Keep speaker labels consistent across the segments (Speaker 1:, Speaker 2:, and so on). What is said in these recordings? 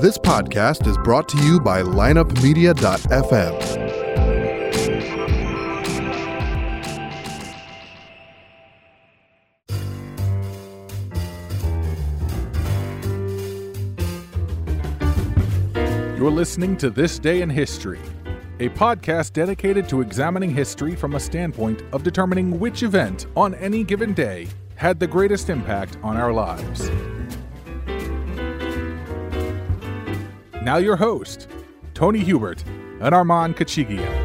Speaker 1: This podcast is brought to you by lineupmedia.fm.
Speaker 2: You're listening to This Day in History, a podcast dedicated to examining history from a standpoint of determining which event on any given day had the greatest impact on our lives. Now, your host, Tony Hubert and Armand Kachigian.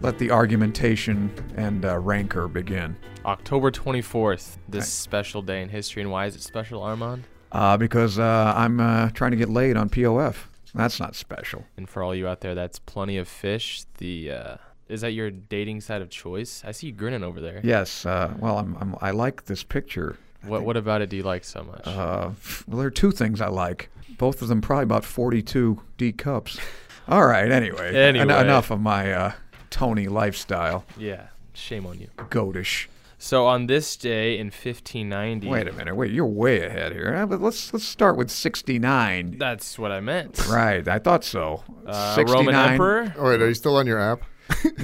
Speaker 3: Let the argumentation and uh, rancor begin.
Speaker 4: October 24th, this special day in history. And why is it special, Armand?
Speaker 3: Uh, because uh, I'm uh, trying to get laid on POF. That's not special.
Speaker 4: And for all you out there, that's Plenty of Fish. The uh, Is that your dating side of choice? I see you grinning over there.
Speaker 3: Yes. Uh, well, I'm, I'm, I like this picture.
Speaker 4: What, what about it do you like so much?
Speaker 3: Uh, well, there are two things I like. Both of them probably about 42 D cups. All right. Anyway. en-
Speaker 4: Anyway.
Speaker 3: enough of my uh, Tony lifestyle.
Speaker 4: yeah, shame on you.
Speaker 3: Goatish.
Speaker 4: So on this day in 1590.
Speaker 3: Wait a minute. Wait, you're way ahead here. Uh, but let's let's start with 69.
Speaker 4: That's what I meant.
Speaker 3: Right. I thought so.
Speaker 4: Uh, Roman Emperor?
Speaker 1: All right, are you still on your app?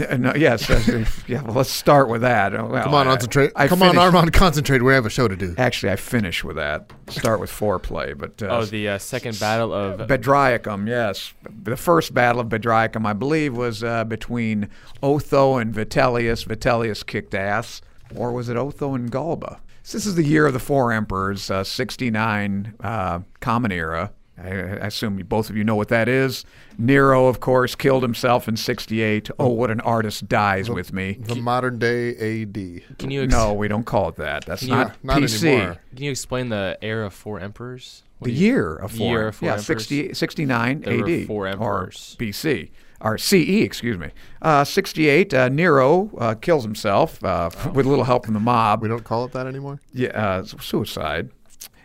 Speaker 3: Uh, no, yes, uh, yeah. Well, let's start with that. Uh, well,
Speaker 5: Come on,
Speaker 3: I-
Speaker 5: concentrate.
Speaker 3: I
Speaker 5: Come on,
Speaker 3: finished-
Speaker 5: Armand, concentrate. We have a show to do.
Speaker 3: Actually, I finish with that. Start with foreplay, but uh,
Speaker 4: Oh, the uh, Second Battle of.
Speaker 3: Bedriacum. Yes, the first battle of Bedriacum, I believe, was uh, between Otho and Vitellius. Vitellius kicked ass, or was it Otho and Galba? So this is the year of the four emperors, uh, 69 uh, Common Era. I I assume you- both of you know what that is. Nero, of course, killed himself in 68. Oh, what an artist dies with me.
Speaker 5: The modern day AD.
Speaker 4: Can you, ex-
Speaker 3: No, we don't call it that. That's
Speaker 4: Yeah,
Speaker 3: not,
Speaker 5: not
Speaker 3: PC.
Speaker 5: anymore.
Speaker 4: can you explain the era of four emperors? What
Speaker 3: The
Speaker 4: do you-
Speaker 3: year of four.
Speaker 4: year of four
Speaker 3: yeah,
Speaker 4: emperors.
Speaker 3: 60, 69
Speaker 4: There were
Speaker 3: AD.
Speaker 4: four emperors.
Speaker 3: Or BC. Or CE, excuse me. Uh, 68, uh, Nero uh, kills himself uh,
Speaker 4: Oh.
Speaker 3: with a little help from the mob.
Speaker 5: We don't call it that anymore.
Speaker 3: Yeah, uh, s- suicide.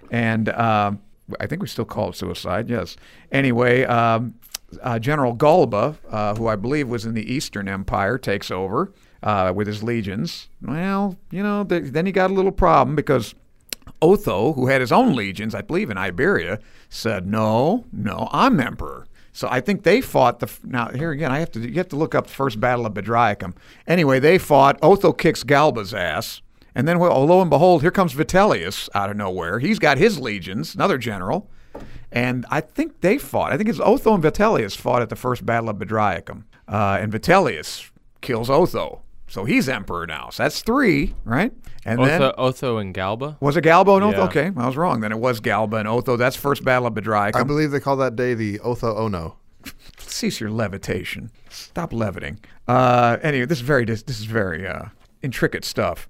Speaker 3: And um I think we still call it suicide, yes. Anyway, um, uh, General Galba, uh, who I believe was in the Eastern Empire, takes over uh, with his legions. Well, you know, th- then he got a little problem because Otho, who had his own legions, I believe in Iberia, said, "No, no, I'm emperor." So I think they fought the. f- Now here again, I have to you have to look up the first battle of Bedriacum. Anyway, they fought. Otho kicks Galba's ass, and then well, lo and behold, here comes Vitellius out of nowhere. He's got his legions, another general, and I think they fought. I think it's Otho and Vitellius fought at the first battle of Bedriacum, uh, and Vitellius kills Otho, so he's emperor now. So that's three, right? And then
Speaker 4: Otho, Otho and Galba?
Speaker 3: was it Galba and Otho?
Speaker 4: Yeah.
Speaker 3: Okay, I was wrong. Then it was Galba and Otho. That's first battle of
Speaker 5: I
Speaker 3: Bedriacum.
Speaker 5: believe they call that day the Otho Ono.
Speaker 3: Cease your levitation. Stop leviting. Uh, anyway, this is very dis- this is very uh, intricate stuff.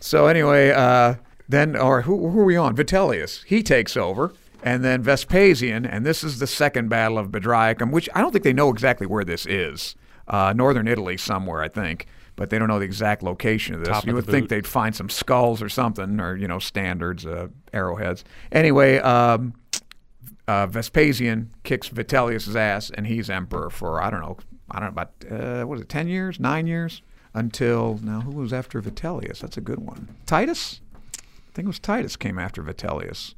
Speaker 3: So anyway, uh, then or who, who are we on? Vitellius. He takes over, and then Vespasian, and this is the second battle of Bedriacum, which I don't think they know exactly where this is. Uh, Northern Italy, somewhere I think, but they don't know the exact location of this.
Speaker 4: Top of
Speaker 3: you
Speaker 4: the
Speaker 3: would think
Speaker 4: boot.
Speaker 3: they they'd find some skulls or something, or you know, standards, uh, arrowheads. Anyway, um, uh, Vespasian kicks Vitellius's ass, and he's emperor for I don't know, I don't know about uh, what is it, ten years, nine years until now. Who was after Vitellius? That's a good one. Titus, I think it was Titus came after Vitellius.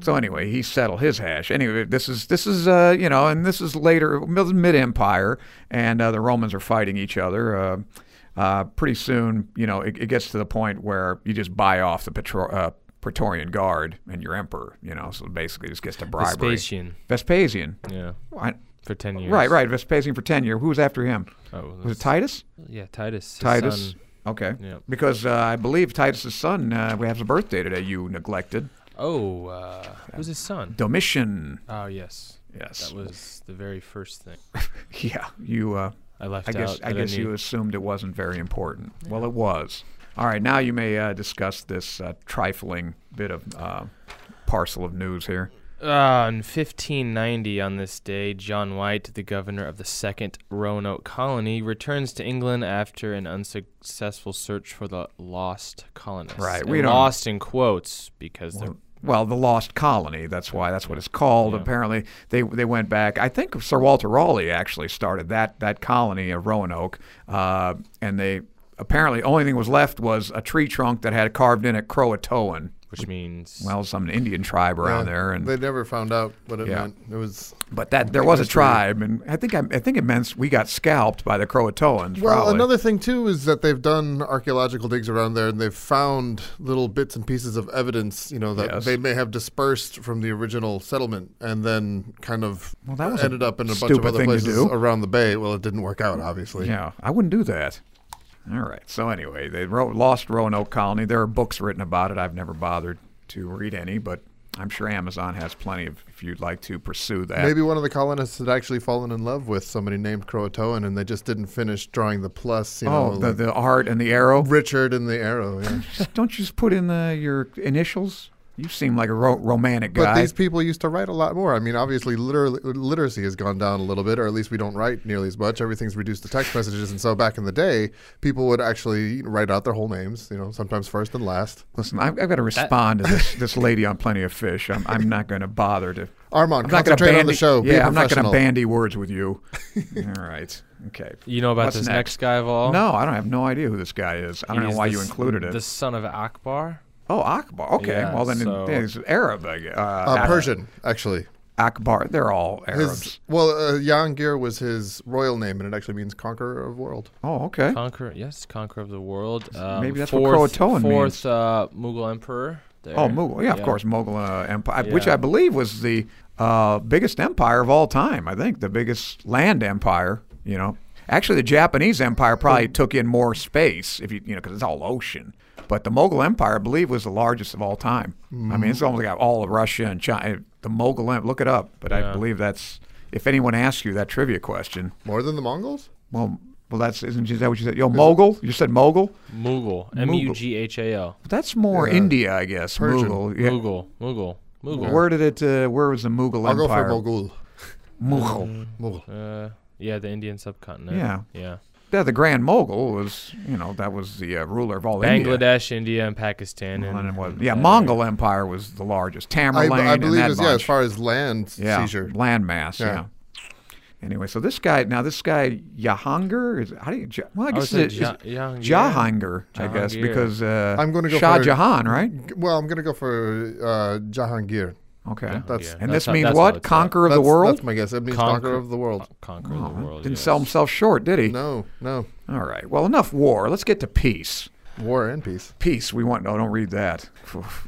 Speaker 3: So anyway, he settled his hash. Anyway, this is this is uh, you know, and this is later mid Empire, and uh, the Romans are fighting each other. Uh, uh, pretty soon, you know, it, it gets to the point where you just buy off the Petro- uh, Praetorian Guard and your emperor. You know, so basically, it just gets to bribery.
Speaker 4: Vespasian.
Speaker 3: Vespasian,
Speaker 4: Yeah.
Speaker 3: I-
Speaker 4: For 10 years.
Speaker 3: right, right. Vespasian for ten years. Who was after him?
Speaker 4: Oh,
Speaker 3: Was it Titus?
Speaker 4: yeah, Titus. his
Speaker 3: Titus.
Speaker 4: son.
Speaker 3: Okay.
Speaker 4: Yeah.
Speaker 3: Because uh, I believe Titus's son, uh, we have a birthday today. You neglected
Speaker 4: Oh, uh, who's his son?
Speaker 3: Domitian.
Speaker 4: Oh, yes.
Speaker 3: Yes.
Speaker 4: That was the very first thing
Speaker 3: Yeah, you. Uh,
Speaker 4: I left
Speaker 3: I guess
Speaker 4: out.
Speaker 3: I
Speaker 4: that
Speaker 3: guess you
Speaker 4: knew.
Speaker 3: assumed it wasn't very important. Well, it was. All right, now you may uh, discuss this uh, trifling bit of uh, parcel of news here.
Speaker 4: Uh, in 1590, on this day, John White, the governor of the second Roanoke colony, returns to England after an unsuccessful search for the lost colonists.
Speaker 3: Right,
Speaker 4: And
Speaker 3: we don't-
Speaker 4: lost in quotes because they're.
Speaker 3: Well, the lost colony. That's why. That's what it's called.
Speaker 4: Yeah.
Speaker 3: Apparently, they they went back. I think Sir Walter Raleigh actually started that that colony of Roanoke, uh, and they apparently only thing was left was a tree trunk that had carved in it Croatoan.
Speaker 4: which means
Speaker 3: well, some Indian tribe around
Speaker 5: Yeah,
Speaker 3: there, and
Speaker 5: they never found out what it
Speaker 3: Yeah.
Speaker 5: meant. It was
Speaker 3: but that there was a
Speaker 5: that's the-
Speaker 3: tribe, and I think I, I think it meant we got scalped by the Croatoans.
Speaker 5: well.
Speaker 3: probably.
Speaker 5: Another thing too is that they've done archaeological digs around there, and they've found little bits and pieces of evidence. You know that
Speaker 3: Yes.
Speaker 5: they may have dispersed from the original settlement, and then kind of
Speaker 3: Well, that was a
Speaker 5: ended up in a bunch
Speaker 3: stupid
Speaker 5: of other
Speaker 3: thing to
Speaker 5: places
Speaker 3: do.
Speaker 5: around the bay. Well, it didn't work out, obviously.
Speaker 3: Yeah, I wouldn't do that. All right. So anyway, they wrote, lost Roanoke Colony. There are books written about it. I've never bothered to read any, but I'm sure Amazon has plenty of if you'd like to pursue that.
Speaker 5: Maybe one of the colonists had actually fallen in love with somebody named Croatoan, and they just didn't finish drawing the plus. You
Speaker 3: oh,
Speaker 5: know,
Speaker 3: the,
Speaker 5: like
Speaker 3: the art and the arrow.
Speaker 5: Richard and the arrow. Yeah.
Speaker 3: Just, don't you just put in the, your initials? You seem like a ro- romantic
Speaker 5: But
Speaker 3: guy.
Speaker 5: these people used to write a lot more. I mean, obviously, liter- literacy has gone down a little bit, or at least we don't write nearly as much. Everything's reduced to text messages, and so back in the day, people would actually write out their whole names. You know, sometimes first and last.
Speaker 3: Listen, I've, I've got to respond to this, this lady on Plenty of Fish. I'm, I'm not going to bother to.
Speaker 5: Armand,
Speaker 3: I'm not going to
Speaker 5: concentrate
Speaker 3: bandy,
Speaker 5: on the show. be
Speaker 3: Yeah, I'm not going to
Speaker 5: professional.
Speaker 3: bandy words with you. All right. Okay.
Speaker 4: You know about
Speaker 3: What's
Speaker 4: this
Speaker 3: next?
Speaker 4: next, guy, Vol?
Speaker 3: No, I don't I have no idea who this guy is. I don't know
Speaker 4: He's
Speaker 3: why
Speaker 4: the
Speaker 3: you
Speaker 4: s-
Speaker 3: included it.
Speaker 4: The son of Akbar.
Speaker 3: Oh, Akbar. Okay.
Speaker 4: Yeah,
Speaker 3: well, then
Speaker 4: so-
Speaker 3: it's Arab. I guess. Uh,
Speaker 5: Uh,
Speaker 3: Ak-
Speaker 5: Persian, actually.
Speaker 3: Akbar. They're all Arabs.
Speaker 5: His, well, uh, Jahangir was his royal name, and it actually means conqueror of world.
Speaker 3: oh, okay.
Speaker 4: Conqueror, yes, conqueror of the world. Um,
Speaker 3: Maybe that's what
Speaker 4: fourth,
Speaker 3: Croatoan
Speaker 4: fourth,
Speaker 3: means.
Speaker 4: uh, Mughal emperor. There.
Speaker 3: Oh, Mughal. Yeah, of course, Mughal uh, Empire, which
Speaker 4: Yeah.
Speaker 3: I believe was the uh, biggest empire of all time. I think the biggest land empire. You know, actually, the Japanese Empire probably took in more space if you you know because it's all ocean. But the Mughal Empire, I believe, was the largest of all time. I mean, it's almost like all of Russia and China. The Mughal Empire. Look it up. But I
Speaker 4: Yeah.
Speaker 3: believe that's if anyone asks you that trivia question,
Speaker 5: More than the Mongols?
Speaker 3: Well, well, that's isn't is that what you said? Yo, mogul. You said mogul.
Speaker 4: Mughal. M U G H A L.
Speaker 3: That's more
Speaker 5: Yeah.
Speaker 3: India, I guess.
Speaker 5: Persian.
Speaker 3: Mughal. Yeah.
Speaker 4: Mughal. Mughal. Mughal.
Speaker 3: Where did it? Uh, where was the Mughal
Speaker 5: I'll go for
Speaker 3: Empire?
Speaker 5: Mogul.
Speaker 3: Mughal.
Speaker 5: Mogul.
Speaker 4: Uh, yeah, the Indian subcontinent.
Speaker 3: Yeah.
Speaker 4: Yeah.
Speaker 3: Yeah, the Grand Mogul was, you know, that was the uh, ruler of all India.
Speaker 4: Bangladesh, India, and Pakistan.
Speaker 3: Well,
Speaker 4: And,
Speaker 3: and it was- yeah,
Speaker 4: uh,
Speaker 3: Mongol Empire was the largest.
Speaker 5: I,
Speaker 3: Tamerlane
Speaker 5: I believe,
Speaker 3: and
Speaker 5: it's,
Speaker 3: that
Speaker 5: yeah, as
Speaker 3: bunch.
Speaker 5: far as land
Speaker 3: yeah,
Speaker 5: seizure.
Speaker 3: landmass. Yeah.
Speaker 5: Yeah.
Speaker 3: Anyway, so this guy now, this guy Jahangir is how do you? Jah- Well, I
Speaker 4: I
Speaker 3: guess
Speaker 4: would say
Speaker 3: it's
Speaker 4: Oh, Ja-
Speaker 3: it's Jahangir,
Speaker 4: Jahangir.
Speaker 3: I guess,
Speaker 4: Jahangir.
Speaker 3: because uh,
Speaker 5: I'm gonna go
Speaker 3: Shah
Speaker 5: for-
Speaker 3: Jahan, right?
Speaker 5: Well, I'm going to go for uh, Jahangir.
Speaker 3: Okay.
Speaker 5: That's-
Speaker 4: yeah,
Speaker 3: And this
Speaker 4: that's how-
Speaker 3: means
Speaker 4: that's how
Speaker 3: what?
Speaker 4: it's spelled.
Speaker 3: Conqueror of the
Speaker 5: That's-
Speaker 3: world? Oh,
Speaker 5: That's my guess. It means
Speaker 4: Conquer-
Speaker 5: conqueror, of the world.
Speaker 4: Conqueror of the world.
Speaker 3: Didn't
Speaker 4: yes.
Speaker 3: sell himself short, did he?
Speaker 5: No, no.
Speaker 3: All right. Well, enough war. Let's get to peace.
Speaker 5: War and peace.
Speaker 3: Peace. We want. No, don't read that.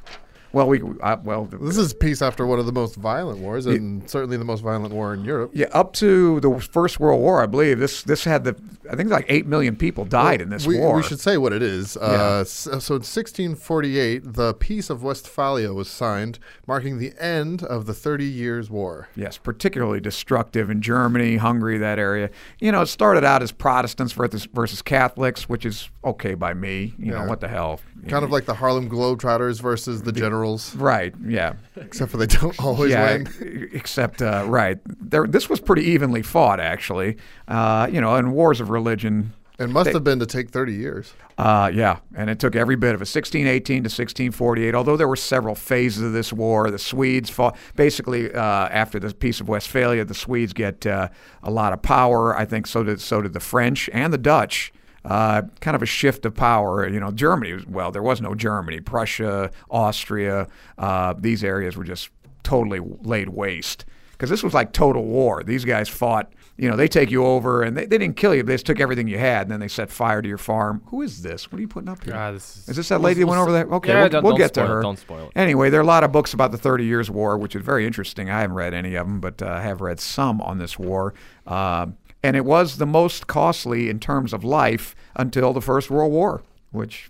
Speaker 3: well, we. I, well,
Speaker 5: This is peace after one of the most violent wars, and certainly the most violent war in Europe.
Speaker 3: yeah. Up to the First World War, I believe this. This had the. I think like eight million people died in this
Speaker 5: we,
Speaker 3: war.
Speaker 5: We should say what it is.
Speaker 3: Yeah.
Speaker 5: Uh, s- so in 1648, the Peace of Westphalia was signed, marking the end of the Thirty Years' War.
Speaker 3: Yes, particularly destructive in Germany, Hungary, that area. You know, it started out as Protestants versus, versus Catholics, which is okay by me. You know,
Speaker 5: Yeah.
Speaker 3: what the hell?
Speaker 5: Kind of like the Harlem Globetrotters versus the Generals,
Speaker 3: Right, yeah.
Speaker 5: except for they don't always win.
Speaker 3: e- Except, uh, right. There, this was pretty evenly fought, actually. Uh, you know, in wars of religion.
Speaker 5: It must have been to take 30 years.
Speaker 3: Uh, yeah, and it took every bit of it, 1618 to 1648. Although there were several phases of this war, the Swedes fought. Basically, uh, after the Peace of Westphalia, the Swedes get uh, a lot of power. I think so did so did the French and the Dutch. Uh, kind of a shift of power. You know, Germany. was- Well, there was no Germany. Prussia, Austria. Uh, these areas were just totally laid waste because this was like total war. These guys fought. You know, they take you over and they, they didn't kill you. They just took everything you had and then they set fire to your farm. Who is this? What are you putting up here?
Speaker 4: Ah, this is-
Speaker 3: is this that lady that
Speaker 4: we'll-
Speaker 3: went over
Speaker 4: we'll-
Speaker 3: there? Okay,
Speaker 4: yeah,
Speaker 3: we'll,
Speaker 4: don't-
Speaker 3: we'll
Speaker 4: don't
Speaker 3: get to
Speaker 4: spoil it,
Speaker 3: her.
Speaker 4: don't spoil it.
Speaker 3: Anyway, there are a lot of books about the Thirty Years' War, which is very interesting. I haven't read any of them, but uh, I have read some on this war. Um and it was the most costly in terms of life until the First World War, which,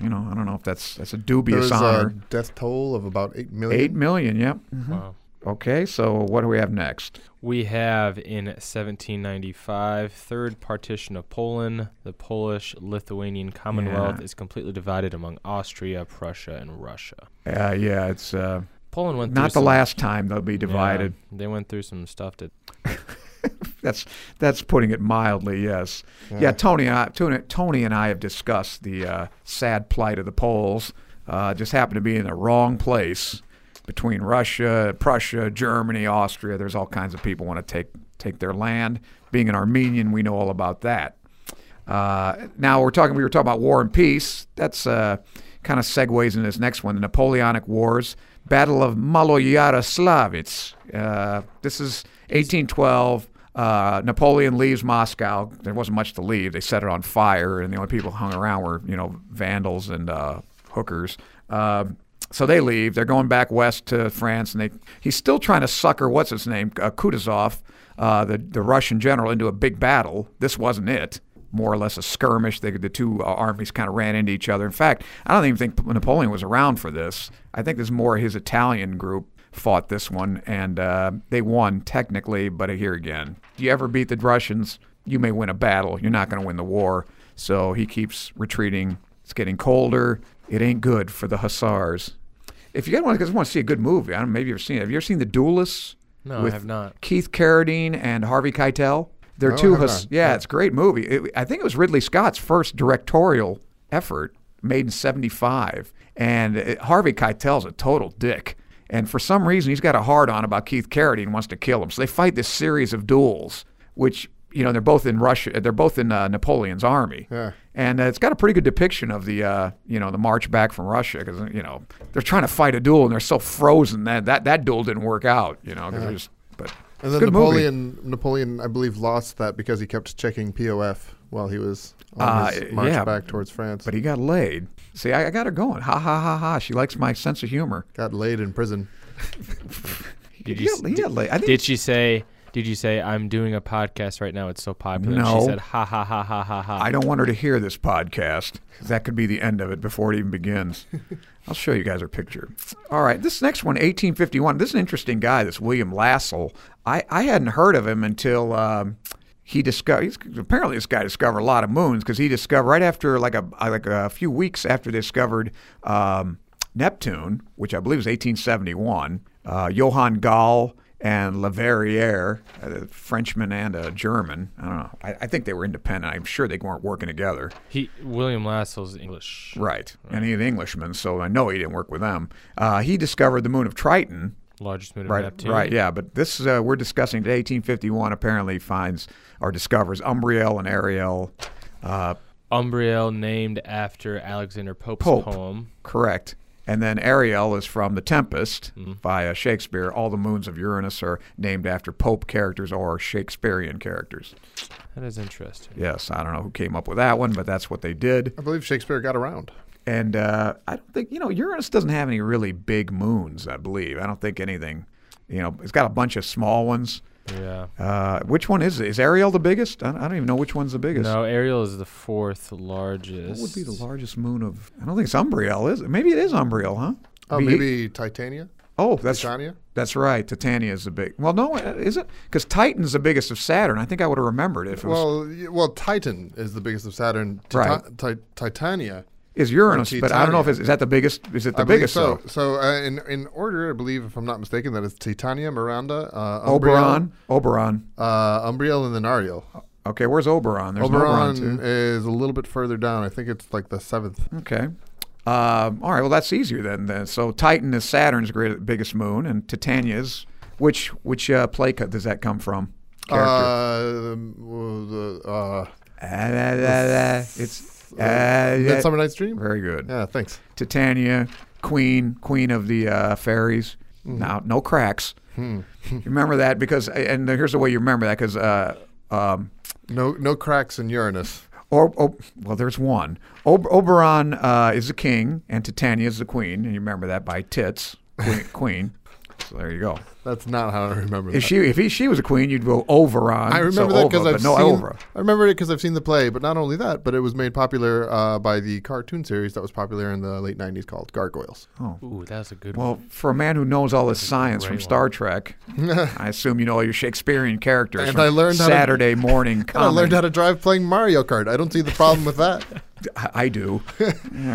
Speaker 3: you know, I don't know if that's that's a
Speaker 5: There
Speaker 3: dubious
Speaker 5: was a
Speaker 3: honor.
Speaker 5: death toll of about 8 million.
Speaker 3: Eight million, yep. Mhm.
Speaker 4: Wow.
Speaker 3: Okay, so what do we have next?
Speaker 4: We have in 1795, third partition of Poland. The Polish-Lithuanian Commonwealth
Speaker 3: Yeah.
Speaker 4: is completely divided among Austria, Prussia, and Russia.
Speaker 3: Uh, yeah, it's uh,
Speaker 4: Poland went
Speaker 3: not the
Speaker 4: through some-
Speaker 3: last time they'll be
Speaker 4: yeah,
Speaker 3: divided.
Speaker 4: they went through some stuff that
Speaker 3: That's that's putting it mildly. Yes. Yeah. Tony and I, Tony, Tony and I have discussed the uh, sad plight of the Poles. Uh, just happened to be in the wrong place between Russia, Prussia, Germany, Austria. There's all kinds of people want to take take their land. Being an Armenian, we know all about that. Uh, now we're talking. We were talking about war and peace. That's uh, kind of segues in this next one the Napoleonic Wars, Battle of Maloyaroslavets. Uh, this is 1812. Uh, Napoleon leaves Moscow. There wasn't much to leave. They set it on fire, and the only people who hung around were, you know, vandals and uh, hookers. Um so they leave. They're going back west to France, and they he's still trying to sucker what's his name, uh, Kutuzov, uh, the the Russian general, into a big battle. This wasn't it. More or less a skirmish. They, the two uh, armies kind of ran into each other. In fact, I don't even think Napoleon was around for this. I think there's more his Italian group fought this one, and uh, they won technically. But here again, do you ever beat the Russians? You may win a battle. You're not going to win the war. So he keeps retreating. It's getting colder. It ain't good for the hussars. If you guys want, want to see a good movie, I don't know, maybe you've seen it. Have you ever seen The Duelists?
Speaker 4: No, I
Speaker 3: With
Speaker 4: have not.
Speaker 3: Keith Carradine and Harvey Keitel. They're
Speaker 5: No, I
Speaker 3: two.
Speaker 5: have
Speaker 3: Hus-
Speaker 5: not.
Speaker 3: yeah, it's a great movie. It, I think it was Ridley Scott's first directorial effort, made in '75. And uh Harvey Keitel's a total dick. And for some reason, he's got a hard on about Keith Carradine and wants to kill him. So they fight this series of duels, which you know they're both in Russia. They're both in uh, Napoleon's army.
Speaker 5: Yeah.
Speaker 3: And uh, it's got a pretty good depiction of the uh, you know the march back from Russia because you know they're trying to fight a duel and they're so frozen that that, that duel didn't work out. You know, 'cause they're just but
Speaker 5: And
Speaker 3: it's a
Speaker 5: then
Speaker 3: good movie.
Speaker 5: Napoleon, Napoleon, I believe, lost that because he kept checking POF while he was on
Speaker 3: Uh,
Speaker 5: his march
Speaker 3: yeah.
Speaker 5: back towards France.
Speaker 3: But he got laid. See, I, I got her going. Ha ha ha ha. She likes my sense of humor.
Speaker 5: got laid in prison.
Speaker 4: Did
Speaker 3: he
Speaker 4: you
Speaker 3: got,
Speaker 4: s-
Speaker 3: he got laid. I think
Speaker 4: Did she say? Did you say I'm doing a podcast right now? It's so popular.
Speaker 3: No.
Speaker 4: She said ha ha ha ha ha ha.
Speaker 3: I don't want her to hear this podcast. 'cause That could be the end of it before it even begins. I'll show you guys her picture. All right, this next one, 1851. This is an interesting guy. This William Lassell. I, I hadn't heard of him until um, he discovered. Apparently, this guy discovered a lot of moons because he discovered right after like a like a few weeks after they discovered um, Neptune, which I believe was 1871. Uh, Johann Gall and Leverrier, uh, a Frenchman and a German. I don't know. I, I think they were independent. I'm sure they weren't working together.
Speaker 4: He William Lassell's English.
Speaker 3: Right. And he's an Englishman, so I know he didn't work with them. Uh, he discovered the moon of Triton.
Speaker 4: Largest moon of
Speaker 3: Right,
Speaker 4: Neptune.
Speaker 3: right, yeah. But this uh, we're discussing today. 1851 apparently finds or discovers Umbriel and Ariel. Uh,
Speaker 4: Umbriel named after Alexander Pope's
Speaker 3: Pope.
Speaker 4: poem.
Speaker 3: Correct. And then Ariel is from The Tempest via Shakespeare. All the moons of Uranus are named after Pope characters or Shakespearean characters.
Speaker 4: That is interesting.
Speaker 3: Yes, I don't know who came up with that one, but that's what they did.
Speaker 5: I believe Shakespeare got around.
Speaker 3: And uh, I don't think, you know, Uranus doesn't have any really big moons, I believe. I don't think anything, you know, it's got a bunch of small ones.
Speaker 4: Yeah.
Speaker 3: Uh, which one is it? Is Ariel the biggest? I don't, I don't even know which one's the biggest.
Speaker 4: No, Ariel is the fourth largest.
Speaker 3: What would be the largest moon of? I don't think it's Umbriel, is it? Maybe it is Umbriel, huh?
Speaker 5: Oh,
Speaker 3: Be-
Speaker 5: maybe Titania?
Speaker 3: Oh, that's
Speaker 5: Titania?
Speaker 3: That's right. Titania is the big. Well, no, uh, is it? Because Titan's the biggest of Saturn. I think I would have remembered it if it was.
Speaker 5: Well, y- well, Titan is the biggest of Saturn. Tita-
Speaker 3: Right.
Speaker 5: Ti- Titania.
Speaker 3: is Uranus, but I don't know if
Speaker 5: Titania.
Speaker 3: it's is that the biggest. Is it the
Speaker 5: I believe
Speaker 3: biggest
Speaker 5: so.
Speaker 3: though?
Speaker 5: So uh, in in order, I believe, if I'm not mistaken, that is Titania, Miranda, uh, Umbriel,
Speaker 3: Oberon. Oberon.
Speaker 5: uh, Umbriel, and then Ariel.
Speaker 3: Okay, where's Oberon? There's no
Speaker 5: Oberon,
Speaker 3: Oberon too.
Speaker 5: is a little bit further down. I think it's like the seventh.
Speaker 3: Okay. Um, all right. Well, that's easier then. Then so Titan is Saturn's great, biggest moon, and Titania's. Which which uh, play cut does that come from? Character.
Speaker 5: Uh, um, uh, uh,
Speaker 3: Ah, da, da, da. It's
Speaker 5: uh,
Speaker 3: ah, da.
Speaker 5: Midsummer Night's Dream.
Speaker 3: very good.
Speaker 5: Yeah, thanks.
Speaker 3: Titania, Queen, Queen of the uh, Fairies.
Speaker 5: Mm-hmm.
Speaker 3: Now, no cracks.
Speaker 5: Hmm.
Speaker 3: remember that because, and here's the way you remember that because, uh, um,
Speaker 5: No, no cracks in Uranus.
Speaker 3: or, oh, well, there's one. Ob- Oberon uh, is the king, and Titania is the queen, and you remember that by tits, queen. queen. So there you go.
Speaker 5: That's not how I remember.
Speaker 3: If
Speaker 5: that.
Speaker 3: she if he, she was a queen, you'd go Overon.
Speaker 5: I remember
Speaker 3: so
Speaker 5: that because
Speaker 3: Ova,
Speaker 5: I've
Speaker 3: but no
Speaker 5: seen.
Speaker 3: Over.
Speaker 5: I remember it because I've seen the play, but not only that, but it was made popular uh, by the cartoon series that was popular in the late '90s called Gargoyles.
Speaker 4: Ooh, that was a good one.
Speaker 3: Well, for a man who knows all this science from
Speaker 4: great
Speaker 3: Star Trek, I assume you know all your Shakespearean characters.
Speaker 5: And
Speaker 3: from
Speaker 5: I learned how to-
Speaker 3: Saturday morning.
Speaker 5: And I
Speaker 3: Comic.
Speaker 5: learned how to drive playing Mario Kart. I don't see the problem with that.
Speaker 3: I I do. All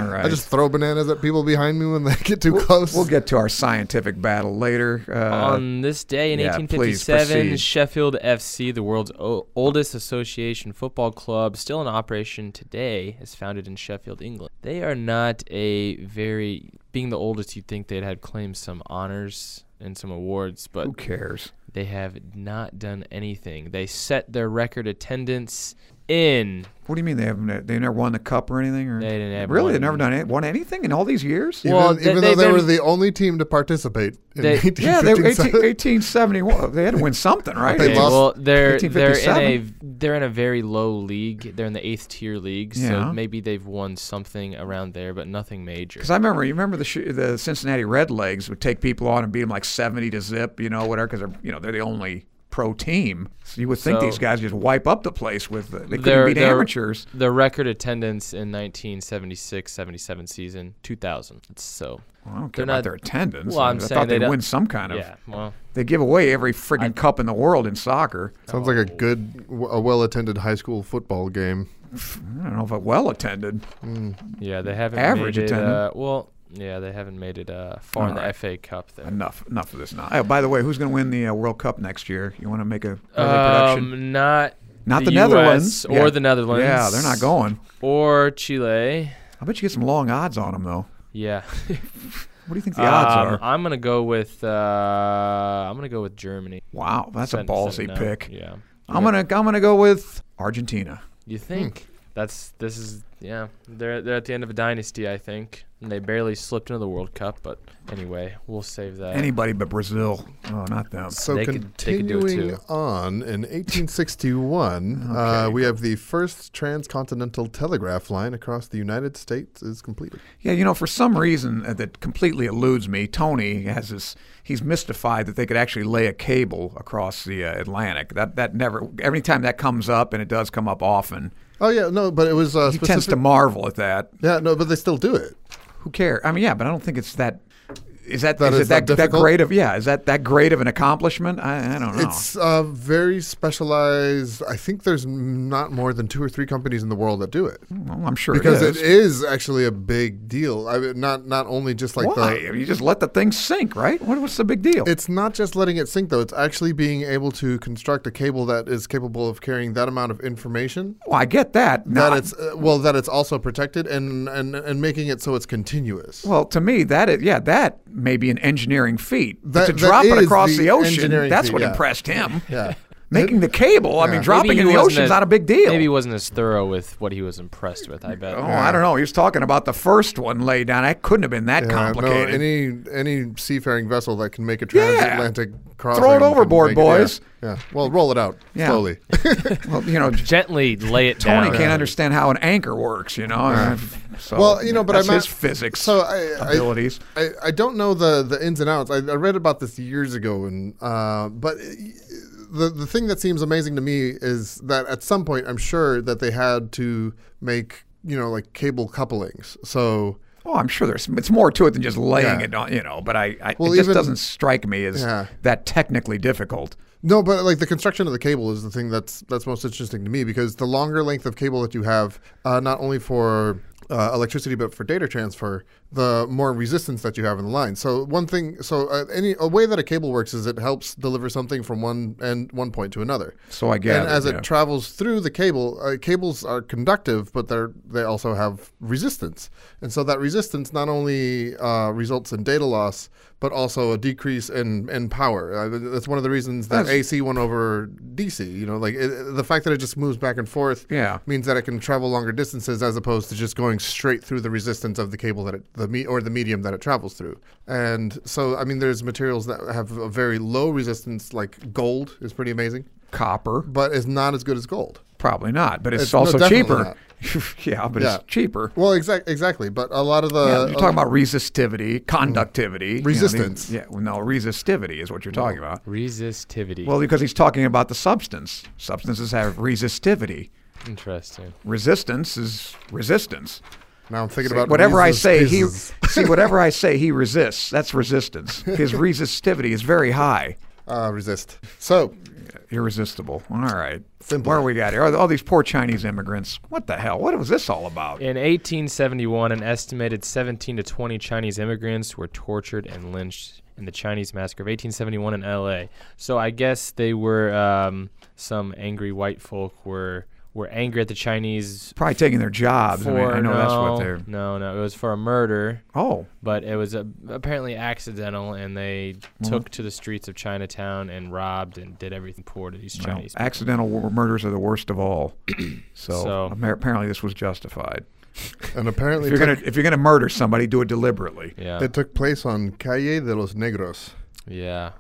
Speaker 3: right.
Speaker 5: I just throw bananas at people behind me when they get too close.
Speaker 3: We'll get to our scientific battle later. Uh,
Speaker 4: On this day in
Speaker 3: yeah, please
Speaker 4: 1857,
Speaker 3: proceed.
Speaker 4: Sheffield FC, the world's o- oldest association football club, still in operation today, is founded in Sheffield, England. They are not a very being the oldest. You'd think they'd had claimed some honors and some awards, but
Speaker 3: who cares?
Speaker 4: they have not done anything. They set their record attendance in.
Speaker 3: What do you mean they haven't? They never won the cup or anything? Or
Speaker 4: They didn't have
Speaker 3: really.
Speaker 4: one.
Speaker 3: They've never done it, won anything in all these years.
Speaker 5: Even,
Speaker 4: Well, they-
Speaker 5: even though
Speaker 4: they've
Speaker 5: they were
Speaker 4: been-
Speaker 5: the only team to participate in
Speaker 4: They-
Speaker 5: 18,
Speaker 3: Yeah, they were 18,
Speaker 5: 15,
Speaker 3: 1871. They had to win something, right?
Speaker 5: They
Speaker 4: Okay,
Speaker 5: lost
Speaker 4: well, they're they're in a
Speaker 3: 1857.
Speaker 4: they're in a very low league. They're in the eighth tier league,
Speaker 3: Yeah.
Speaker 4: so maybe they've won something around there, but nothing major.
Speaker 3: Because I remember, you remember the sh- the Cincinnati Redlegs would take people on and beat them like seventy to zip, you know, whatever. Because they're you know they're the only pro team. So you would think
Speaker 4: So-
Speaker 3: these guys just wipe up the place with. Uh, they couldn't
Speaker 4: Their-
Speaker 3: beat
Speaker 4: their-
Speaker 3: amateurs.
Speaker 4: The record attendance in 1976-77 season 2000. So
Speaker 3: Well, I don't care
Speaker 4: they're
Speaker 3: about
Speaker 4: not-
Speaker 3: their attendance.
Speaker 4: Well, I'm
Speaker 3: I
Speaker 4: saying
Speaker 3: thought
Speaker 4: they
Speaker 3: they'd
Speaker 4: don't-
Speaker 3: win some kind of.
Speaker 4: yeah, well,
Speaker 3: They give away every friggin' cup in the world in soccer.
Speaker 5: Sounds like a good, w- a well-attended high school football game.
Speaker 3: I don't know if it well attended.
Speaker 4: yeah, they haven't
Speaker 3: Average
Speaker 4: made it,
Speaker 3: attendance.
Speaker 4: uh, well, yeah, they haven't made it uh, far in the
Speaker 3: Alright.
Speaker 4: FA Cup. Then
Speaker 3: Enough, enough of this now. Oh, by the way, who's going to win the uh, World Cup next year? You want to make a early prediction?
Speaker 4: um, not
Speaker 3: Not the,
Speaker 4: the US
Speaker 3: Netherlands
Speaker 4: or the Netherlands.
Speaker 3: Yeah, they're not going.
Speaker 4: or Chile.
Speaker 3: I bet you get some long odds on them though.
Speaker 4: Yeah.
Speaker 3: What do you think the odds
Speaker 4: Um,
Speaker 3: are?
Speaker 4: I'm gonna go with uh, I'm gonna go with Germany.
Speaker 3: Wow, that's a
Speaker 4: Send-
Speaker 3: ballsy
Speaker 4: send no.
Speaker 3: pick.
Speaker 4: Yeah,
Speaker 3: I'm gonna I'm gonna go with Argentina.
Speaker 4: you think that's this is yeah they're they're at the end of a dynasty I think and they barely slipped into the World Cup but anyway we'll save that.
Speaker 3: Anybody but Brazil. Oh, not them.
Speaker 5: So
Speaker 4: They could- they could do it
Speaker 5: continuing
Speaker 4: too.
Speaker 5: on in 1861, uh, we have the first transcontinental telegraph line across the United States is completed.
Speaker 3: Yeah, you know, for some reason uh, that completely eludes me, Tony has this. He's mystified that they could actually lay a cable across the uh, Atlantic. That that never. Every time that comes up, and it does come up often,
Speaker 5: Oh yeah, no, but it was uh,
Speaker 3: he
Speaker 5: specific.
Speaker 3: tends to marvel at that.
Speaker 5: yeah, no, but they still do it.
Speaker 3: Who cares? I mean, yeah, but I don't think it's that. Is that,
Speaker 5: That
Speaker 3: is
Speaker 5: is
Speaker 3: it
Speaker 5: not
Speaker 3: that, that
Speaker 5: difficult?
Speaker 3: great of yeah? Is that that great of an accomplishment? I, I don't know.
Speaker 5: It's uh, very specialized. I think there's not more than two or three companies in the world that do it
Speaker 3: well, I'm sure
Speaker 5: because
Speaker 3: it is.
Speaker 5: it is actually a big deal. I mean, not not only just like
Speaker 3: Why?
Speaker 5: the
Speaker 3: you just let the thing sink, right? What, what's the big deal?
Speaker 5: It's not just letting it sink, though. It's actually being able to construct a cable that is capable of carrying that amount of information.
Speaker 3: well, Oh, I get that. Now,
Speaker 5: That it's uh, well, that it's also protected, and and and making it so it's continuous.
Speaker 3: well, to me, that is yeah, that may be an engineering feat. But
Speaker 5: That-
Speaker 3: to
Speaker 5: that
Speaker 3: drop it
Speaker 5: is
Speaker 3: across
Speaker 5: the
Speaker 3: the ocean,
Speaker 5: engineering
Speaker 3: that's
Speaker 5: feat,
Speaker 3: what
Speaker 5: yeah.
Speaker 3: impressed him.
Speaker 5: yeah.
Speaker 3: Making the cable, I mean,
Speaker 5: Maybe
Speaker 3: dropping
Speaker 4: he
Speaker 3: in the
Speaker 4: wasn't
Speaker 3: ocean's
Speaker 4: as-
Speaker 3: not a big deal.
Speaker 4: Maybe he wasn't as thorough with what he was impressed with. I bet.
Speaker 3: oh, I don't know. He was talking about the first one laid down. That couldn't have been that
Speaker 5: Yeah, no,
Speaker 3: complicated.
Speaker 5: any any seafaring vessel that can make a
Speaker 3: Yeah.
Speaker 5: transatlantic crossing.
Speaker 3: Throw it
Speaker 5: can
Speaker 3: overboard,
Speaker 5: make it- yeah,
Speaker 3: boys.
Speaker 5: Yeah. Well, roll it out
Speaker 3: Yeah.
Speaker 5: slowly.
Speaker 3: well, you know,
Speaker 4: Gently lay it
Speaker 3: Tony
Speaker 4: down.
Speaker 3: can't understand how an anchor works. You know. So,
Speaker 5: Well, you know, but
Speaker 3: that's
Speaker 5: I'm not-
Speaker 3: his physics
Speaker 5: so I, I-
Speaker 3: abilities.
Speaker 5: I, I don't know the, the ins and outs. I, I read about this years ago, and uh, but the the thing that seems amazing to me is that at some point, I'm sure that they had to make you know like cable couplings. So
Speaker 3: Oh, I'm sure there's. It's more to it than just laying
Speaker 5: Yeah.
Speaker 3: it on, you know. But I, I
Speaker 5: Well,
Speaker 3: it just
Speaker 5: even-
Speaker 3: doesn't strike me as
Speaker 5: Yeah.
Speaker 3: that technically difficult.
Speaker 5: no, but like the construction of the cable is the thing that's that's most interesting to me because the longer length of cable that you have, uh, not only for uh, electricity but for data transfer, the more resistance that you have in the line. So one thing, so uh, any a way that a cable works is it helps deliver something from one and one point to another.
Speaker 3: So I guess.
Speaker 5: and as
Speaker 3: yeah.
Speaker 5: it travels through the cable, uh, cables are conductive, but they're they also have resistance, and so that resistance not only uh, results in data loss, but also a decrease in in power. Uh, th- that's one of the reasons that
Speaker 3: That's-
Speaker 5: AC won over DC. You know, like it, it- the fact that it just moves back and forth
Speaker 3: Yeah.
Speaker 5: means that it can travel longer distances as opposed to just going straight through the resistance of the cable that it, the me, or the medium that it travels through. And so, I mean, there's materials that have a very low resistance, like gold is pretty amazing
Speaker 3: copper,
Speaker 5: but it's not as good as gold.
Speaker 3: probably not. But it's,
Speaker 5: It's- no,
Speaker 3: also
Speaker 5: definitely
Speaker 3: cheaper. yeah, but
Speaker 5: Yeah. Uh,
Speaker 3: it's cheaper.
Speaker 5: Well, exactly, exactly. But a lot of the
Speaker 3: yeah, you're talking about resistivity, conductivity, you know, these-
Speaker 5: Resistance.
Speaker 3: yeah, well, no, resistivity is what you're talking about.
Speaker 4: Resistivity.
Speaker 3: Well, because he's talking about the substance. Substances have resistivity.
Speaker 4: Interesting.
Speaker 3: Resistance is resistance.
Speaker 5: now I'm thinking
Speaker 3: See,
Speaker 5: about
Speaker 3: whatever I
Speaker 5: Reese's
Speaker 3: say,
Speaker 5: Pieces.
Speaker 3: he see whatever I say, he resists. That's resistance. His resistivity is very high,
Speaker 5: uh, resist. So
Speaker 3: irresistible. All right,
Speaker 5: Simple.
Speaker 3: Where we got here? All these poor Chinese immigrants. What the hell? What was this all about?
Speaker 4: In 1871, an estimated 17 to 20 Chinese immigrants were tortured and lynched in the Chinese Massacre of 1871 in L.A. So I guess they were um, some angry white folk were were angry at the Chinese
Speaker 3: Probably taking their jobs. I, mean,
Speaker 4: for
Speaker 3: I know
Speaker 4: no,
Speaker 3: that's what they're.
Speaker 4: no, no, it was for a murder,
Speaker 3: Oh,
Speaker 4: but it was uh apparently accidental, and they
Speaker 3: Mm-hmm.
Speaker 4: took to the streets of Chinatown and robbed and did everything poor to these
Speaker 3: well,
Speaker 4: Chinese. people.
Speaker 3: accidental w- murders are the worst of all. so
Speaker 4: So-
Speaker 3: appa- apparently, this was justified.
Speaker 5: And
Speaker 3: If
Speaker 5: apparently,
Speaker 3: you're
Speaker 5: it
Speaker 3: gonna
Speaker 5: took,
Speaker 3: if you're gonna murder somebody, do it deliberately.
Speaker 4: yeah,
Speaker 5: it took place on Calle de los Negros,
Speaker 4: yeah,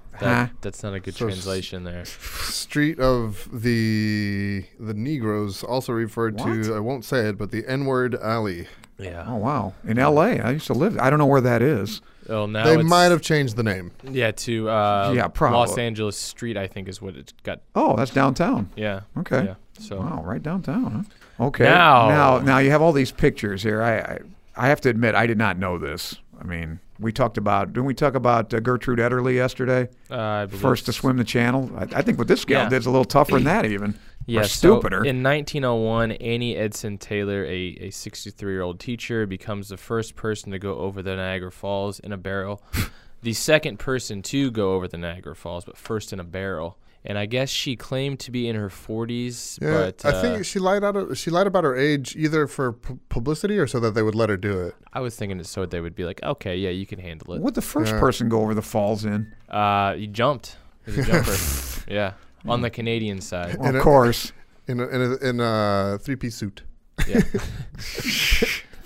Speaker 3: Huh?
Speaker 4: that, that's not a good
Speaker 5: So s-
Speaker 4: translation there.
Speaker 5: street of the the Negroes, also referred
Speaker 3: What?
Speaker 5: to. I won't say it, but the N-word alley.
Speaker 4: Yeah.
Speaker 3: Oh wow, in L.A. I used to live. I don't know where that is.
Speaker 4: Oh, now
Speaker 5: they
Speaker 4: it's-
Speaker 5: might have changed the name.
Speaker 4: Yeah, to uh,
Speaker 3: Yeah, probably.
Speaker 4: Los Angeles Street, I think is what it got.
Speaker 3: Oh, that's downtown.
Speaker 4: Yeah.
Speaker 3: Okay.
Speaker 4: Yeah. So
Speaker 3: Wow, right downtown. Huh? Okay.
Speaker 4: Now-
Speaker 3: now, now you have all these pictures here. I, I, I have to admit, I did not know this. I mean, we talked about didn't we talk about uh, Gertrude Ederle yesterday?
Speaker 4: uh, I believe
Speaker 3: First to swim the channel. I, I think what this gal
Speaker 4: Yeah.
Speaker 3: did is a little tougher than that, even.
Speaker 4: Yeah,
Speaker 3: or
Speaker 4: so
Speaker 3: stupider.
Speaker 4: in 1901, Annie Edson Taylor, a, a 63 year old teacher, becomes the first person to go over the Niagara Falls in a barrel. the second person to go over the Niagara Falls, but first in a barrel. And I guess she claimed to be in her 40s,
Speaker 5: Yeah,
Speaker 4: but uh,
Speaker 5: I think she lied out. Of, she lied about her age either for pu- publicity or so that they would let her do it.
Speaker 4: I was thinking it so they would be like, okay, yeah, you can handle it.
Speaker 3: Would the first
Speaker 5: Yeah.
Speaker 3: person go over the falls in?
Speaker 4: Uh, you jumped. He was a jumper. yeah, on the
Speaker 3: Hmm.
Speaker 4: Canadian side.
Speaker 3: Well,
Speaker 5: In
Speaker 3: of
Speaker 5: a-
Speaker 3: course.
Speaker 5: in a, in a, in a three-piece suit
Speaker 4: Yeah.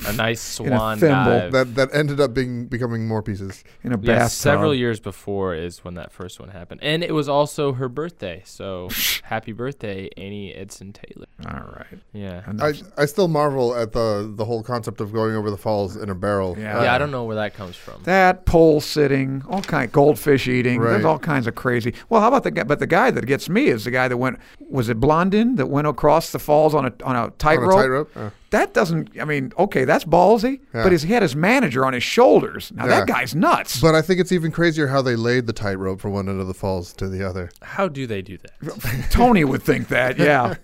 Speaker 4: a nice
Speaker 3: In a
Speaker 4: swan
Speaker 3: thimble.
Speaker 4: dive.
Speaker 5: that that ended up being becoming more pieces.
Speaker 3: In a
Speaker 4: Yeah,
Speaker 3: bathtub.
Speaker 4: several years before is when that first one happened, and it was also her birthday. So happy birthday, Annie Edson Taylor.
Speaker 3: All right.
Speaker 4: Yeah,
Speaker 3: And
Speaker 5: I, I still marvel at the the whole concept of going over the falls in a barrel. Uh,
Speaker 3: Yeah.
Speaker 4: yeah. I don't know where that comes from.
Speaker 3: That pole sitting, all kind goldfish eating. There's
Speaker 5: Right.
Speaker 3: all kinds of crazy. Well, how about the guy? But the guy that gets me is the guy that went. Was it Blondin that went across the falls on a on a
Speaker 5: on a
Speaker 3: tightrope?
Speaker 5: tightrope. Uh,
Speaker 3: That doesn't. I mean, okay, that's ballsy.
Speaker 5: Yeah.
Speaker 3: But his, he had his manager on his shoulders. Now that
Speaker 5: Yeah.
Speaker 3: guy's nuts.
Speaker 5: But I think it's even crazier how they laid the tightrope from one end of the falls to the other.
Speaker 4: How do they do that?
Speaker 3: Tony would think that. Yeah.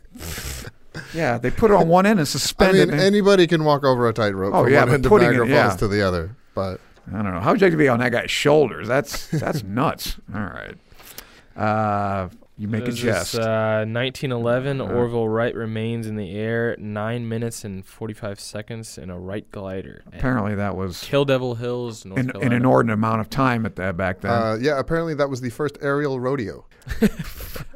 Speaker 3: yeah, they put it on one end and
Speaker 5: I
Speaker 3: suspended.
Speaker 5: mean,
Speaker 3: it.
Speaker 5: anybody can walk over a tightrope
Speaker 3: Oh,
Speaker 5: from
Speaker 3: yeah,
Speaker 5: one
Speaker 3: but
Speaker 5: end of
Speaker 3: putting
Speaker 5: Niagara
Speaker 3: it- yeah.
Speaker 5: Falls to the other. But
Speaker 3: I don't know. How would you like to be on that guy's shoulders? That's that's nuts. All right. Uh, you make a
Speaker 4: This
Speaker 3: jest. Uh-huh.
Speaker 4: Is, uh, 1911, Orville Wright remains in the air nine minutes and 45 seconds in a Wright glider. at
Speaker 3: Apparently, that was
Speaker 4: Kill Devil Hills, North
Speaker 3: an, an
Speaker 4: Carolina.
Speaker 3: inordinate amount of time at that back then.
Speaker 5: uh, yeah, apparently that was the first aerial rodeo.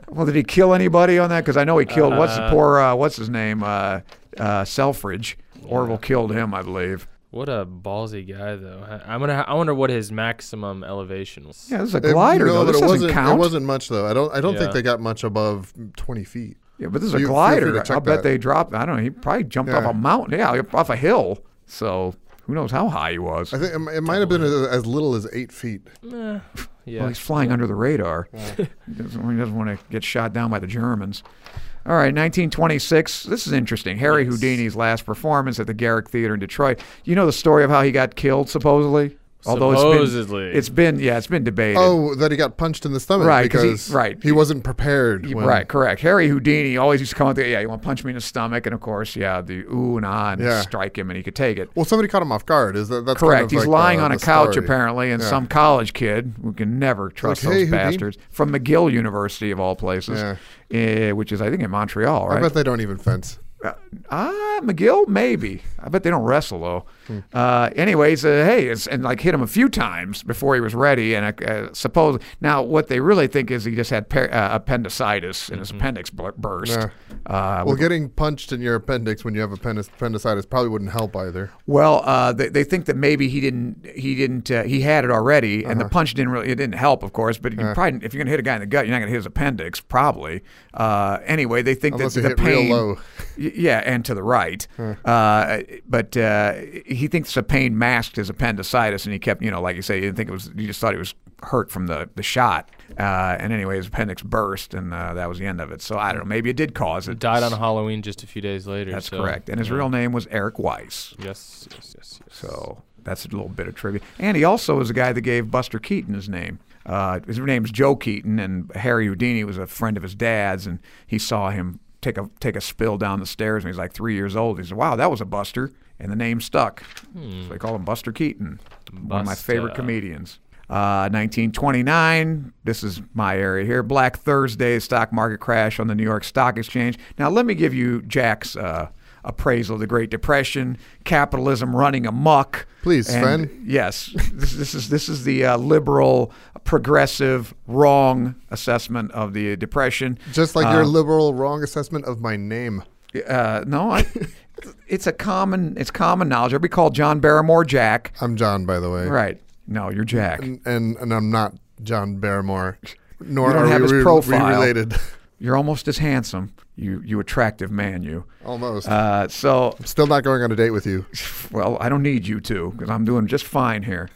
Speaker 3: well, did he kill anybody on that? Because I know he killed what's the
Speaker 4: Uh,
Speaker 3: poor uh, what's his name uh, uh, Selfridge. Orville killed him, I believe.
Speaker 4: what a ballsy guy, though. I, I'm gonna. I wonder what his maximum elevation was.
Speaker 3: Yeah, this is a
Speaker 5: It-
Speaker 3: glider
Speaker 5: Uh, no,
Speaker 3: though.
Speaker 5: but
Speaker 3: This
Speaker 5: it
Speaker 3: doesn't
Speaker 5: wasn't,
Speaker 3: count.
Speaker 5: It wasn't much though. I don't. I don't
Speaker 4: Yeah.
Speaker 5: think they got much above 20 feet.
Speaker 3: yeah, but this is
Speaker 5: You- feel
Speaker 3: a
Speaker 5: free
Speaker 3: glider.
Speaker 5: to
Speaker 3: I'll
Speaker 5: check
Speaker 3: bet
Speaker 5: that.
Speaker 3: they dropped. I don't know. He probably jumped
Speaker 5: Yeah.
Speaker 3: off a mountain. Yeah, off a hill. So who knows how high he was?
Speaker 5: I think it, it might have been as, as little as eight feet.
Speaker 4: Eh, yeah.
Speaker 3: Well, he's flying under the radar. he doesn't, want to get shot down by the Germans. All right, 1926. This is interesting. Harry
Speaker 4: Yes.
Speaker 3: Houdini's last performance at the Garrick Theater in Detroit. You know the story of how he got killed, supposedly.
Speaker 4: Supposedly.
Speaker 3: it's been, it's been yeah, it's been debated.
Speaker 5: Oh, that he got punched in the stomach
Speaker 3: Right, 'cause he-
Speaker 5: because
Speaker 3: right.
Speaker 5: he wasn't prepared. when-
Speaker 3: right, correct. Harry Houdini always used to come up there. Yeah, you want to punch me in the stomach, and of course, yeah, the ooh and ah, and
Speaker 5: Yeah.
Speaker 3: strike him, and he could take it.
Speaker 5: Well, somebody caught him off guard. Is that that's kind
Speaker 3: Correct.
Speaker 5: of
Speaker 3: He's
Speaker 5: like
Speaker 3: lying
Speaker 5: the-
Speaker 3: on a
Speaker 5: the
Speaker 3: couch
Speaker 5: story.
Speaker 3: apparently, and
Speaker 5: Yeah.
Speaker 3: some college kid who can never trust
Speaker 5: "Hey,
Speaker 3: those
Speaker 5: Houdini."
Speaker 3: bastards from McGill University of all places, eh, which is I think in Montreal,
Speaker 5: I
Speaker 3: right?
Speaker 5: bet they don't even fence.
Speaker 3: Uh, ah, McGill, maybe. I bet they don't wrestle though.
Speaker 5: Hmm.
Speaker 3: Uh, anyways, uh, hey, it's, and like hit him a few times before he was ready, and I uh, suppose now what they really think is he just had par- uh, appendicitis and his appendix bur- burst.
Speaker 5: Mm-hmm. Yeah.
Speaker 3: Uh,
Speaker 5: Well, getting punched in your appendix when you have appendic- appendicitis probably wouldn't help either.
Speaker 3: Well, uh, they, they think that maybe he didn't. He didn't. Uh, he had it already, and
Speaker 5: Uh-huh.
Speaker 3: the punch didn't really. It didn't help, of course. But you probably, if you're gonna hit a guy in the gut, you're not gonna hit his appendix, probably. Uh, anyway, they think
Speaker 5: Unless
Speaker 3: that
Speaker 5: you
Speaker 3: the
Speaker 5: hit real
Speaker 3: pain.
Speaker 5: low.
Speaker 3: Y- Yeah, and to the right. Uh, but uh, he thinks the pain masked his appendicitis, and he kept, you know, like you say, he didn't think it was. He just thought he was hurt from the the shot. Uh, and anyway, his appendix burst, and uh, that was the end of it. So I don't know. Maybe it did cause it.
Speaker 4: died on Halloween just a few days later.
Speaker 3: That's
Speaker 4: so-
Speaker 3: correct. And his real name was Eric Weiss.
Speaker 4: Yes, yes, yes, yes.
Speaker 3: So that's a little bit of trivia. And he also was a guy that gave Buster Keaton his name. Uh, his name's Joe Keaton, and Harry Houdini was a friend of his dad's, and he saw him take a take a spill down the stairs, and he's like three years old. He said, "Wow, that was a Buster," and the name stuck. So they call him Buster Keaton, one of my favorite
Speaker 4: Buster.
Speaker 3: comedians. Uh, 1929, this is my area here. Black Thursday stock market crash on the New York Stock Exchange. Now, let me give you Jack's uh, appraisal of the Great Depression, capitalism running amok.
Speaker 5: Please,
Speaker 3: And-
Speaker 5: Sven.
Speaker 3: Yes, this, this is this is the uh, liberal, progressive, wrong assessment of the Depression.
Speaker 5: Just like your liberal wrong assessment of my name.
Speaker 3: Uh, no, I, it's a common it's common knowledge. Everybody called John Barrymore Jack.
Speaker 5: I'm John, by the way.
Speaker 3: Right? No, you're Jack.
Speaker 5: And and I'm not John Barrymore. Nor
Speaker 3: You don't
Speaker 5: are
Speaker 3: have
Speaker 5: we
Speaker 3: his
Speaker 5: re-
Speaker 3: profile.
Speaker 5: related.
Speaker 3: You're almost as handsome. You you attractive man. You.
Speaker 5: Almost.
Speaker 3: Uh, so
Speaker 5: Still not going on a date with you.
Speaker 3: well, I don't need you to because I'm doing just fine here.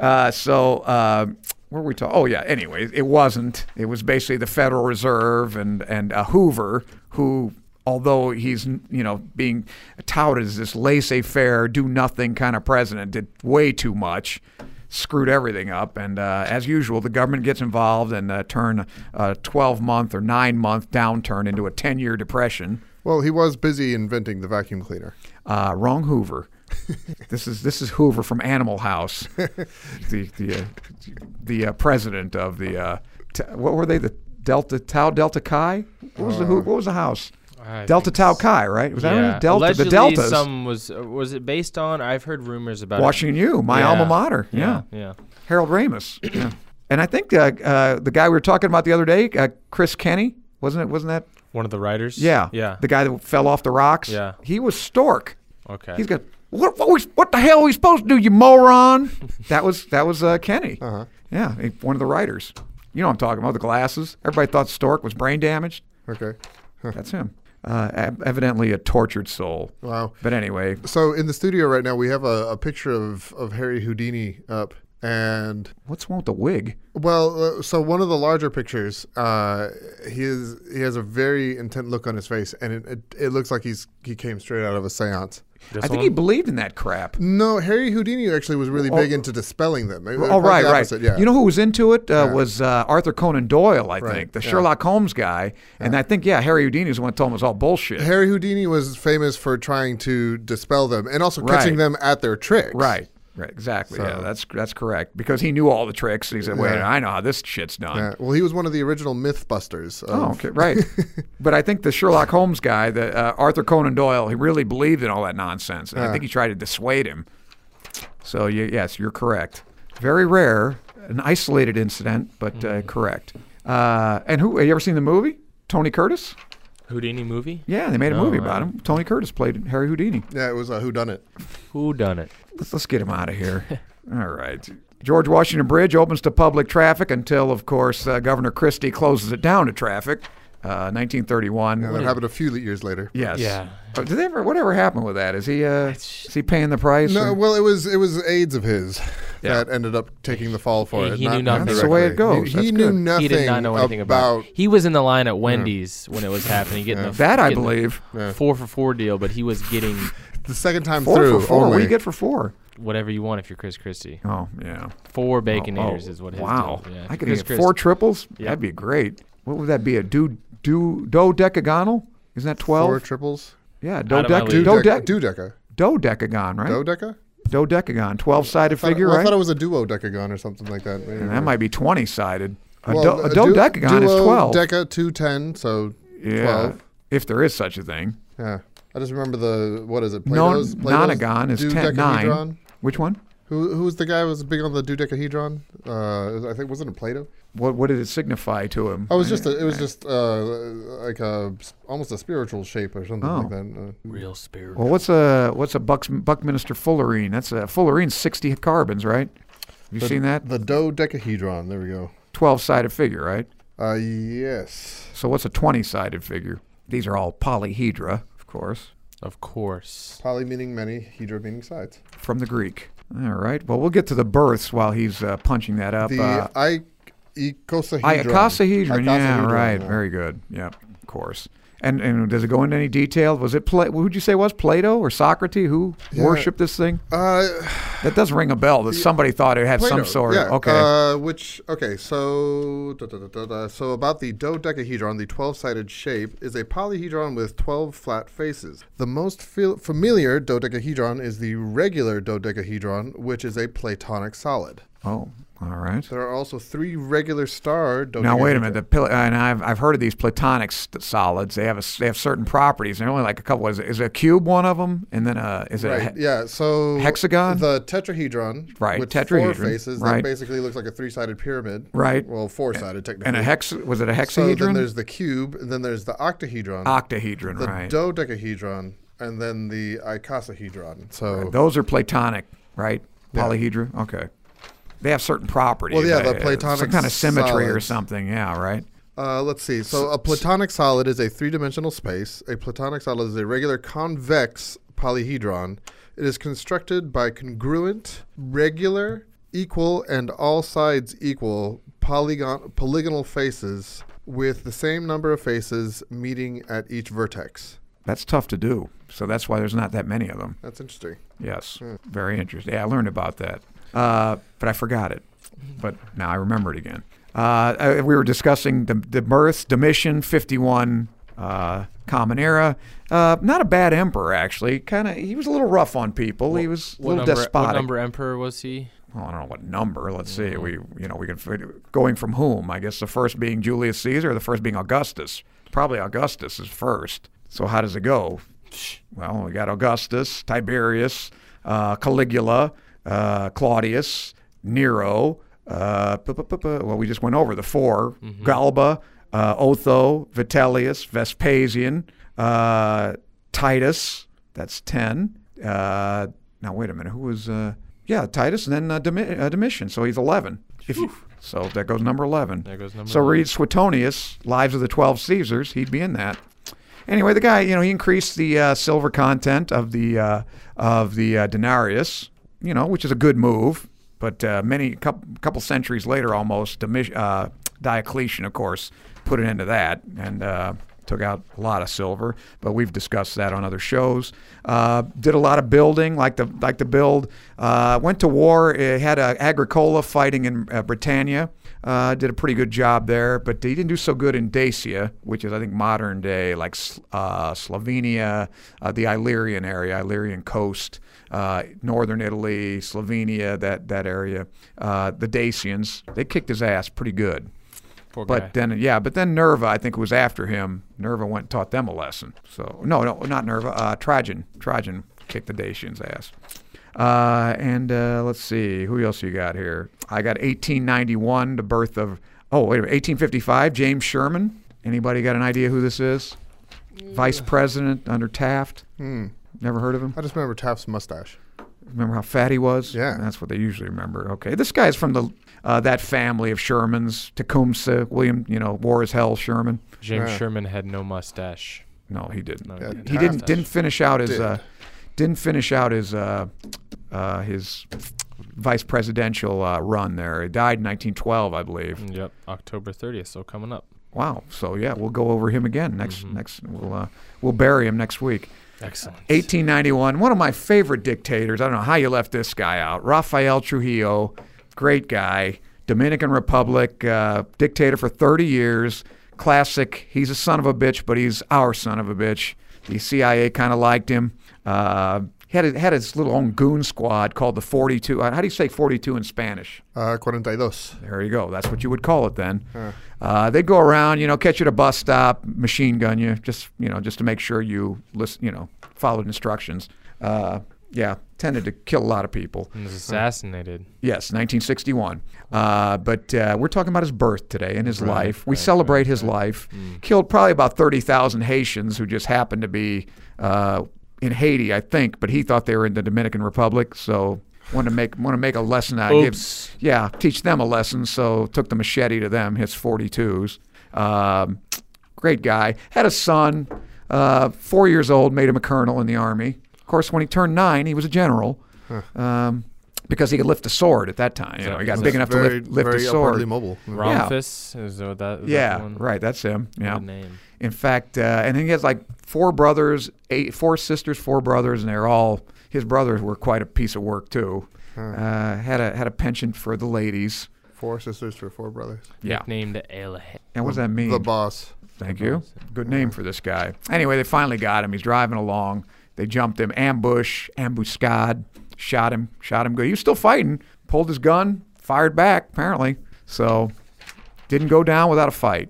Speaker 3: Uh, so, uh, where were we talking? Oh, yeah. Anyway, it wasn't. It was basically the Federal Reserve and and uh, Hoover, who, although he's you know being touted as this laissez-faire, do-nothing kind of president, did way too much. Screwed everything up, and uh, as usual, the government gets involved and uh, turn a 12-month or nine-month downturn into a 10-year depression.
Speaker 5: Well, he was busy inventing the vacuum cleaner.
Speaker 3: Uh, wrong Hoover. this is this is Hoover from Animal House, the the uh, the uh, president of the uh, t- what were they the Delta Tau Delta Chi? What was the Hoo- what was the house?
Speaker 4: Uh, I
Speaker 3: Delta
Speaker 4: think
Speaker 3: Tau
Speaker 4: it's-
Speaker 3: Chi, right? Was that what it
Speaker 4: yeah.
Speaker 3: was? Delta?
Speaker 4: Allegedly,
Speaker 3: the Deltas.
Speaker 4: Some was uh, was it based on? I've heard rumors about it.
Speaker 3: Washington U, my
Speaker 4: Yeah.
Speaker 3: alma mater. Yeah.
Speaker 4: yeah. yeah.
Speaker 3: Harold Ramis. yeah. And I think uh, uh, the guy we were talking about the other day, uh, Chris Kenny, wasn't it? Wasn't that?
Speaker 4: One of the writers.
Speaker 3: Yeah.
Speaker 4: Yeah.
Speaker 3: The guy that fell off the rocks.
Speaker 4: Yeah.
Speaker 3: He was Stork.
Speaker 4: okay.
Speaker 3: He's got what? What, was, what the hell are we supposed to do, you moron? that was that was uh, Kenny. Uh-huh. Yeah, he- one of the writers. You know what I'm talking about? The glasses. Everybody thought Stork was brain damaged.
Speaker 5: Okay.
Speaker 3: That's him. Uh, ev- evidently a tortured soul.
Speaker 5: Wow.
Speaker 3: But anyway,
Speaker 5: So in the studio right now, we have a, a picture of, of Harry Houdini up. And
Speaker 3: what's wrong with the wig?
Speaker 5: Well, uh, so one of the larger pictures, uh, he is he has a very intent look on his face, and it, it, it looks like he's he came straight out of a séance.
Speaker 4: This
Speaker 3: I think
Speaker 4: one?
Speaker 3: he believed in that crap.
Speaker 5: No, Harry Houdini actually was really big into dispelling them. It-
Speaker 3: Oh,
Speaker 5: it was
Speaker 3: right,
Speaker 5: the
Speaker 3: right.
Speaker 5: opposite, Yeah.
Speaker 3: You know who was into it uh, was uh, Arthur Conan Doyle, I think, the
Speaker 5: yeah.
Speaker 3: Sherlock Holmes guy. And I think, yeah, Harry Houdini is the one who told him it's all bullshit.
Speaker 5: Harry Houdini was famous for trying to dispel them and also
Speaker 3: Right.
Speaker 5: catching them at their tricks.
Speaker 3: Right. Right. Exactly. Yeah,
Speaker 5: So-
Speaker 3: that's that's correct because he knew all the tricks. And he said, "Wait,
Speaker 5: Yeah.
Speaker 3: I know how this shit's done."
Speaker 5: Yeah. Well, he was one of the original MythBusters. Of,
Speaker 3: Oh, okay, right. but I think the Sherlock Holmes guy, the uh, Arthur Conan Doyle, he really believed in all that nonsense, and I think he tried to dissuade him. So you, yes, you're correct. Very rare, an isolated incident, but uh,
Speaker 5: Mm-hmm.
Speaker 3: correct. Uh, and who? Have you ever seen the movie Tony Curtis?
Speaker 4: Houdini movie.
Speaker 3: Yeah, they made a
Speaker 4: No,
Speaker 3: movie
Speaker 4: I
Speaker 3: about him. Tony Curtis played Harry Houdini.
Speaker 5: Yeah, it was a whodunit.
Speaker 4: Who done it?
Speaker 3: let's, let's get him out of here. All right. George Washington Bridge opens to public traffic until, of course, uh, Governor Christie closes it down to traffic. Uh, 1931.
Speaker 5: Yeah, that happened a few years later.
Speaker 3: yes.
Speaker 4: Yeah.
Speaker 3: Oh, did they ever? Whatever happened with that? Is he? Uh, is he paying the price?
Speaker 5: No,
Speaker 3: or-
Speaker 5: well, it was it was aides of his
Speaker 3: Yeah.
Speaker 5: that ended up taking the fall for
Speaker 4: He-
Speaker 5: it.
Speaker 4: he
Speaker 5: not
Speaker 4: knew
Speaker 5: him
Speaker 4: nothing.
Speaker 3: That's the way it
Speaker 5: directly.
Speaker 3: goes.
Speaker 5: He, he
Speaker 3: That's
Speaker 5: knew
Speaker 3: good.
Speaker 5: nothing.
Speaker 4: he did not know anything about. it. He was in the line at Wendy's when it was happening, getting the
Speaker 3: that I
Speaker 4: getting the
Speaker 3: believe.
Speaker 4: four for four deal, but he was getting
Speaker 5: the second time
Speaker 3: Four
Speaker 5: through.
Speaker 3: for four. What do
Speaker 5: only.
Speaker 3: you get for four?
Speaker 4: whatever you want if you're Chris Christie.
Speaker 3: Oh yeah.
Speaker 4: Four bacon
Speaker 3: Oh,
Speaker 4: eaters is what his
Speaker 3: Wow.
Speaker 4: deal- Yeah.
Speaker 3: I could
Speaker 4: Chris
Speaker 3: get four
Speaker 4: Christie.
Speaker 3: triples.
Speaker 4: Yeah.
Speaker 3: That'd be great. What would that be? A do do dodecagonal? Isn't that twelve?
Speaker 5: Four triples.
Speaker 3: yeah.
Speaker 4: my
Speaker 3: Dodec-
Speaker 4: league.
Speaker 5: Dodeca.
Speaker 3: dodec-
Speaker 5: Dodeca.
Speaker 3: dodecagon, right?
Speaker 5: Dodeca?
Speaker 3: dodecagon. Twelve-sided
Speaker 5: Thought-
Speaker 3: figure,
Speaker 5: well, I
Speaker 3: right?
Speaker 5: thought it was a duodecagon or something like that. Maybe.
Speaker 3: And that might be 20 sided. A,
Speaker 5: Well,
Speaker 3: do- a dodecagon is 12.
Speaker 5: Deca 210, so
Speaker 3: yeah.
Speaker 5: 12.
Speaker 3: If there is such a thing.
Speaker 5: Yeah. I just remember the, what is it?
Speaker 3: Non-
Speaker 5: Plato's? Plato's
Speaker 3: nonagon is 10, 9.
Speaker 5: dodecahedron?
Speaker 3: Which one?
Speaker 5: Who, who was the guy who was big on the dodecahedron? Uh, I think, wasn't it Plato?
Speaker 3: What, what did it signify to him?
Speaker 5: Oh, it was just, a, it was just uh, like a, almost a spiritual shape or something
Speaker 3: Oh.
Speaker 5: like that. Uh,
Speaker 4: Real spirit.
Speaker 3: Well, what's a what's a Bucks, Buckminster fullerene? That's a fullerene's 60 carbons, right? Have you seen that?
Speaker 5: The dodecahedron. There we go.
Speaker 3: 12 sided figure, right?
Speaker 5: Uh, yes.
Speaker 3: So what's a 20 sided figure? These are all polyhedra, of course,
Speaker 4: Of course.
Speaker 5: Poly meaning many, hedra meaning sides.
Speaker 3: from the Greek. All right. Well, we'll get to the births while he's uh, punching that up.
Speaker 5: The
Speaker 3: Uh,
Speaker 5: I- icosahedron.
Speaker 3: Icosahedron. Yeah,
Speaker 5: Icosahedron,
Speaker 3: right.
Speaker 5: yeah.
Speaker 3: Very good. Yeah, of course. And and does it go into any detail? Was it Pla- who'd you say was Plato or Socrates who
Speaker 5: Yeah.
Speaker 3: worshipped this thing?
Speaker 5: Uh,
Speaker 3: That does ring a bell that somebody thought it had
Speaker 5: Plato,
Speaker 3: some sort.
Speaker 5: Yeah.
Speaker 3: of Okay.
Speaker 5: Uh, which okay, so da, da, da, da, da. so about the dodecahedron, the twelve-sided shape is a polyhedron with twelve flat faces. The most fil- familiar dodecahedron is the regular dodecahedron, which is a platonic solid.
Speaker 3: oh, All right.
Speaker 5: There are also three regular star.
Speaker 3: Now wait a minute. The pil- and I've, I've heard of these platonic st- solids. They have a, s- they have certain properties. They're only like a couple. Is, is a cube one of them? And then a is it a
Speaker 5: Right.
Speaker 3: he-
Speaker 5: yeah. So
Speaker 3: hexagon?
Speaker 5: the tetrahedron,
Speaker 3: Right,
Speaker 5: With
Speaker 3: tetrahedron,
Speaker 5: four faces,
Speaker 3: right.
Speaker 5: that basically looks like a three-sided pyramid,
Speaker 3: Right.
Speaker 5: Well, four-sided technically.
Speaker 3: and a hex? Was it a
Speaker 5: So
Speaker 3: hexahedron?
Speaker 5: then there's the cube, and then there's the octahedron,
Speaker 3: Octahedron,
Speaker 5: the
Speaker 3: right?
Speaker 5: dodecahedron, and then the icosahedron. So
Speaker 3: Those are platonic, right? Polyhedra. Okay. They have certain properties.
Speaker 5: Well, yeah, the
Speaker 3: uh, some
Speaker 5: platonic
Speaker 3: kind of symmetry or
Speaker 5: solids.
Speaker 3: something. Yeah, right.
Speaker 5: Uh, let's see. So a platonic solid is a three-dimensional space. A platonic solid is a regular convex polyhedron. It is constructed by congruent, regular, equal, and all sides equal polygon polygonal faces with the same number of faces meeting at each vertex.
Speaker 3: That's tough to do. So that's why there's not that many of them.
Speaker 5: That's interesting.
Speaker 3: Yes.
Speaker 5: Hmm.
Speaker 3: Very interesting. Yeah, I learned about that, uh, but I forgot it. But now I remember it again. Uh, uh, we were discussing the, the birth, Domitian, 51 uh, Common Era. Uh, not a bad emperor, actually. Kind of, he was a little rough on people. he was a
Speaker 4: What
Speaker 3: little
Speaker 4: number,
Speaker 3: despotic.
Speaker 4: what number emperor was he?
Speaker 3: well, I don't know what number. Let's see. We, you know, we can figure going from whom? I guess the first being Julius Caesar, the first being Augustus. Probably Augustus is first. So how does it go? Well, we got Augustus, Tiberius, uh, Caligula, uh, Claudius, Nero. Uh, pu- pu- pu- pu- well, we just went over the 4
Speaker 4: Mm-hmm.
Speaker 3: Galba, uh, Otho, Vitellius, Vespasian, uh, Titus. That's ten. Uh, now wait a minute. Who was? Uh, yeah, Titus, and then uh, Domi- uh, Domitian. So he's eleven. If you, so that goes number eleven.
Speaker 4: There goes number
Speaker 3: So
Speaker 4: 11.
Speaker 3: read Suetonius, Lives of the Twelve Caesars. He'd be in that. Anyway, the guy, you know, he increased the uh, silver content of the uh, of the uh, denarius, you know, which is a good move. But uh, many couple, couple centuries later, almost Domi- uh, Diocletian, of course, put an end to that and uh, took out a lot of silver. But we've discussed that on other shows. Uh, did a lot of building, like the like the build. Uh, went to war. It had uh, Agricola fighting in uh, Britannia. Uh, did a pretty good job there, but he didn't do so good in Dacia, which is I think modern day like S- uh, Slovenia, uh, the Illyrian area, Illyrian coast, uh, northern Italy, Slovenia, that that area. Uh, the Dacians they kicked his ass pretty good.
Speaker 4: Poor guy.
Speaker 3: But then, yeah, but then Nerva, I think, was after him. Nerva went and taught them a lesson. So no, no, not Nerva. Uh, Trajan, Trajan kicked the Dacians' ass. Uh, and uh, let's see, who else you got here? I got 1891, the birth of. Oh wait a minute, 1855, James Sherman. Anybody got an idea who this is? Vice president under Taft.
Speaker 5: Hmm.
Speaker 3: Never heard of him.
Speaker 5: I just remember Taft's mustache.
Speaker 3: Remember how fat he was?
Speaker 5: Yeah.
Speaker 3: that's what they usually remember. Okay, this guy's from the uh, that family of Shermans, Tecumseh, William, you know, war as hell Sherman.
Speaker 4: James
Speaker 3: uh,
Speaker 5: Yeah.
Speaker 4: Sherman had no mustache.
Speaker 3: No, he didn't.
Speaker 4: No,
Speaker 5: Yeah,
Speaker 4: didn't.
Speaker 3: He didn't didn't finish out his
Speaker 5: Did.
Speaker 3: uh, didn't finish out his uh, uh, his vice presidential uh, run there. He died in 1912, I believe.
Speaker 4: Mm, Yep, October 30th, so coming up.
Speaker 3: Wow. So yeah, we'll go over him again next next we'll uh, we'll bury him next week.
Speaker 4: Excellent.
Speaker 3: 1891, one of my favorite dictators. I don't know how you left this guy out. Rafael Trujillo, great guy. Dominican Republic, uh, dictator for 30 years. Classic. He's a son of a bitch, but he's our son of a bitch. The CIA kind of liked him. Uh, he had, a- had his little own goon squad called the 42. uh, How do you say 42 in Spanish?
Speaker 5: Uh, 42.
Speaker 3: There you go. That's what you would call it then. Uh, they'd go around, you know, catch you at a bus stop, machine gun you, just you know, just to make sure you listen, you know, followed instructions. Uh, yeah, tended to kill a lot of people.
Speaker 4: He was assassinated.
Speaker 3: Yes, 1961. Uh, but uh, we're talking about his birth today and his life. We
Speaker 4: right,
Speaker 3: celebrate
Speaker 4: right, Mm.
Speaker 3: his life. Killed probably about 30,000 Haitians who just happened to be uh, in Haiti, I think, but he thought they were in the Dominican Republic. So wanted to make want to make a lesson out of
Speaker 4: Oops.
Speaker 3: yeah, teach them a lesson. So took the machete to them, his 42s. Um, great guy. Had a son, uh, four years old, made him a colonel in the army. Of course, when he turned nine, he was a general um, because he could lift a sword at that time. You know, he got
Speaker 4: Exactly.
Speaker 3: big enough
Speaker 5: very,
Speaker 3: to lift, lift
Speaker 5: very
Speaker 3: a sword.
Speaker 5: upwardly mobile.
Speaker 4: Romphus is that, is that the
Speaker 3: yeah,
Speaker 4: one?
Speaker 3: right. That's him. Yeah.
Speaker 4: The name.
Speaker 3: In fact, uh, and he has like four brothers, eight, four sisters, four brothers, and they're all his brothers were quite a piece of work too. Uh, had a had a penchant for the ladies.
Speaker 5: Four sisters for four brothers.
Speaker 3: Yeah.
Speaker 4: Nicknamed Alehead.
Speaker 3: And what does that mean?
Speaker 5: The boss.
Speaker 3: Thank you. Good name for this guy. Anyway, they finally got him. He's driving along. They jumped him, ambush, ambuscade, shot him, shot him good. He was still fighting. Pulled his gun, fired back, apparently. So didn't go down without a fight.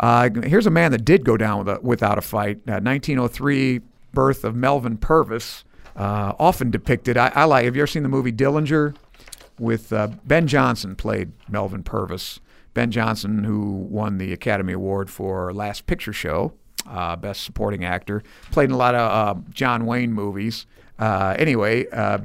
Speaker 3: Uh, here's a man that did go down with a, without a fight. Uh, 1903 birth of Melvin Purvis, uh, often depicted. I, I like. Have you ever seen the movie Dillinger? With uh, Ben Johnson played Melvin Purvis. Ben Johnson, who won the Academy Award for Last Picture Show, uh, Best Supporting Actor, played in a lot of uh, John Wayne movies. Uh, anyway, uh,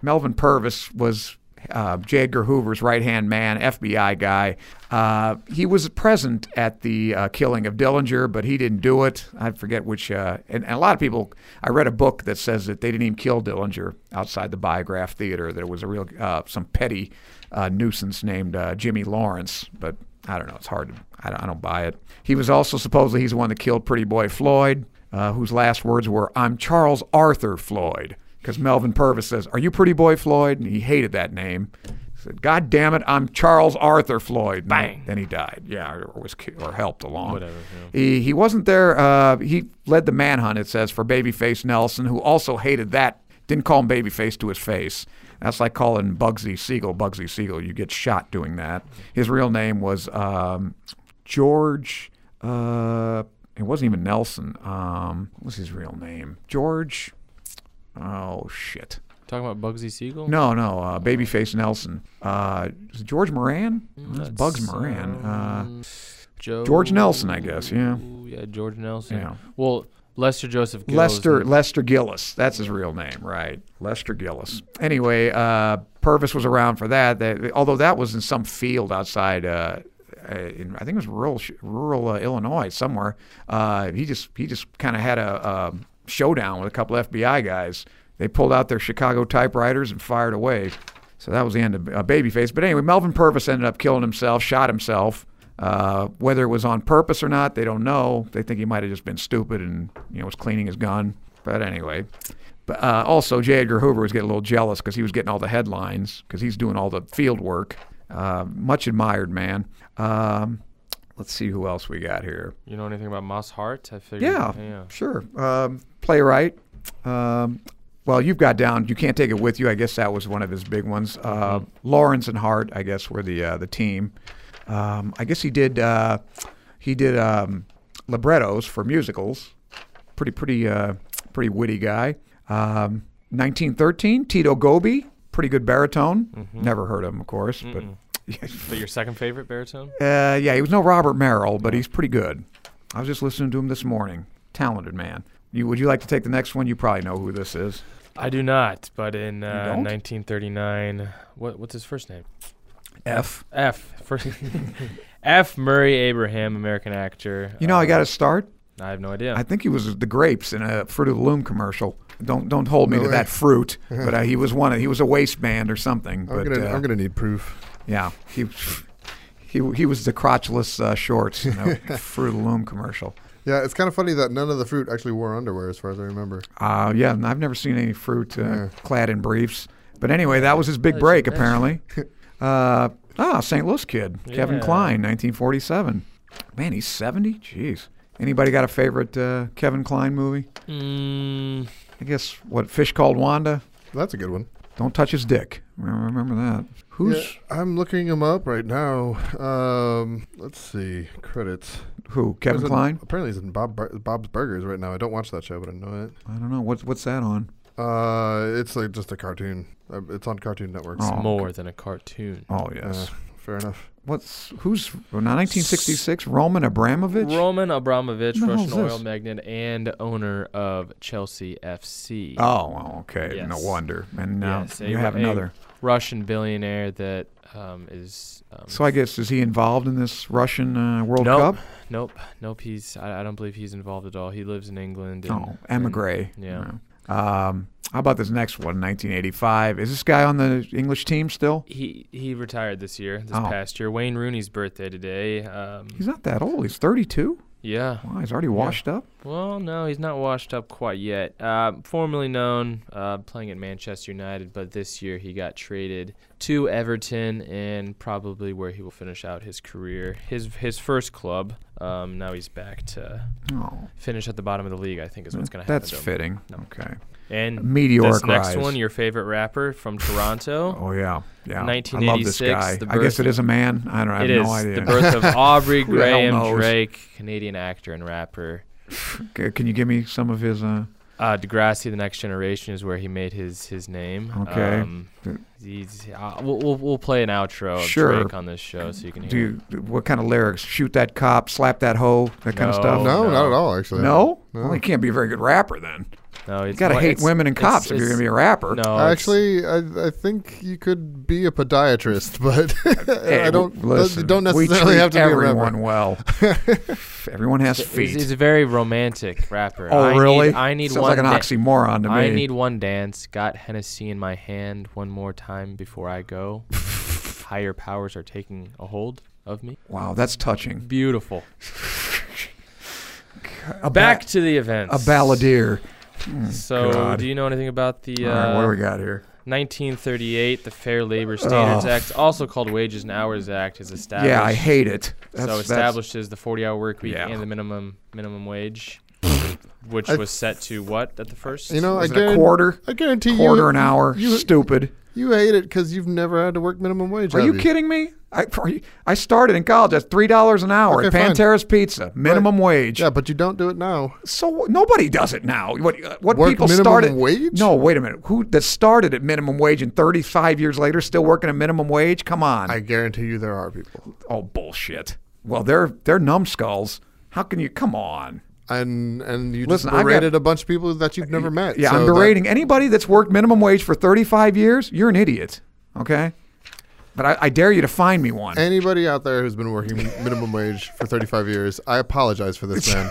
Speaker 3: Melvin Purvis was uh, J. Edgar Hoover's right hand man, FBI guy. Uh, he was present at the uh, killing of Dillinger, but he didn't do it. I forget which. Uh, and, and a lot of people, I read a book that says that they didn't even kill Dillinger outside the Biograph Theater. There was a real, uh, some petty uh, nuisance named uh, Jimmy Lawrence, but I don't know. It's hard to, I don't, I don't buy it. He was also supposedly he's the one that killed Pretty Boy Floyd, uh, whose last words were, I'm Charles Arthur Floyd because Melvin Purvis says, "Are you Pretty Boy Floyd?" and he hated that name. He said, "God damn it, I'm Charles Arthur Floyd." And
Speaker 4: Bang.
Speaker 3: Then he died. Yeah, or was ki- or helped along. Whatever. He he wasn't there. Uh, he led the manhunt. It says for Babyface Nelson, who also hated that. Didn't call him Babyface to his face. That's like calling Bugsy Siegel Bugsy Siegel. You get shot doing that. His real name was um, George. Uh, it wasn't even Nelson. Um, what was his real name? George. Oh shit!
Speaker 4: Talking about Bugsy Siegel?
Speaker 3: No, no, uh, Babyface Nelson. Uh, is it George Moran?
Speaker 4: Mm,
Speaker 3: No, that's Bugs Moran.
Speaker 4: um,
Speaker 3: Uh,
Speaker 4: Joe,
Speaker 3: George Nelson, I guess, yeah.
Speaker 4: Yeah, George Nelson.
Speaker 3: Yeah.
Speaker 4: Well, Lester Joseph Gill. is
Speaker 3: Lester
Speaker 4: the-
Speaker 3: Lester Gillis. That's his real name, right? Lester Gillis. Anyway, uh, Purvis was around for that. That although that was in some field outside. Uh, uh, in, I think it was rural sh- rural uh, Illinois somewhere. Uh, he just he just kind of had a, uh showdown with a couple FBI guys. They pulled out their Chicago typewriters and fired away. So that was the end of uh, Babyface. But anyway, Melvin Purvis ended up killing himself, shot himself. Uh, whether it was on purpose or not, they don't know. They think he might have just been stupid and you know was cleaning his gun. But anyway, but uh, also J. Edgar Hoover was getting a little jealous because he was getting all the headlines because he's doing all the field work. Uh, much admired man. Um, let's see who else we got here.
Speaker 4: You know anything about Moss Hart? I figured.
Speaker 3: Yeah,
Speaker 4: Yeah.
Speaker 3: sure. Um, playwright. Um, well, you've got down. You can't take it with you. I guess that was one of his big ones. Uh, Lawrence and Hart, I guess, were the uh, the team. Um, I guess he did uh, he did um, librettos for musicals. Pretty pretty uh, pretty witty guy. Um, 1913, Tito Gobi, pretty good baritone. Never heard of him, of course, but
Speaker 4: But your second favorite baritone?
Speaker 3: uh, yeah, he was no Robert Merrill, but he's pretty good. I was just listening to him this morning. Talented man. You, would you like to take the next one? You probably know who this is.
Speaker 4: I do not. But in uh,
Speaker 3: don't?
Speaker 4: 1939, what what's his first name?
Speaker 3: F.
Speaker 4: F. First F. Murray Abraham, American actor.
Speaker 3: You know, I
Speaker 4: Uh,
Speaker 3: got to start.
Speaker 4: I have no idea.
Speaker 3: I think he was the grapes in a Fruit of the Loom commercial. Don't don't hold me
Speaker 5: No
Speaker 3: to
Speaker 5: way.
Speaker 3: that fruit, but uh, he was one. Of, he was a waistband or something.
Speaker 5: I'm
Speaker 3: but
Speaker 5: gonna,
Speaker 3: uh,
Speaker 5: I'm gonna need proof.
Speaker 3: yeah, he he he was the crotchless uh, shorts in a Fruit of the Loom commercial.
Speaker 5: Yeah, it's kind of funny that none of the fruit actually wore underwear, as far as I remember.
Speaker 3: Uh, yeah, and I've never seen any fruit uh,
Speaker 5: Yeah.
Speaker 3: clad in briefs. But anyway, that was his big
Speaker 4: That's-
Speaker 3: break,
Speaker 4: that's-
Speaker 3: apparently. Uh, ah, St. Louis kid, Kevin
Speaker 4: Yeah.
Speaker 3: Klein, 1947. Man, he's 70? Jeez. Anybody got a favorite uh, Kevin Klein movie?
Speaker 4: mm,
Speaker 3: I guess, what, Fish Called Wanda?
Speaker 5: That's a good one.
Speaker 3: Don't touch his dick. Remember remember that. Who's
Speaker 5: Yeah, I'm looking him up right now. Um, let's see credits.
Speaker 3: who? Kevin
Speaker 5: There's a-
Speaker 3: Klein?
Speaker 5: apparently, he's in Bob Bur- Bob's Burgers right now. I don't watch that show, but I know it.
Speaker 3: I don't know. What's, what's that on?
Speaker 5: Uh, it's like just a cartoon. Uh, It's on Cartoon Network.
Speaker 3: Oh, okay.
Speaker 4: more than a cartoon.
Speaker 3: Oh, yes.
Speaker 5: Uh, fair enough.
Speaker 3: What's, who's, well, now 1966? Roman Abramovich?
Speaker 4: Roman Abramovich,
Speaker 3: Who the hell's
Speaker 4: Russian oil
Speaker 3: this?
Speaker 4: magnate and owner of Chelsea FC.
Speaker 3: Oh, well, okay. No
Speaker 4: Yes.
Speaker 3: wonder. And now
Speaker 4: Yes, a-
Speaker 3: you have
Speaker 4: a-
Speaker 3: another.
Speaker 4: Russian billionaire that um, is. Um,
Speaker 3: So I guess is he involved in this Russian uh, World
Speaker 4: Nope.
Speaker 3: Cup?
Speaker 4: Nope, nope. He's. I, I don't believe he's involved at all. He lives in England. And,
Speaker 3: Oh, emigre.
Speaker 4: Yeah.
Speaker 3: Um, how about this next one? 1985. Is this guy on the English team still?
Speaker 4: He he retired this year, this
Speaker 3: Oh.
Speaker 4: past year. Wayne Rooney's birthday today. Um,
Speaker 3: He's not that old. He's 32.
Speaker 4: yeah,
Speaker 3: Wow, he's already washed up.
Speaker 4: Well, no, he's not washed up quite yet. Uh, formerly known, uh, playing at Manchester United, but this year he got traded to Everton, and probably where he will finish out his career. His his first club. Um, now he's back to
Speaker 3: Oh,
Speaker 4: finish at the bottom of the league. I think is what's going to happen.
Speaker 3: that's
Speaker 4: to him.
Speaker 3: fitting. Okay.
Speaker 4: And
Speaker 3: Meteoric
Speaker 4: this next
Speaker 3: rise.
Speaker 4: one, your favorite rapper from Toronto.
Speaker 3: Oh yeah, yeah. I love this
Speaker 4: 1986,
Speaker 3: guy.
Speaker 4: the
Speaker 3: I guess
Speaker 4: birth-
Speaker 3: it is a man. I don't. I have
Speaker 4: it is
Speaker 3: no idea.
Speaker 4: the birth of Aubrey
Speaker 3: Who the hell
Speaker 4: Graham
Speaker 3: knows?
Speaker 4: Drake, Canadian actor and rapper.
Speaker 3: C- Can you give me some of his? Uh,
Speaker 4: Uh, Degrassi: The Next Generation is where he made his his name. Um,
Speaker 3: Okay. Th-
Speaker 4: he's, uh, we'll, we'll we'll play an outro of
Speaker 3: Sure.
Speaker 4: Drake on this show so you can hear.
Speaker 3: do you, what kind of lyrics? Shoot that cop, slap that hoe, that kind of stuff.
Speaker 4: Oh,
Speaker 5: no,
Speaker 4: no.
Speaker 5: not at all. Actually,
Speaker 3: No?
Speaker 5: No.
Speaker 3: Well, he can't be a very good rapper then.
Speaker 4: No,
Speaker 3: You
Speaker 4: it's
Speaker 3: gotta
Speaker 4: well,
Speaker 3: hate
Speaker 4: it's-
Speaker 3: women and
Speaker 4: it's-
Speaker 3: cops if you're
Speaker 4: it's-
Speaker 3: gonna be a rapper.
Speaker 5: Uh,
Speaker 4: No, it's-
Speaker 5: Actually, I, I think you could be a podiatrist, but
Speaker 3: Hey,
Speaker 5: I don't.
Speaker 3: w- Listen,
Speaker 5: you don't
Speaker 3: we
Speaker 5: necessarily
Speaker 3: treat
Speaker 5: have to be a
Speaker 3: everyone
Speaker 5: rapper.
Speaker 3: well. everyone has feet.
Speaker 4: he's, he's a very romantic rapper.
Speaker 3: oh
Speaker 4: I need-
Speaker 3: really?
Speaker 4: I need
Speaker 3: Sounds
Speaker 4: one.
Speaker 3: like an
Speaker 4: da-
Speaker 3: oxymoron to me.
Speaker 4: I need one dance. Got Hennessy in my hand one more time before I go. Higher powers are taking a hold of me.
Speaker 3: wow, that's touching.
Speaker 4: Beautiful.
Speaker 3: A
Speaker 4: Back
Speaker 3: ba-
Speaker 4: to the events.
Speaker 3: a balladeer.
Speaker 4: So,
Speaker 3: God.
Speaker 4: do you know anything about the? Uh,
Speaker 3: All right, what do we got here?
Speaker 4: 1938, the Fair Labor Standards Act, also called Wages and Hours Act, is established.
Speaker 3: Oh. Yeah, I hate it. That's,
Speaker 4: so
Speaker 3: that's-
Speaker 4: establishes the 40-hour work week
Speaker 3: Yeah.
Speaker 4: and the minimum minimum wage, which
Speaker 5: I-
Speaker 4: was set to what at the first?
Speaker 5: You know, I
Speaker 3: was it a
Speaker 5: guarantee,
Speaker 3: quarter,
Speaker 5: I guarantee
Speaker 3: quarter
Speaker 5: you,
Speaker 3: an hour.
Speaker 5: you-
Speaker 3: Stupid.
Speaker 5: you hate it because you've never had to work minimum wage.
Speaker 3: Are
Speaker 5: have
Speaker 3: you kidding me? I, are you- I started in college at three dollars an hour
Speaker 5: Okay,
Speaker 3: at
Speaker 5: fine.
Speaker 3: Pantera's Pizza, minimum wage.
Speaker 5: Yeah, but you don't do it now.
Speaker 3: So nobody does it now. What uh, what
Speaker 5: Work
Speaker 3: people
Speaker 5: minimum
Speaker 3: started
Speaker 5: wage?
Speaker 3: No, wait a minute. Who that started at minimum wage and 35 years later still working at minimum wage? Come on.
Speaker 5: I guarantee you there are people,
Speaker 3: oh bullshit. Well, they're they're numbskulls. How can you? Come on.
Speaker 5: and and you
Speaker 3: Listen, I
Speaker 5: just
Speaker 3: got- Uh,
Speaker 5: berated a bunch of people that you've never met.
Speaker 3: Yeah,
Speaker 5: so
Speaker 3: I'm
Speaker 5: that-
Speaker 3: berating anybody that's worked minimum wage for 35 years. You're an idiot. Okay. But I, I dare you to find me one.
Speaker 5: anybody out there who's been working minimum wage for 35 years. I apologize for this man,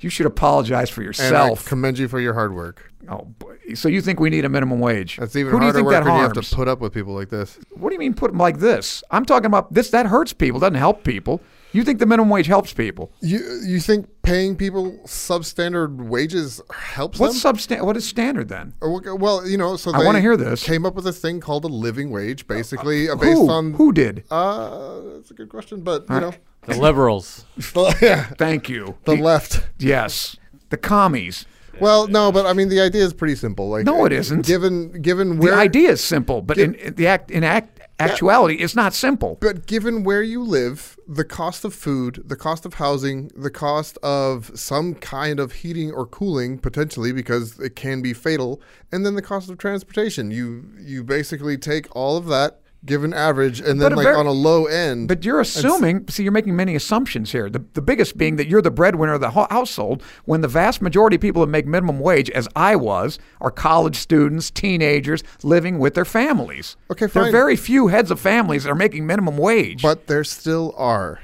Speaker 3: you should apologize for
Speaker 5: and I
Speaker 3: yourself.
Speaker 5: commend you for your hard work.
Speaker 3: oh, boy. so you think we need a minimum wage?
Speaker 5: That's even
Speaker 3: Who do you
Speaker 5: harder
Speaker 3: think
Speaker 5: work
Speaker 3: that
Speaker 5: when you have
Speaker 3: harms?
Speaker 5: to put up with people like this.
Speaker 3: What do you mean put them like this? I'm talking about this. That hurts people. Doesn't help people. You think the minimum wage helps people?
Speaker 5: You you think paying people substandard wages helps
Speaker 3: What's
Speaker 5: them?
Speaker 3: substan- What is standard then?
Speaker 5: Or what- well, you know, so
Speaker 3: I
Speaker 5: they
Speaker 3: wanna hear this.
Speaker 5: Came up with a thing called a living wage, basically uh, based
Speaker 3: Who?
Speaker 5: on
Speaker 3: Who did?
Speaker 5: Uh, that's a good question, but you know,
Speaker 4: the liberals.
Speaker 5: the, yeah,
Speaker 3: Thank you.
Speaker 5: the
Speaker 3: Y-
Speaker 5: left.
Speaker 3: Yes, the commies.
Speaker 5: Well, no, but I mean the idea is pretty simple. Like,
Speaker 3: No, it isn't.
Speaker 5: Given given where
Speaker 3: the idea is simple, but in, in the act, in act, actuality, it's not simple.
Speaker 5: But given where you live, the cost of food, the cost of housing, the cost of some kind of heating or cooling potentially because it can be fatal, and then the cost of transportation. You you basically take all of that, give an average, and then
Speaker 3: But a
Speaker 5: like
Speaker 3: ver-
Speaker 5: on a low end.
Speaker 3: But you're assuming. See, you're making many assumptions here. The, the biggest being that you're the breadwinner of the ho- household, when the vast majority of people that make minimum wage, as I was, are college students, teenagers living with their families.
Speaker 5: Okay,
Speaker 3: There are
Speaker 5: fine.
Speaker 3: very few heads of families that are making minimum wage.
Speaker 5: but there still are.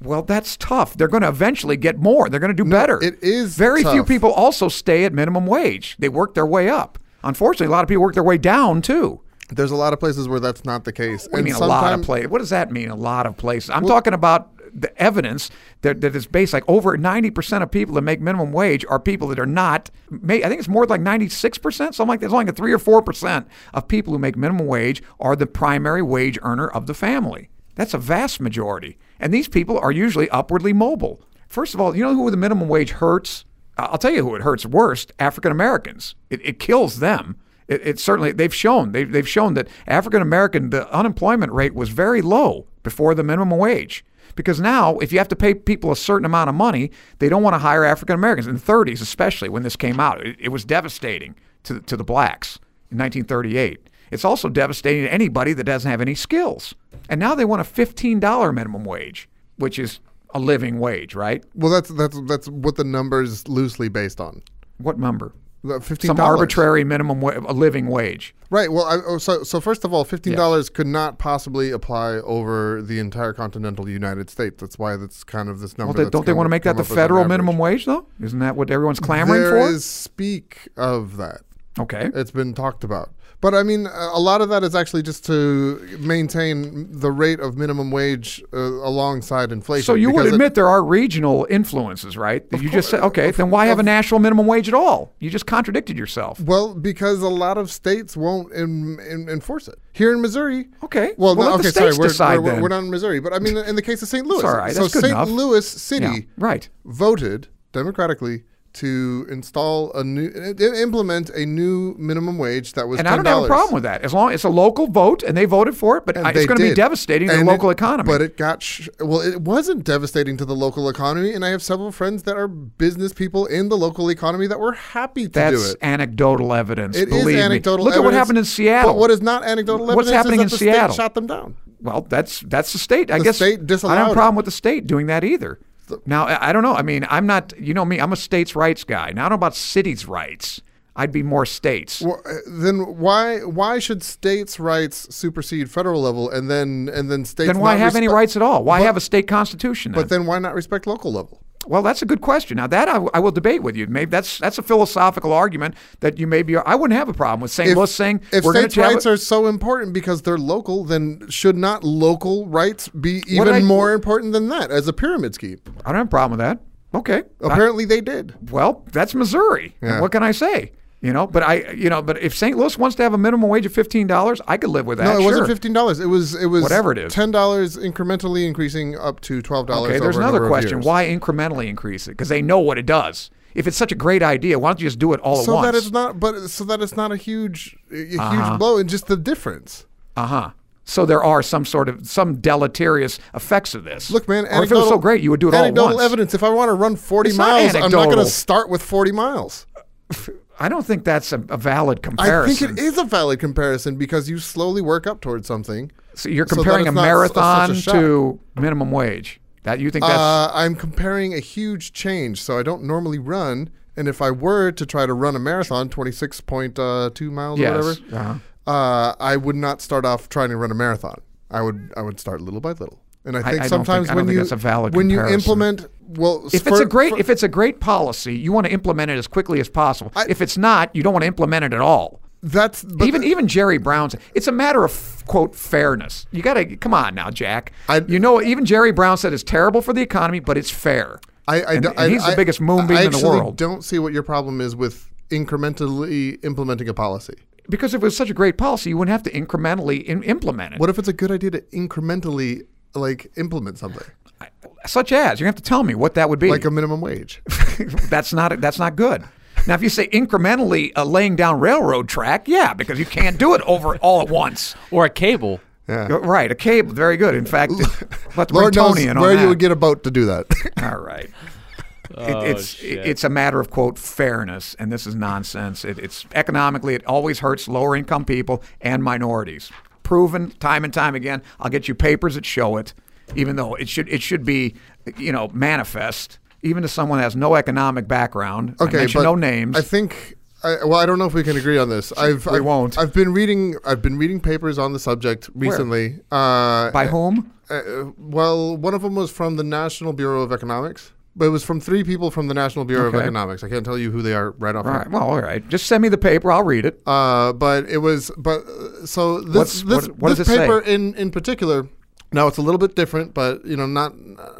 Speaker 3: Well, that's tough. They're going to eventually get more. They're going to do better.
Speaker 5: it is
Speaker 3: Very few
Speaker 5: tough.
Speaker 3: people also stay at minimum wage. They work their way up. Unfortunately, a lot of people work their way down too.
Speaker 5: There's a lot of places where that's not the case.
Speaker 3: What do you mean a lot of places? What does that mean? A lot of places. I'm talking about the evidence that, that is based like over 90% of people that make minimum wage are people that are not. ma- I think it's more like 96%, something like that. It's only like a 3 or 4% of people who make minimum wage are the primary wage earner of the family. That's a vast majority. And these people are usually upwardly mobile. First of all, you know who the minimum wage hurts? I- I'll tell you who it hurts worst: African Americans. It, it kills them. It, it certainly they've shown they've, they've shown that African American the unemployment rate was very low before the minimum wage because now if you have to pay people a certain amount of money they don't want to hire African Americans in the 30s especially when this came out it, it was devastating to to the blacks in 1938 it's also devastating to anybody that doesn't have any skills and now they want a $15 minimum wage which is a living wage right
Speaker 5: Well, that's that's that's what the numbers loosely based on.
Speaker 3: what number
Speaker 5: The Fifteen
Speaker 3: some arbitrary minimum wa- a living wage.
Speaker 5: Right. Well, I, oh, so so first of all, fifteen dollars could not possibly apply over the entire continental United States. That's why that's kind of this number.
Speaker 3: Well, they,
Speaker 5: that's
Speaker 3: don't they
Speaker 5: come
Speaker 3: want to
Speaker 5: up-
Speaker 3: make that
Speaker 5: come
Speaker 3: the
Speaker 5: up as an
Speaker 3: federal
Speaker 5: average.
Speaker 3: minimum wage though? Isn't that what everyone's clamoring
Speaker 5: There
Speaker 3: for?
Speaker 5: is speak of that.
Speaker 3: Okay.
Speaker 5: It's been talked about. But I mean, a a lot of that is actually just to maintain the rate of minimum wage uh, alongside inflation.
Speaker 3: So you would
Speaker 5: because it-
Speaker 3: admit there are regional influences, right? You just said, okay, then why have a national minimum wage at all? You just contradicted yourself.
Speaker 5: well, because a lot of states won't en- en- enforce it. Here in Missouri.
Speaker 3: Okay.
Speaker 5: Well,
Speaker 3: Well,
Speaker 5: no,
Speaker 3: let the
Speaker 5: okay, sorry.
Speaker 3: states
Speaker 5: We're,
Speaker 3: decide
Speaker 5: we're,
Speaker 3: then.
Speaker 5: we're not in Missouri. But I mean, in the case of St. Louis.
Speaker 3: all right,
Speaker 5: So
Speaker 3: that's good
Speaker 5: St.
Speaker 3: enough.
Speaker 5: Louis City
Speaker 3: Yeah, right.
Speaker 5: voted democratically to install a new, i- i- implement a new minimum wage that was
Speaker 3: And
Speaker 5: $10.
Speaker 3: I don't have a problem with that. As long it's a local vote and they voted for it, but
Speaker 5: And
Speaker 3: I- it's
Speaker 5: they
Speaker 3: going to be
Speaker 5: did.
Speaker 3: devastating to the
Speaker 5: And
Speaker 3: local
Speaker 5: it-
Speaker 3: economy.
Speaker 5: But it got sh- well. It wasn't devastating to the local economy, and I have several friends that are business people in the local economy that were happy to do
Speaker 3: That's
Speaker 5: it.
Speaker 3: anecdotal evidence.
Speaker 5: It is
Speaker 3: believe
Speaker 5: anecdotal.
Speaker 3: me. Look at what
Speaker 5: evidence,
Speaker 3: happened in Seattle.
Speaker 5: But what is not anecdotal evidence
Speaker 3: What's
Speaker 5: is
Speaker 3: happening
Speaker 5: that
Speaker 3: in
Speaker 5: the
Speaker 3: Seattle?
Speaker 5: State shot them down.
Speaker 3: well, that's that's the state. I
Speaker 5: The
Speaker 3: guess
Speaker 5: state
Speaker 3: I don't
Speaker 5: disallowed
Speaker 3: have
Speaker 5: it.
Speaker 3: a problem with the state doing that either. Now I I don't know. I mean, I'm not. You know me. I'm a states' rights guy. Now I don't know about cities' rights. I'd be more states.
Speaker 5: Well, uh, then why why should states' rights supersede federal level, and then and then states?
Speaker 3: then why
Speaker 5: not
Speaker 3: have any
Speaker 5: respe-
Speaker 3: rights at all? Why have a state constitution? Then?
Speaker 5: But then why not respect local level?
Speaker 3: well, that's a good question. Now that I, w- I will debate with you. Maybe that's that's a philosophical argument that you may be. I wouldn't have a problem with St. Louis saying
Speaker 5: if
Speaker 3: we're going
Speaker 5: states'
Speaker 3: to have.
Speaker 5: rights
Speaker 3: a-
Speaker 5: are so important because they're local, then should not local rights be even
Speaker 3: I-
Speaker 5: more important than that as a pyramid scheme?
Speaker 3: I don't have a problem with that. Okay. I-
Speaker 5: Apparently, they did.
Speaker 3: well, that's Missouri. And
Speaker 5: Oh. Yeah.
Speaker 3: What can I say? You know, but I, you know, but if St. Louis wants to have a minimum wage of fifteen dollars, I could live with that.
Speaker 5: No, it
Speaker 3: sure.
Speaker 5: wasn't fifteen dollars. It was it was
Speaker 3: Whatever it is.
Speaker 5: ten dollars incrementally increasing up to twelve dollars.
Speaker 3: Okay, there's another question. Why incrementally increase it? Because they know what it does. If it's such a great idea, why don't you just do it all at
Speaker 5: So
Speaker 3: once? Uh-huh.
Speaker 5: that it's not, but so that it's not a huge, a huge blow, and just the difference.
Speaker 3: Uh huh. So there are some sort of some deleterious effects of this.
Speaker 5: Look, man,
Speaker 3: or if Oh, it was so
Speaker 5: anecdotal-
Speaker 3: great, you would do it all at
Speaker 5: Anecdotal
Speaker 3: once.
Speaker 5: evidence. If I want to run forty
Speaker 3: It's not
Speaker 5: miles, I'm not going
Speaker 3: anecdotal.
Speaker 5: to start with forty miles.
Speaker 3: I don't think that's a, a valid
Speaker 5: I
Speaker 3: comparison.
Speaker 5: think it is a valid comparison because you slowly work up towards something.
Speaker 3: So you're
Speaker 5: so that
Speaker 3: comparing a
Speaker 5: it's not s- such a shock.
Speaker 3: marathon to minimum wage. That you think that's
Speaker 5: Uh, I'm comparing a huge change, so I don't normally run. And if I were to try to run a marathon, 26.2 miles
Speaker 3: Yes, uh-huh.
Speaker 5: or whatever, uh I would not start off trying to run a marathon. I would I would start little by little. And I
Speaker 3: I
Speaker 5: think
Speaker 3: don't
Speaker 5: sometimes
Speaker 3: think- I don't
Speaker 5: when
Speaker 3: think
Speaker 5: you
Speaker 3: that's a valid
Speaker 5: when you
Speaker 3: comparison.
Speaker 5: implement well
Speaker 3: if it's a great if it's a great policy, you want to implement it as quickly as possible. if it's not, you don't want to implement it at all.
Speaker 5: that's but
Speaker 3: even even Jerry Brown said it's a matter of quote fairness. You got to come on now, Jack.
Speaker 5: I-
Speaker 3: you know, even Jerry Brown said it's terrible for the economy, but it's fair.
Speaker 5: I, I,
Speaker 3: and,
Speaker 5: do-
Speaker 3: and
Speaker 5: I-
Speaker 3: he's
Speaker 5: I-
Speaker 3: the biggest
Speaker 5: I
Speaker 3: moonbeam in the
Speaker 5: actually
Speaker 3: world.
Speaker 5: don't see what your problem is with incrementally implementing a policy.
Speaker 3: Because if it was such a great policy, you wouldn't have to incrementally in, implement it.
Speaker 5: What if it's a good idea to incrementally like implement something
Speaker 3: Such as you have to tell me what that would be.
Speaker 5: like a minimum wage?
Speaker 3: that's not that's not good. Now, if you say incrementally uh, laying down railroad track, yeah, because you can't do it over all at once.
Speaker 4: Or a cable.
Speaker 5: Yeah.
Speaker 3: Right, a cable, very good. In fact, but
Speaker 5: Lord knows
Speaker 3: Tony in on
Speaker 5: where you
Speaker 3: that.
Speaker 5: would get a boat to do that.
Speaker 3: All right.
Speaker 4: Oh,
Speaker 3: it, it's
Speaker 4: shit.
Speaker 3: it- it's a matter of quote fairness, and this is nonsense. It, it's economically, it always hurts lower income people and minorities. Proven time and time again. I'll get you papers that show it, even though it should it should be, you know, manifest even to someone that has no economic background. I
Speaker 5: okay,
Speaker 3: mention
Speaker 5: but
Speaker 3: no names.
Speaker 5: I think. I, well, I don't know if we can agree on this. I've
Speaker 3: We
Speaker 5: I've,
Speaker 3: won't.
Speaker 5: I've been reading. I've been reading papers on the subject recently. Uh,
Speaker 3: By whom?
Speaker 5: uh, well, one of them was from the National Bureau of Economics, but it was from three people from the National Bureau of
Speaker 3: Okay.
Speaker 5: Economics. I can't tell you who they are right off.
Speaker 3: All
Speaker 5: hand.
Speaker 3: right. Well, all right. Just send me the paper. I'll read it.
Speaker 5: Uh, but it was but uh, so this
Speaker 3: What's-
Speaker 5: this,
Speaker 3: what- what
Speaker 5: this
Speaker 3: does it say?
Speaker 5: paper in in particular. Now it's a little bit different, but you know, not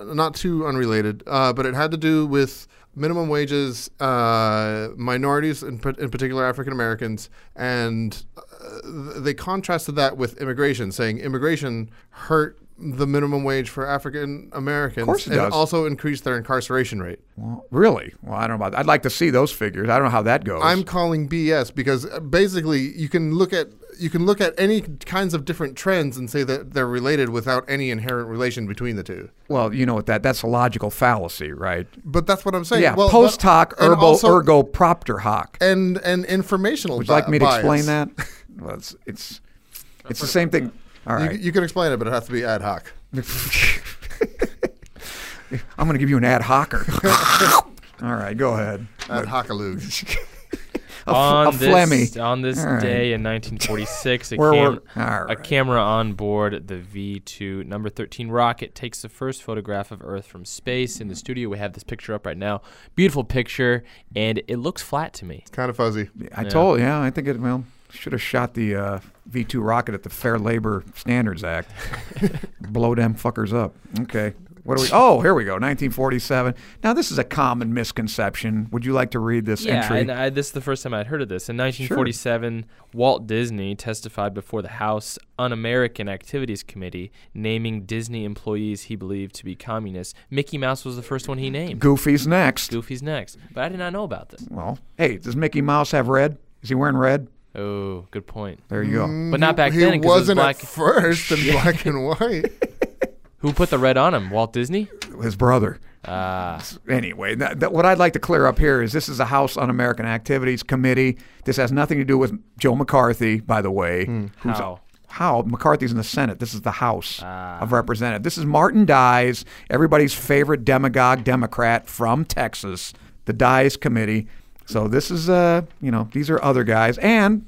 Speaker 5: not too unrelated. Uh, but it had to do with minimum wages, uh, minorities, in, par- in particular African Americans, and uh, th- they contrasted that with immigration, saying immigration hurt the minimum wage for African Americans,
Speaker 3: course it
Speaker 5: and
Speaker 3: does.
Speaker 5: also increased their incarceration rate.
Speaker 3: Well, really? Well, I don't know about. I'd like to see those figures. I don't know how that goes.
Speaker 5: I'm calling BS because uh, basically you can look at you can look at any kinds of different trends and say that they're related without any inherent relation between the two.
Speaker 3: well, you know what that that's a logical fallacy, right?
Speaker 5: But that's what I'm saying.
Speaker 3: Yeah,
Speaker 5: Well, that-
Speaker 3: post hoc,
Speaker 5: and
Speaker 3: ergo,
Speaker 5: also-
Speaker 3: ergo propter hoc.
Speaker 5: and and informational.
Speaker 3: Would you like me to explain that? Well, it's it's it's the same thing. All
Speaker 5: You,
Speaker 3: right,
Speaker 5: you can explain it, but it has to be ad hoc.
Speaker 3: I'm going to give you an ad hocer. All right, go ahead.
Speaker 5: Ad hocalude.
Speaker 3: a,
Speaker 4: on
Speaker 3: f- a
Speaker 4: this
Speaker 3: Flemmy.
Speaker 4: on this
Speaker 3: All right.
Speaker 4: day in 1946, a,
Speaker 3: We're- we're-
Speaker 4: cam-
Speaker 3: all
Speaker 4: a
Speaker 3: right.
Speaker 4: camera on board the V2 number 13 rocket takes the first photograph of Earth from space. In the studio, we have this picture up right now. Beautiful picture, and it looks flat to me.
Speaker 5: Kind of fuzzy.
Speaker 3: I told yeah, I think it well should have shot the uh, V two rocket at the Fair Labor Standards Act. Blow them fuckers up. Okay. What do we? Oh, here we go. 1947. Now this is a common misconception. Would you like to read this
Speaker 4: Yeah,
Speaker 3: entry?
Speaker 4: and I, this is the first time I'd heard of this. In 1947, Walt Disney testified before the House Un-American Activities Committee, naming Disney employees he believed to be communists. Mickey Mouse was the first one he named.
Speaker 3: Goofy's next.
Speaker 4: Goofy's next, but I did not know about this.
Speaker 3: Well, hey, does Mickey Mouse have red? Is he wearing red?
Speaker 4: Oh, good point.
Speaker 3: There you
Speaker 5: Mm.
Speaker 3: go.
Speaker 4: But not back
Speaker 5: Mm-hmm. he
Speaker 4: then. 'cause it was
Speaker 5: wasn't
Speaker 4: black.
Speaker 5: at first in black and white.
Speaker 4: Who put the red on him? Walt Disney?
Speaker 3: His brother.
Speaker 4: Ah,
Speaker 3: Anyway, that, that, what I'd like to clear up here is this is a House on American Activities Committee. This has nothing to do with Joe McCarthy, by the way. who's-
Speaker 4: How? Ah.
Speaker 3: How? McCarthy's in the Senate. This is the House of Representatives. This is Martin Dyes, everybody's favorite demagogue Democrat from Texas, the Dyes Committee. So this is, uh, you know, these are other guys. And,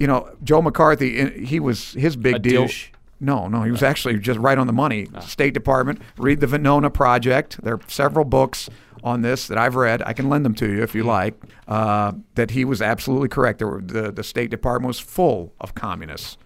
Speaker 3: you know, Joe McCarthy, i- he was his big
Speaker 4: A
Speaker 3: deal.
Speaker 4: douche.
Speaker 3: No, no, he was actually just right on the money. State Department, read the Venona Project. There are several books on this that I've read. I can lend them to you if you like. Uh, that he was absolutely correct. There were, the the State Department was full of communists,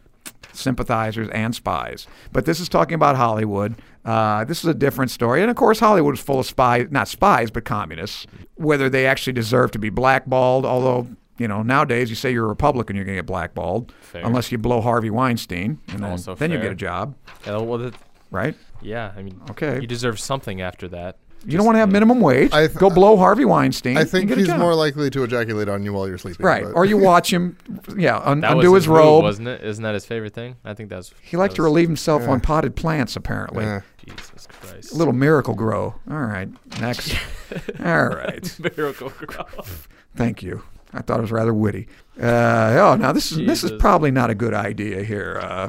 Speaker 3: sympathizers, and spies. But this is talking about Hollywood. Uh, this is a different story. And of course, Hollywood was full of spies, not spies, but communists. Whether they actually deserve to be blackballed, although. You know, nowadays you say you're a Republican, you're going to get blackballed
Speaker 4: Fair.
Speaker 3: unless you blow Harvey Weinstein, and then,
Speaker 4: Also
Speaker 3: then you
Speaker 4: fair.
Speaker 3: get a job,
Speaker 4: yeah, well, that,
Speaker 3: right?
Speaker 4: yeah. I mean,
Speaker 3: Okay.
Speaker 4: you deserve something after that.
Speaker 3: You don't want to have minimum wage.
Speaker 5: I th-
Speaker 3: Go blow Harvey Weinstein.
Speaker 5: I
Speaker 3: and
Speaker 5: think
Speaker 3: get a
Speaker 5: he's
Speaker 3: job.
Speaker 5: more likely to ejaculate on you while you're sleeping.
Speaker 3: right,
Speaker 5: but-
Speaker 3: or you watch him, yeah, un-
Speaker 4: That
Speaker 3: undo
Speaker 4: was
Speaker 3: his
Speaker 4: move,
Speaker 3: robe.
Speaker 4: wasn't it? Isn't that his favorite thing? I think that's.
Speaker 3: he liked to
Speaker 4: that was-
Speaker 3: relieve himself on potted plants, apparently.
Speaker 5: Yeah.
Speaker 4: Jesus Christ.
Speaker 3: Little miracle grow. All right, next. All right,
Speaker 4: miracle grow.
Speaker 3: thank you. I thought it was rather witty. Uh, oh, now this is this is
Speaker 4: Jesus.
Speaker 3: probably not a good idea here, uh,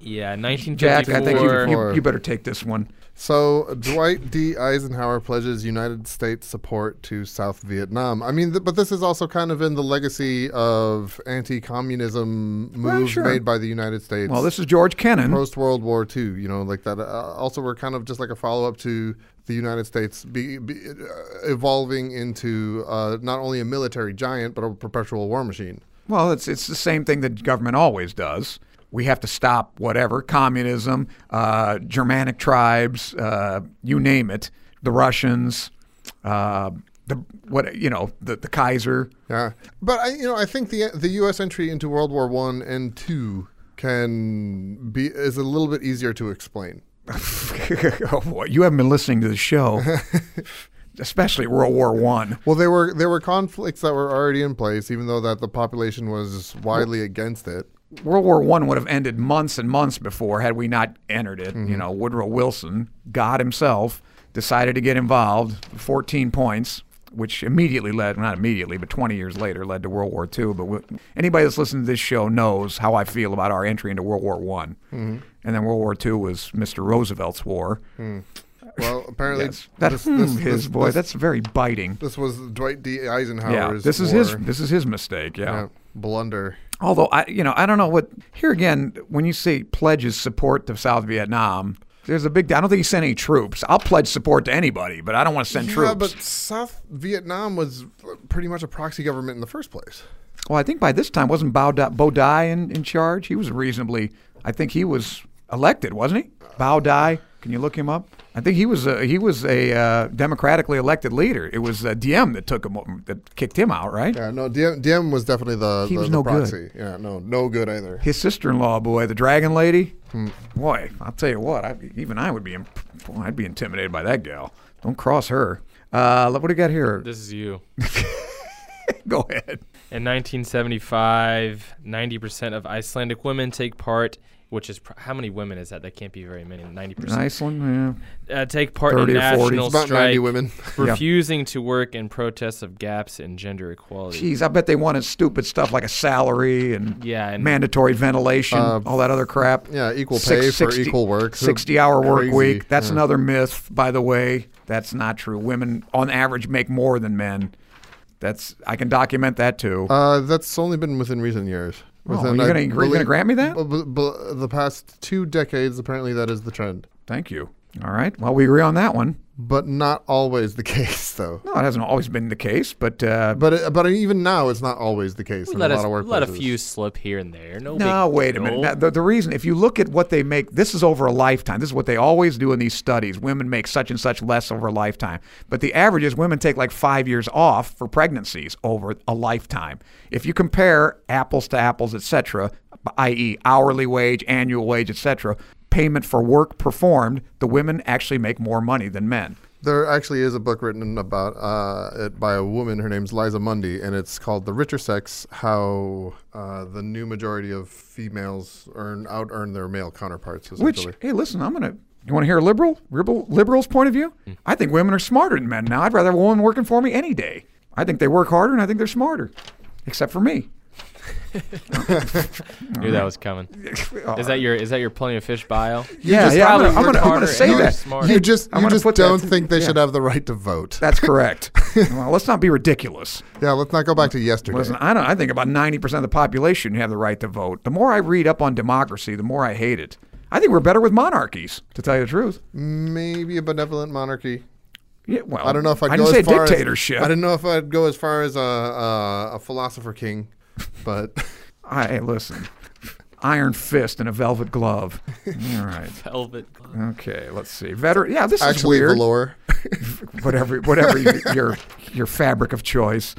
Speaker 4: yeah,
Speaker 3: Jack. I think you,
Speaker 4: 1954.
Speaker 3: you, you better take this one.
Speaker 5: So Dwight D. Eisenhower pledges United States support to South Vietnam. I mean, th- but this is also kind of in the legacy of anti-communism moves
Speaker 3: Well, sure.
Speaker 5: made by the United States.
Speaker 3: Well, this is George Kennan.
Speaker 5: post World War II, you know, like that. Uh, also, we're kind of just like a follow up to the United States be, be, uh, evolving into uh, not only a military giant but a perpetual war machine.
Speaker 3: Well, it's it's the same thing that government always does. We have to stop whatever communism, uh, Germanic tribes, uh, you name it, the Russians, uh, the what you know, the, the Kaiser.
Speaker 5: Yeah, but I, you know, I think the the U.S. entry into World War One and two can be is a little bit easier to explain.
Speaker 3: oh boy, you haven't been listening to the show, especially World War One.
Speaker 5: Well, there were there were conflicts that were already in place, even though that the population was widely against it.
Speaker 3: World War One would have ended months and months before had we not entered it.
Speaker 5: Mm-hmm.
Speaker 3: You know, Woodrow Wilson, God himself, decided to get involved. 14 points, which immediately led, not immediately, but 20 years later led to World War II. But we, anybody that's listened to this show knows how I feel about our entry into World War One.
Speaker 5: Mm-hmm.
Speaker 3: And then World War II was Mr. Roosevelt's war.
Speaker 5: Well, apparently,
Speaker 3: Yes. That,
Speaker 5: this,
Speaker 3: hmm,
Speaker 5: this,
Speaker 3: his
Speaker 5: this,
Speaker 3: boy,
Speaker 5: this,
Speaker 3: that's very biting.
Speaker 5: this was Dwight D.
Speaker 3: Yeah,
Speaker 5: Eisenhower's.
Speaker 3: this is
Speaker 5: war.
Speaker 3: his. This is his mistake.
Speaker 5: yeah, blunder.
Speaker 3: Although I, you know, I don't know what. Here again, when you say pledges support to South Vietnam, there's a big. I don't think he sent any troops. I'll pledge support to anybody, but I don't want to send
Speaker 5: Yeah,
Speaker 3: troops.
Speaker 5: but South Vietnam was pretty much a proxy government in the first place.
Speaker 3: well, I think by this time wasn't Bao Da- Bo Dai in, in charge? He was reasonably. I think he was elected, wasn't he? Bao Dai. Can you look him up? I think he was a, he was a uh, democratically elected leader. It was uh, Diem that took him o- that kicked him out, right?
Speaker 5: Yeah, no, DM, DM was definitely the
Speaker 3: He
Speaker 5: the,
Speaker 3: was
Speaker 5: the
Speaker 3: no good.
Speaker 5: proxy. Yeah, no, no good either.
Speaker 3: His sister-in-law, boy, the dragon lady. Hmm, Boy, I'll tell you what. I, even I would be, imp- boy, I'd be intimidated by that gal. Don't cross her. Uh, look what do you got here?
Speaker 4: This is you.
Speaker 3: Go ahead.
Speaker 4: In 1975, 90% of Icelandic women take part, which is pr- how many women is that? That can't be very many. 90%
Speaker 3: Iceland, yeah.
Speaker 4: uh, take part
Speaker 3: 30
Speaker 4: in
Speaker 3: or 40.
Speaker 4: national
Speaker 5: It's about 90
Speaker 4: strike,
Speaker 5: women.
Speaker 4: refusing to work in protests of gaps in gender equality.
Speaker 3: Jeez, I bet they wanted stupid stuff like a salary and,
Speaker 4: Yeah, and-
Speaker 3: mandatory ventilation, all that other crap.
Speaker 5: Uh, Yeah, equal
Speaker 3: Six-
Speaker 5: pay for equal work. So
Speaker 3: 60-hour work
Speaker 5: crazy.
Speaker 3: week. That's
Speaker 5: Yeah.
Speaker 3: another myth, by the way. That's not true. Women, on average, make more than men. That's I can document that too.
Speaker 5: Uh, that's only been within recent years.
Speaker 3: Oh,
Speaker 5: Within,
Speaker 3: you're
Speaker 5: I
Speaker 3: gonna- you're gonna
Speaker 5: believe-
Speaker 3: grant me that?
Speaker 5: b- b- b- the past two decades, apparently, that is the trend,
Speaker 3: Thank you. All right. Well, we agree on that one.
Speaker 5: but not always the case, though.
Speaker 3: No, it hasn't always been the case, but uh,
Speaker 5: But it, but even now, it's not always the case in
Speaker 4: let
Speaker 5: a
Speaker 4: us
Speaker 5: lot of workplaces.
Speaker 4: let a few slip here and there. No,
Speaker 3: No,
Speaker 4: big
Speaker 3: wait a minute.
Speaker 4: deal.
Speaker 3: Now, the, the reason, if you look at what they make, this is over a lifetime. This is what they always do in these studies. Women make such and such less over a lifetime. But the average is women take like five years off for pregnancies over a lifetime. If you compare apples to apples, etc., i.e., hourly wage, annual wage, etc., payment for work performed, the women actually make more money than men.
Speaker 5: There actually is a book written about uh, it by a woman. Her name's Liza Mundy, and it's called "The Richer Sex: How uh, the New Majority of Females Earn Out Earn Their Male Counterparts."
Speaker 3: Which,
Speaker 5: essentially.
Speaker 3: hey, listen, I'm gonna. You want to hear a liberal, liberal, liberal's point of view?
Speaker 5: Hmm.
Speaker 3: I think women are smarter than men now. I'd rather have a woman working for me any day. I think they work harder, and I think they're smarter, except for me.
Speaker 4: Knew that was coming. Is that your is that your plenty of fish bio?
Speaker 3: Yeah,
Speaker 4: Just
Speaker 3: yeah, I'm
Speaker 4: probably
Speaker 3: gonna- I'm
Speaker 4: work
Speaker 3: gonna- I'm gonna
Speaker 4: harder
Speaker 3: say
Speaker 4: and are
Speaker 3: that.
Speaker 4: smarter.
Speaker 5: you just
Speaker 3: I'm
Speaker 5: you
Speaker 3: gonna
Speaker 5: just
Speaker 3: put that
Speaker 5: don't
Speaker 3: to-
Speaker 5: think they
Speaker 3: yeah.
Speaker 5: should have the right to vote.
Speaker 3: That's correct. well, let's not be ridiculous.
Speaker 5: yeah, let's not go back to yesterday.
Speaker 3: Listen, I don't. I think about ninety percent of the population have the right to vote. The more I read up on democracy, the more I hate it. I think we're better with monarchies, to tell you the truth.
Speaker 5: Maybe a benevolent monarchy.
Speaker 3: Yeah, well,
Speaker 5: I don't know if I'd
Speaker 3: I
Speaker 5: go
Speaker 3: didn't
Speaker 5: as
Speaker 3: say
Speaker 5: far
Speaker 3: dictatorship.
Speaker 5: As, I don't know if I'd go as far as a, a, a philosopher king, but
Speaker 3: I, hey, listen, iron fist and a velvet glove. All right.
Speaker 4: Velvet glove.
Speaker 3: Okay, let's see. Veteran. Yeah, this
Speaker 5: actually
Speaker 3: is weird.
Speaker 5: velour.
Speaker 3: Whatever, whatever y- your your fabric of choice.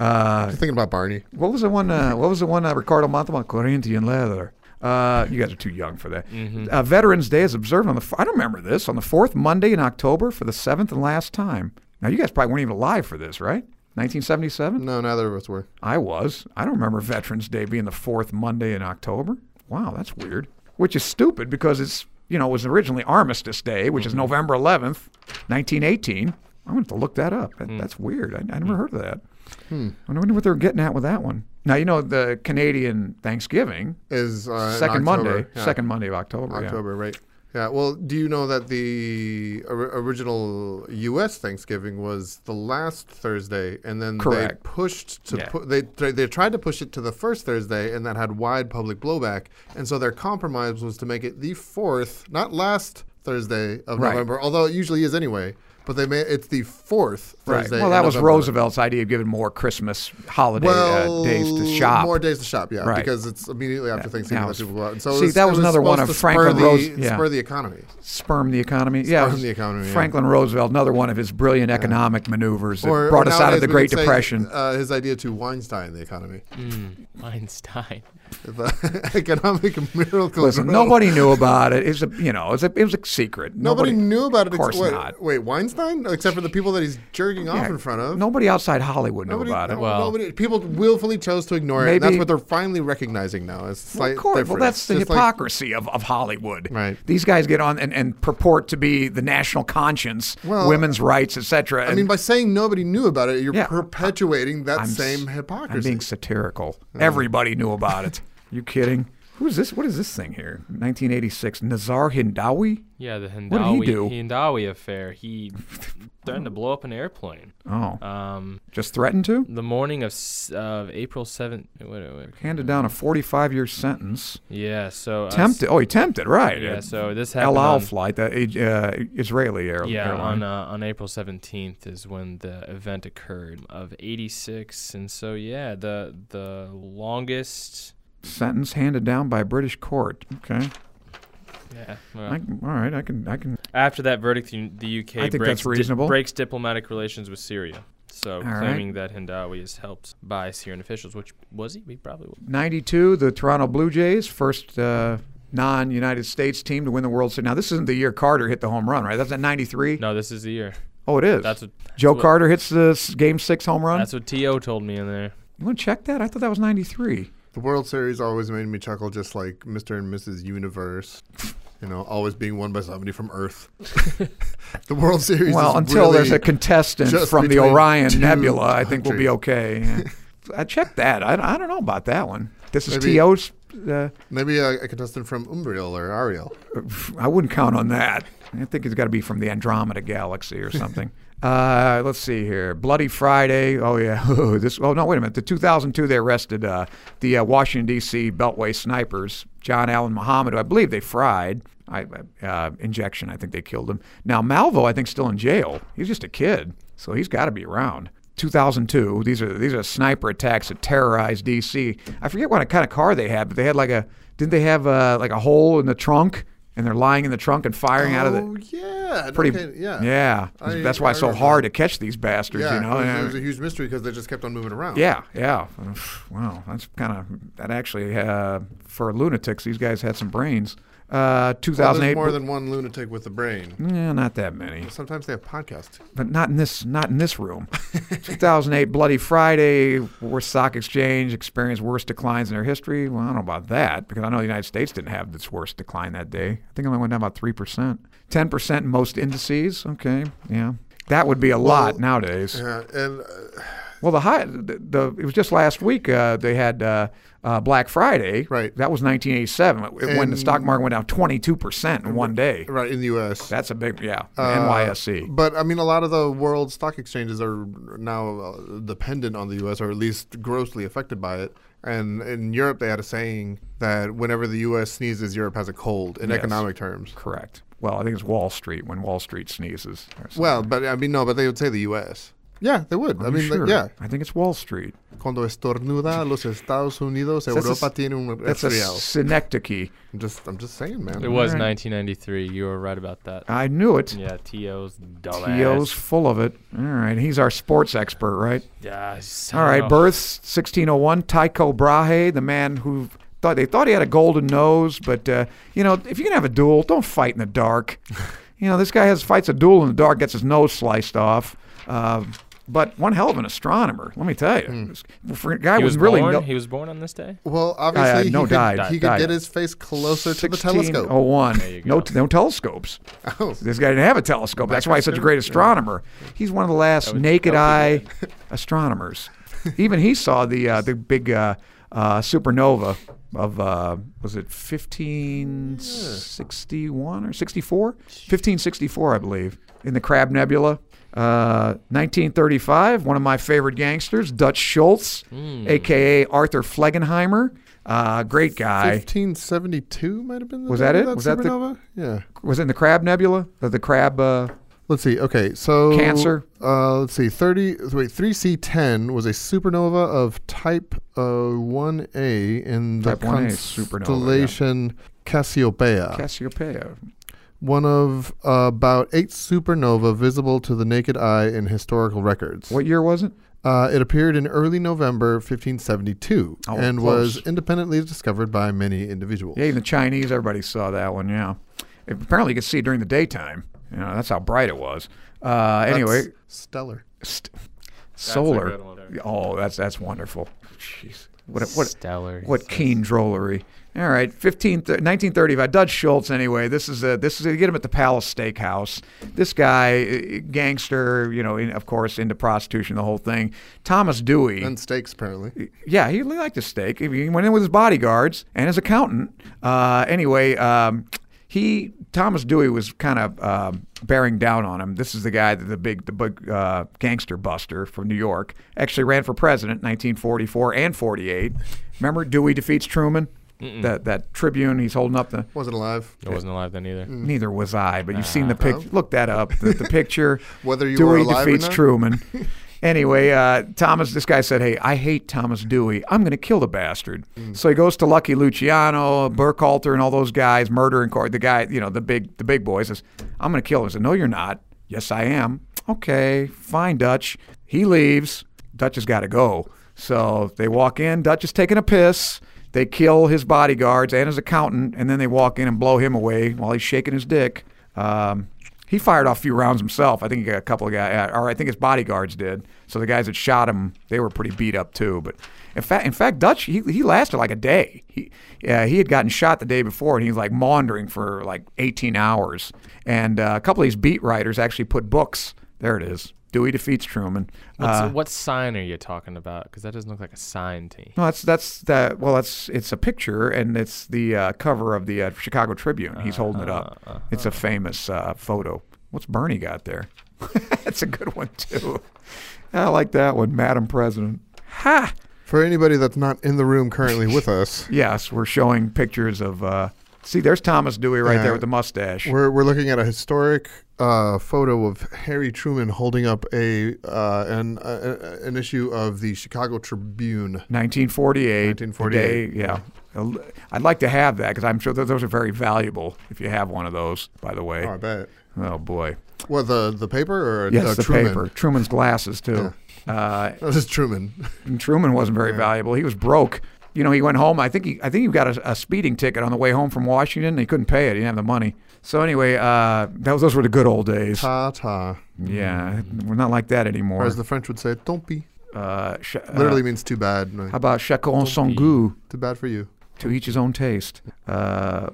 Speaker 3: Uh,
Speaker 5: I'm thinking about Barney.
Speaker 3: what was the one? Uh, what was the one? Uh, Ricardo Montalban, Corinthian leather. Uh, you guys are too young for that. Uh, Veterans Day is observed on the. f- I don't remember this on the fourth Monday in October for the seventh and last time. Now you guys probably weren't even alive for this, right? 1977.
Speaker 5: No, neither of us were.
Speaker 3: I was. I don't remember Veterans Day being the fourth Monday in October. Wow, that's weird. Which is stupid because it's you know it was originally Armistice Day, which is
Speaker 5: Mm-hmm.
Speaker 3: November 11th, 1918. I'm gonna have to look that up. That,
Speaker 5: Mm.
Speaker 3: That's weird. I, I never heard of that.
Speaker 5: Hmm.
Speaker 3: I wonder what they're getting at with that one. Now you know the Canadian Thanksgiving,
Speaker 5: Is uh, in
Speaker 3: second
Speaker 5: October.
Speaker 3: Monday,
Speaker 5: Yeah.
Speaker 3: second Monday of October. yeah.
Speaker 5: October, right? Yeah. Well, do you know that the or- original U.S. Thanksgiving was the last Thursday, and then
Speaker 3: Correct.
Speaker 5: they pushed to
Speaker 3: Yeah.
Speaker 5: pu- they they they tried to push it to the first Thursday, and that had wide public blowback. And so their compromise was to make it the fourth, not last Thursday of
Speaker 3: Right.
Speaker 5: November, although it usually is anyway. But they made it's the fourth
Speaker 3: Right.
Speaker 5: Thursday.
Speaker 3: Well,
Speaker 5: in
Speaker 3: that was
Speaker 5: November.
Speaker 3: Roosevelt's idea of giving more Christmas holiday
Speaker 5: Well,
Speaker 3: uh, days to shop.
Speaker 5: More days to shop, yeah,
Speaker 3: Right.
Speaker 5: because it's immediately after
Speaker 3: Yeah,
Speaker 5: Thanksgiving
Speaker 3: now
Speaker 5: that
Speaker 3: it's-
Speaker 5: people go out. And so it
Speaker 3: See, that
Speaker 5: it
Speaker 3: was another one
Speaker 5: supposed
Speaker 3: of
Speaker 5: to spur
Speaker 3: Franklin
Speaker 5: the-
Speaker 3: Rose- yeah.
Speaker 5: Spur the economy.
Speaker 3: Sperm the economy. yeah,
Speaker 5: Spurn
Speaker 3: it was
Speaker 5: the economy, yeah.
Speaker 3: Franklin Roosevelt, another one of his brilliant economic maneuvers that
Speaker 5: Or-
Speaker 3: brought
Speaker 5: or
Speaker 3: us out
Speaker 5: nowadays
Speaker 3: of the
Speaker 5: we
Speaker 3: Great
Speaker 5: could say,
Speaker 3: Depression.
Speaker 5: uh, his idea to Weinstein the economy,
Speaker 4: Hmm, Einstein.
Speaker 5: the economic miracle.
Speaker 3: Listen,
Speaker 5: girl.
Speaker 3: nobody knew about it. It's a you know, it's a, it was a secret.
Speaker 5: Nobody, knew about it.
Speaker 3: Of course
Speaker 5: wait,
Speaker 3: not.
Speaker 5: Wait, Weinstein? Except for the people that he's jerking
Speaker 3: Yeah,
Speaker 5: off in front of.
Speaker 3: Nobody outside Hollywood knew
Speaker 5: Nobody,
Speaker 3: about it.
Speaker 5: no-
Speaker 4: Well-
Speaker 5: nobody. People willfully chose to ignore it. And that's
Speaker 3: Maybe-
Speaker 5: what they're finally recognizing now. It's
Speaker 3: Well,
Speaker 5: slight
Speaker 3: of course. Well,
Speaker 5: difference.
Speaker 3: that's the
Speaker 5: Just like-
Speaker 3: hypocrisy of, of Hollywood.
Speaker 5: Right.
Speaker 3: These guys get on and, and purport to be the national conscience,
Speaker 5: Well,
Speaker 3: women's rights, etc.
Speaker 5: I mean, by saying nobody knew about it, you're
Speaker 3: Yeah.
Speaker 5: perpetuating that
Speaker 3: I'm s-
Speaker 5: same
Speaker 3: I'm
Speaker 5: hypocrisy.
Speaker 3: being satirical. Everybody knew about it. you kidding? Who's this? What is this thing here? 1986. Nazar Hindawi.
Speaker 4: Yeah, the Hindawi,
Speaker 3: did he do?
Speaker 4: Hindawi affair. He threatened to blow up an airplane.
Speaker 3: Oh,
Speaker 4: Um,
Speaker 3: just threatened to.
Speaker 4: the morning of s- of April seventh. Wait, wait, wait.
Speaker 3: handed down a 45 year sentence.
Speaker 4: Yeah. So uh,
Speaker 3: Tempted. Oh, he tempted, right.
Speaker 4: Yeah. So this
Speaker 3: El
Speaker 4: happened.
Speaker 3: Al
Speaker 4: on-
Speaker 3: flight, that uh, Israeli air,
Speaker 4: yeah,
Speaker 3: airline.
Speaker 4: on uh, on April seventeenth is when the event occurred of eighty six, and so yeah, the the longest.
Speaker 3: sentence handed down by a British court. Okay,
Speaker 4: Yeah. well,
Speaker 3: I, all right, I can, I can.
Speaker 4: after that verdict, the the UK
Speaker 3: I think
Speaker 4: breaks,
Speaker 3: that's reasonable.
Speaker 4: breaks diplomatic relations with Syria. So
Speaker 3: right.
Speaker 4: claiming that Hindawi is helped by Syrian officials, which was he? He probably was.
Speaker 3: 92, the Toronto Blue Jays, first uh, non-United States team to win the World Series. Now this isn't the year Carter hit the home run, right? That's at 93.
Speaker 4: No, this is the year.
Speaker 3: Oh, it is.
Speaker 4: That's what
Speaker 3: Joe
Speaker 4: that's what-
Speaker 3: Carter hits the s- game six home run.
Speaker 4: That's what To told me in there.
Speaker 3: you want to check that? I thought that was 93.
Speaker 5: The World Series always made me chuckle, just like Mr. and Mrs. Universe. You know, always being won by somebody from Earth. the World Series.
Speaker 3: Well,
Speaker 5: is
Speaker 3: until
Speaker 5: really-
Speaker 3: there's a contestant
Speaker 5: just
Speaker 3: from the
Speaker 5: between
Speaker 3: Orion
Speaker 5: two
Speaker 3: Nebula, I think we'll be
Speaker 5: countries.
Speaker 3: okay. Yeah. I checked that. I, I don't know about that one. This is
Speaker 5: Maybe-
Speaker 3: T.O.'s Uh,
Speaker 5: Maybe a, a contestant from Umbriel or Ariel.
Speaker 3: I wouldn't count on that. I think it's got to be from the Andromeda Galaxy or something. uh, let's see here. Bloody Friday. Oh yeah. this. Oh no. Wait a minute. The 2002 they arrested uh, the uh, Washington D.C. Beltway snipers, John Allen Muhammad, who I believe they fried. I, uh, injection. I think they killed him. Now Malvo, I think, still in jail. He's just a kid, so he's got to be around. 2002. These are these are sniper attacks that terrorized D.C. I forget what kind of car they had, but they had like a didn't they have uh like a hole in the trunk and they're lying in the trunk and firing out of
Speaker 5: Oh,
Speaker 3: the
Speaker 5: yeah,
Speaker 3: pretty
Speaker 5: okay, yeah, I-
Speaker 3: that's why
Speaker 5: I
Speaker 3: it's so
Speaker 5: remember.
Speaker 3: hard to catch these bastards,
Speaker 5: Yeah,
Speaker 3: you know.
Speaker 5: it, was,
Speaker 3: And-
Speaker 5: it was a huge mystery because they just kept on moving around.
Speaker 3: yeah, yeah. Wow, that's kind of that actually uh, for lunatics. These guys had some brains. Uh,
Speaker 5: Well, there's
Speaker 3: 2008.
Speaker 5: more than one lunatic with a brain.
Speaker 3: yeah, not that many.
Speaker 5: Sometimes they have podcasts.
Speaker 3: but not in this not in this room. 2008 Bloody Friday, worst stock exchange experienced worst declines in their history. Well, I don't know about that because I know the United States didn't have its worst decline that day. I think it only went down about three percent, ten percent in most indices. Okay, yeah, that would be a lot nowadays.
Speaker 5: Yeah, and uh,
Speaker 3: Well, the high, the, the it was just last week uh, they had uh, uh, Black Friday.
Speaker 5: Right.
Speaker 3: That was 1987 when the
Speaker 5: And-
Speaker 3: stock market went down 22 percent in one day.
Speaker 5: right in the U.S.
Speaker 3: That's a big yeah.
Speaker 5: Uh,
Speaker 3: NYSE.
Speaker 5: But I mean, a lot of the world stock exchanges are now uh, dependent on the U.S. or at least grossly affected by it. And in Europe, they had a saying that whenever the U.S. sneezes, Europe has a cold in
Speaker 3: Yes.
Speaker 5: economic terms.
Speaker 3: Correct. Well, I think it's Wall Street when Wall Street sneezes. or something.
Speaker 5: Well, but I mean, no, but they would say the U.S. Yeah, they would. I
Speaker 3: Are you
Speaker 5: mean,
Speaker 3: sure?
Speaker 5: like, yeah.
Speaker 3: I think it's Wall Street.
Speaker 5: Cuando estornuda los Estados Unidos,
Speaker 3: That's a
Speaker 5: Europa
Speaker 3: s-
Speaker 5: tiene un
Speaker 3: That's a
Speaker 5: resfriado.
Speaker 3: synecdoche.
Speaker 5: I'm just, I'm just saying, man.
Speaker 4: It was
Speaker 3: Alright.
Speaker 4: 1993. You were right about that.
Speaker 3: I knew it.
Speaker 4: Yeah, T.O.'s dumbass.
Speaker 3: T.O.'s full of it. All right, he's our sports expert, right?
Speaker 4: Yeah,
Speaker 3: All right, births 1601. Tycho Brahe, the man who thought they thought he had a golden nose, but uh, you know, if you can have a duel, don't fight in the dark. you know, this guy has fights a duel in the dark, gets his nose sliced off. Uh, but one hell of an astronomer, let me tell you.
Speaker 5: Hmm.
Speaker 3: This- For a guy
Speaker 4: He
Speaker 3: with
Speaker 4: was
Speaker 3: really
Speaker 4: born.
Speaker 3: no-
Speaker 4: he was born on this day.
Speaker 5: Well, obviously, he
Speaker 3: no,
Speaker 5: could,
Speaker 3: died,
Speaker 5: he could
Speaker 3: died.
Speaker 5: get his face closer to the telescope.
Speaker 3: 1601.
Speaker 4: you
Speaker 3: No,
Speaker 4: go.
Speaker 3: t- no telescopes.
Speaker 5: Oh.
Speaker 3: This guy didn't have a telescope. That's why he's such a great astronomer. He's one of the last naked eye astronomers. Even he saw the uh, the big uh, uh, supernova of uh, was it 1561 or 64? 1564, I believe, in the Crab Nebula. Uh, 1935, one of my favorite gangsters, Dutch Schultz,
Speaker 4: Hmm.
Speaker 3: aka Arthur Flegenheimer, uh, great guy.
Speaker 5: 1572 might have been. The
Speaker 3: Was
Speaker 5: date
Speaker 3: that
Speaker 5: of
Speaker 3: it? Was that the-
Speaker 5: supernova? Yeah.
Speaker 3: was it in the Crab Nebula, the, the Crab. Uh,
Speaker 5: Let's see. Okay, so
Speaker 3: Cancer.
Speaker 5: Uh, let's see. 30. Wait, 3C10 was a supernova of type uh, 1A in the
Speaker 3: Type 1A supernova, yeah.
Speaker 5: constellation Cassiopeia.
Speaker 3: Cassiopeia.
Speaker 5: one of uh, about eight supernova visible to the naked eye in historical records.
Speaker 3: What year was it?
Speaker 5: Uh, it appeared in early November 1572
Speaker 3: Oh,
Speaker 5: and
Speaker 3: close.
Speaker 5: was independently discovered by many individuals.
Speaker 3: Yeah, even the Chinese, everybody saw that one. Yeah, It- apparently you could see it during the daytime. You know, that's how bright it was. Uh,
Speaker 5: That's
Speaker 3: anyway,
Speaker 5: stellar.
Speaker 3: st- solar.
Speaker 4: good one.
Speaker 3: Oh, that's that's wonderful. Jeez, what a, what a-
Speaker 4: Stellar.
Speaker 3: what keen drollery. All right, 15, th- 1935. Dutch Schultz. Anyway, this is a this is a, you get him at the Palace Steakhouse. This guy, uh, gangster, you know, in, of course into prostitution, the whole thing. Thomas Dewey.
Speaker 5: And stakes, apparently.
Speaker 3: Yeah, he liked a steak. He went in with his bodyguards and his accountant. Uh, anyway, um, he Thomas Dewey was kind of um bearing down on him. This is the guy, that the big, the big uh, gangster buster from New York. Actually ran for president in 1944 and 48. Remember Dewey defeats Truman? That that Tribune. He's holding up the.
Speaker 5: Wasn't alive.
Speaker 4: I wasn't alive then either.
Speaker 3: Neither was I, but you've seen the pic. Look that up. The, the picture.
Speaker 5: Whether you
Speaker 3: Dewey
Speaker 5: were alive or
Speaker 3: defeats
Speaker 5: not?
Speaker 3: Truman. anyway, uh, Thomas. This guy said, "Hey, I hate Thomas Dewey. I'm going to kill the bastard."
Speaker 5: Mm.
Speaker 3: So he goes to Lucky Luciano, Burkhalter, and all those guys, murder and court. The guy, you know, the big, the big boy says, "I'm going to kill him." He said, "No, you're not." Yes, I am. Okay, fine, Dutch. He leaves. Dutch has got to go. So they walk in. Dutch is taking a piss. They kill his bodyguards and his accountant, and then they walk in and blow him away while he's shaking his dick. Um, he fired off a few rounds himself. I think he got a couple of guys, or I think his bodyguards did. So the guys that shot him, they were pretty beat up too. But in fact, in fact, Dutch he, he lasted like a day. He yeah, he had gotten shot the day before, and he was like maundering for like 18 hours. And uh, a couple of these beat writers actually put books. There it is. Dewey defeats Truman.
Speaker 4: What's,
Speaker 3: Uh,
Speaker 4: what sign are you talking about? Because that doesn't look like a sign to me.
Speaker 3: no, that's that's that. Well, that's it's a picture, and it's the uh, cover of the uh, Chicago Tribune. He's holding it up. It's a famous uh, photo. What's Bernie got there? that's a good one too. I like that one, Madam President. Ha!
Speaker 5: For anybody that's not in the room currently with us,
Speaker 3: Yes, we're showing pictures of. Uh, see, there's Thomas Dewey right
Speaker 5: Yeah.
Speaker 3: there with the mustache.
Speaker 5: we're, we're looking at a historic uh, photo of Harry Truman holding up a uh, an uh, an issue of the Chicago Tribune.
Speaker 3: 1948. the
Speaker 5: 1948.
Speaker 3: day- yeah. I'll- I'd like to have that because I'm sure that those are very valuable if you have one of those, by the way.
Speaker 5: Oh, I bet.
Speaker 3: Oh, boy.
Speaker 5: What the the paper or
Speaker 3: Yes,
Speaker 5: no,
Speaker 3: the
Speaker 5: uh, Truman?
Speaker 3: paper. Truman's glasses, too. Uh,
Speaker 5: That was Truman.
Speaker 3: and Truman wasn't very valuable. He was broke. You know, he went home. I think he, I think he got a, a speeding ticket on the way home from Washington. And he couldn't pay it. He didn't have the money. So anyway, uh, that was, those were the good old days.
Speaker 5: ta ta.
Speaker 3: Yeah, we're not like that
Speaker 5: Or
Speaker 3: anymore.
Speaker 5: as the French would say, "Tant pis."
Speaker 3: Uh, sh- uh,
Speaker 5: Literally means too bad.
Speaker 3: how
Speaker 5: Like,
Speaker 3: about chacun son goût?
Speaker 5: too bad for you.
Speaker 3: to each his own taste. Uh,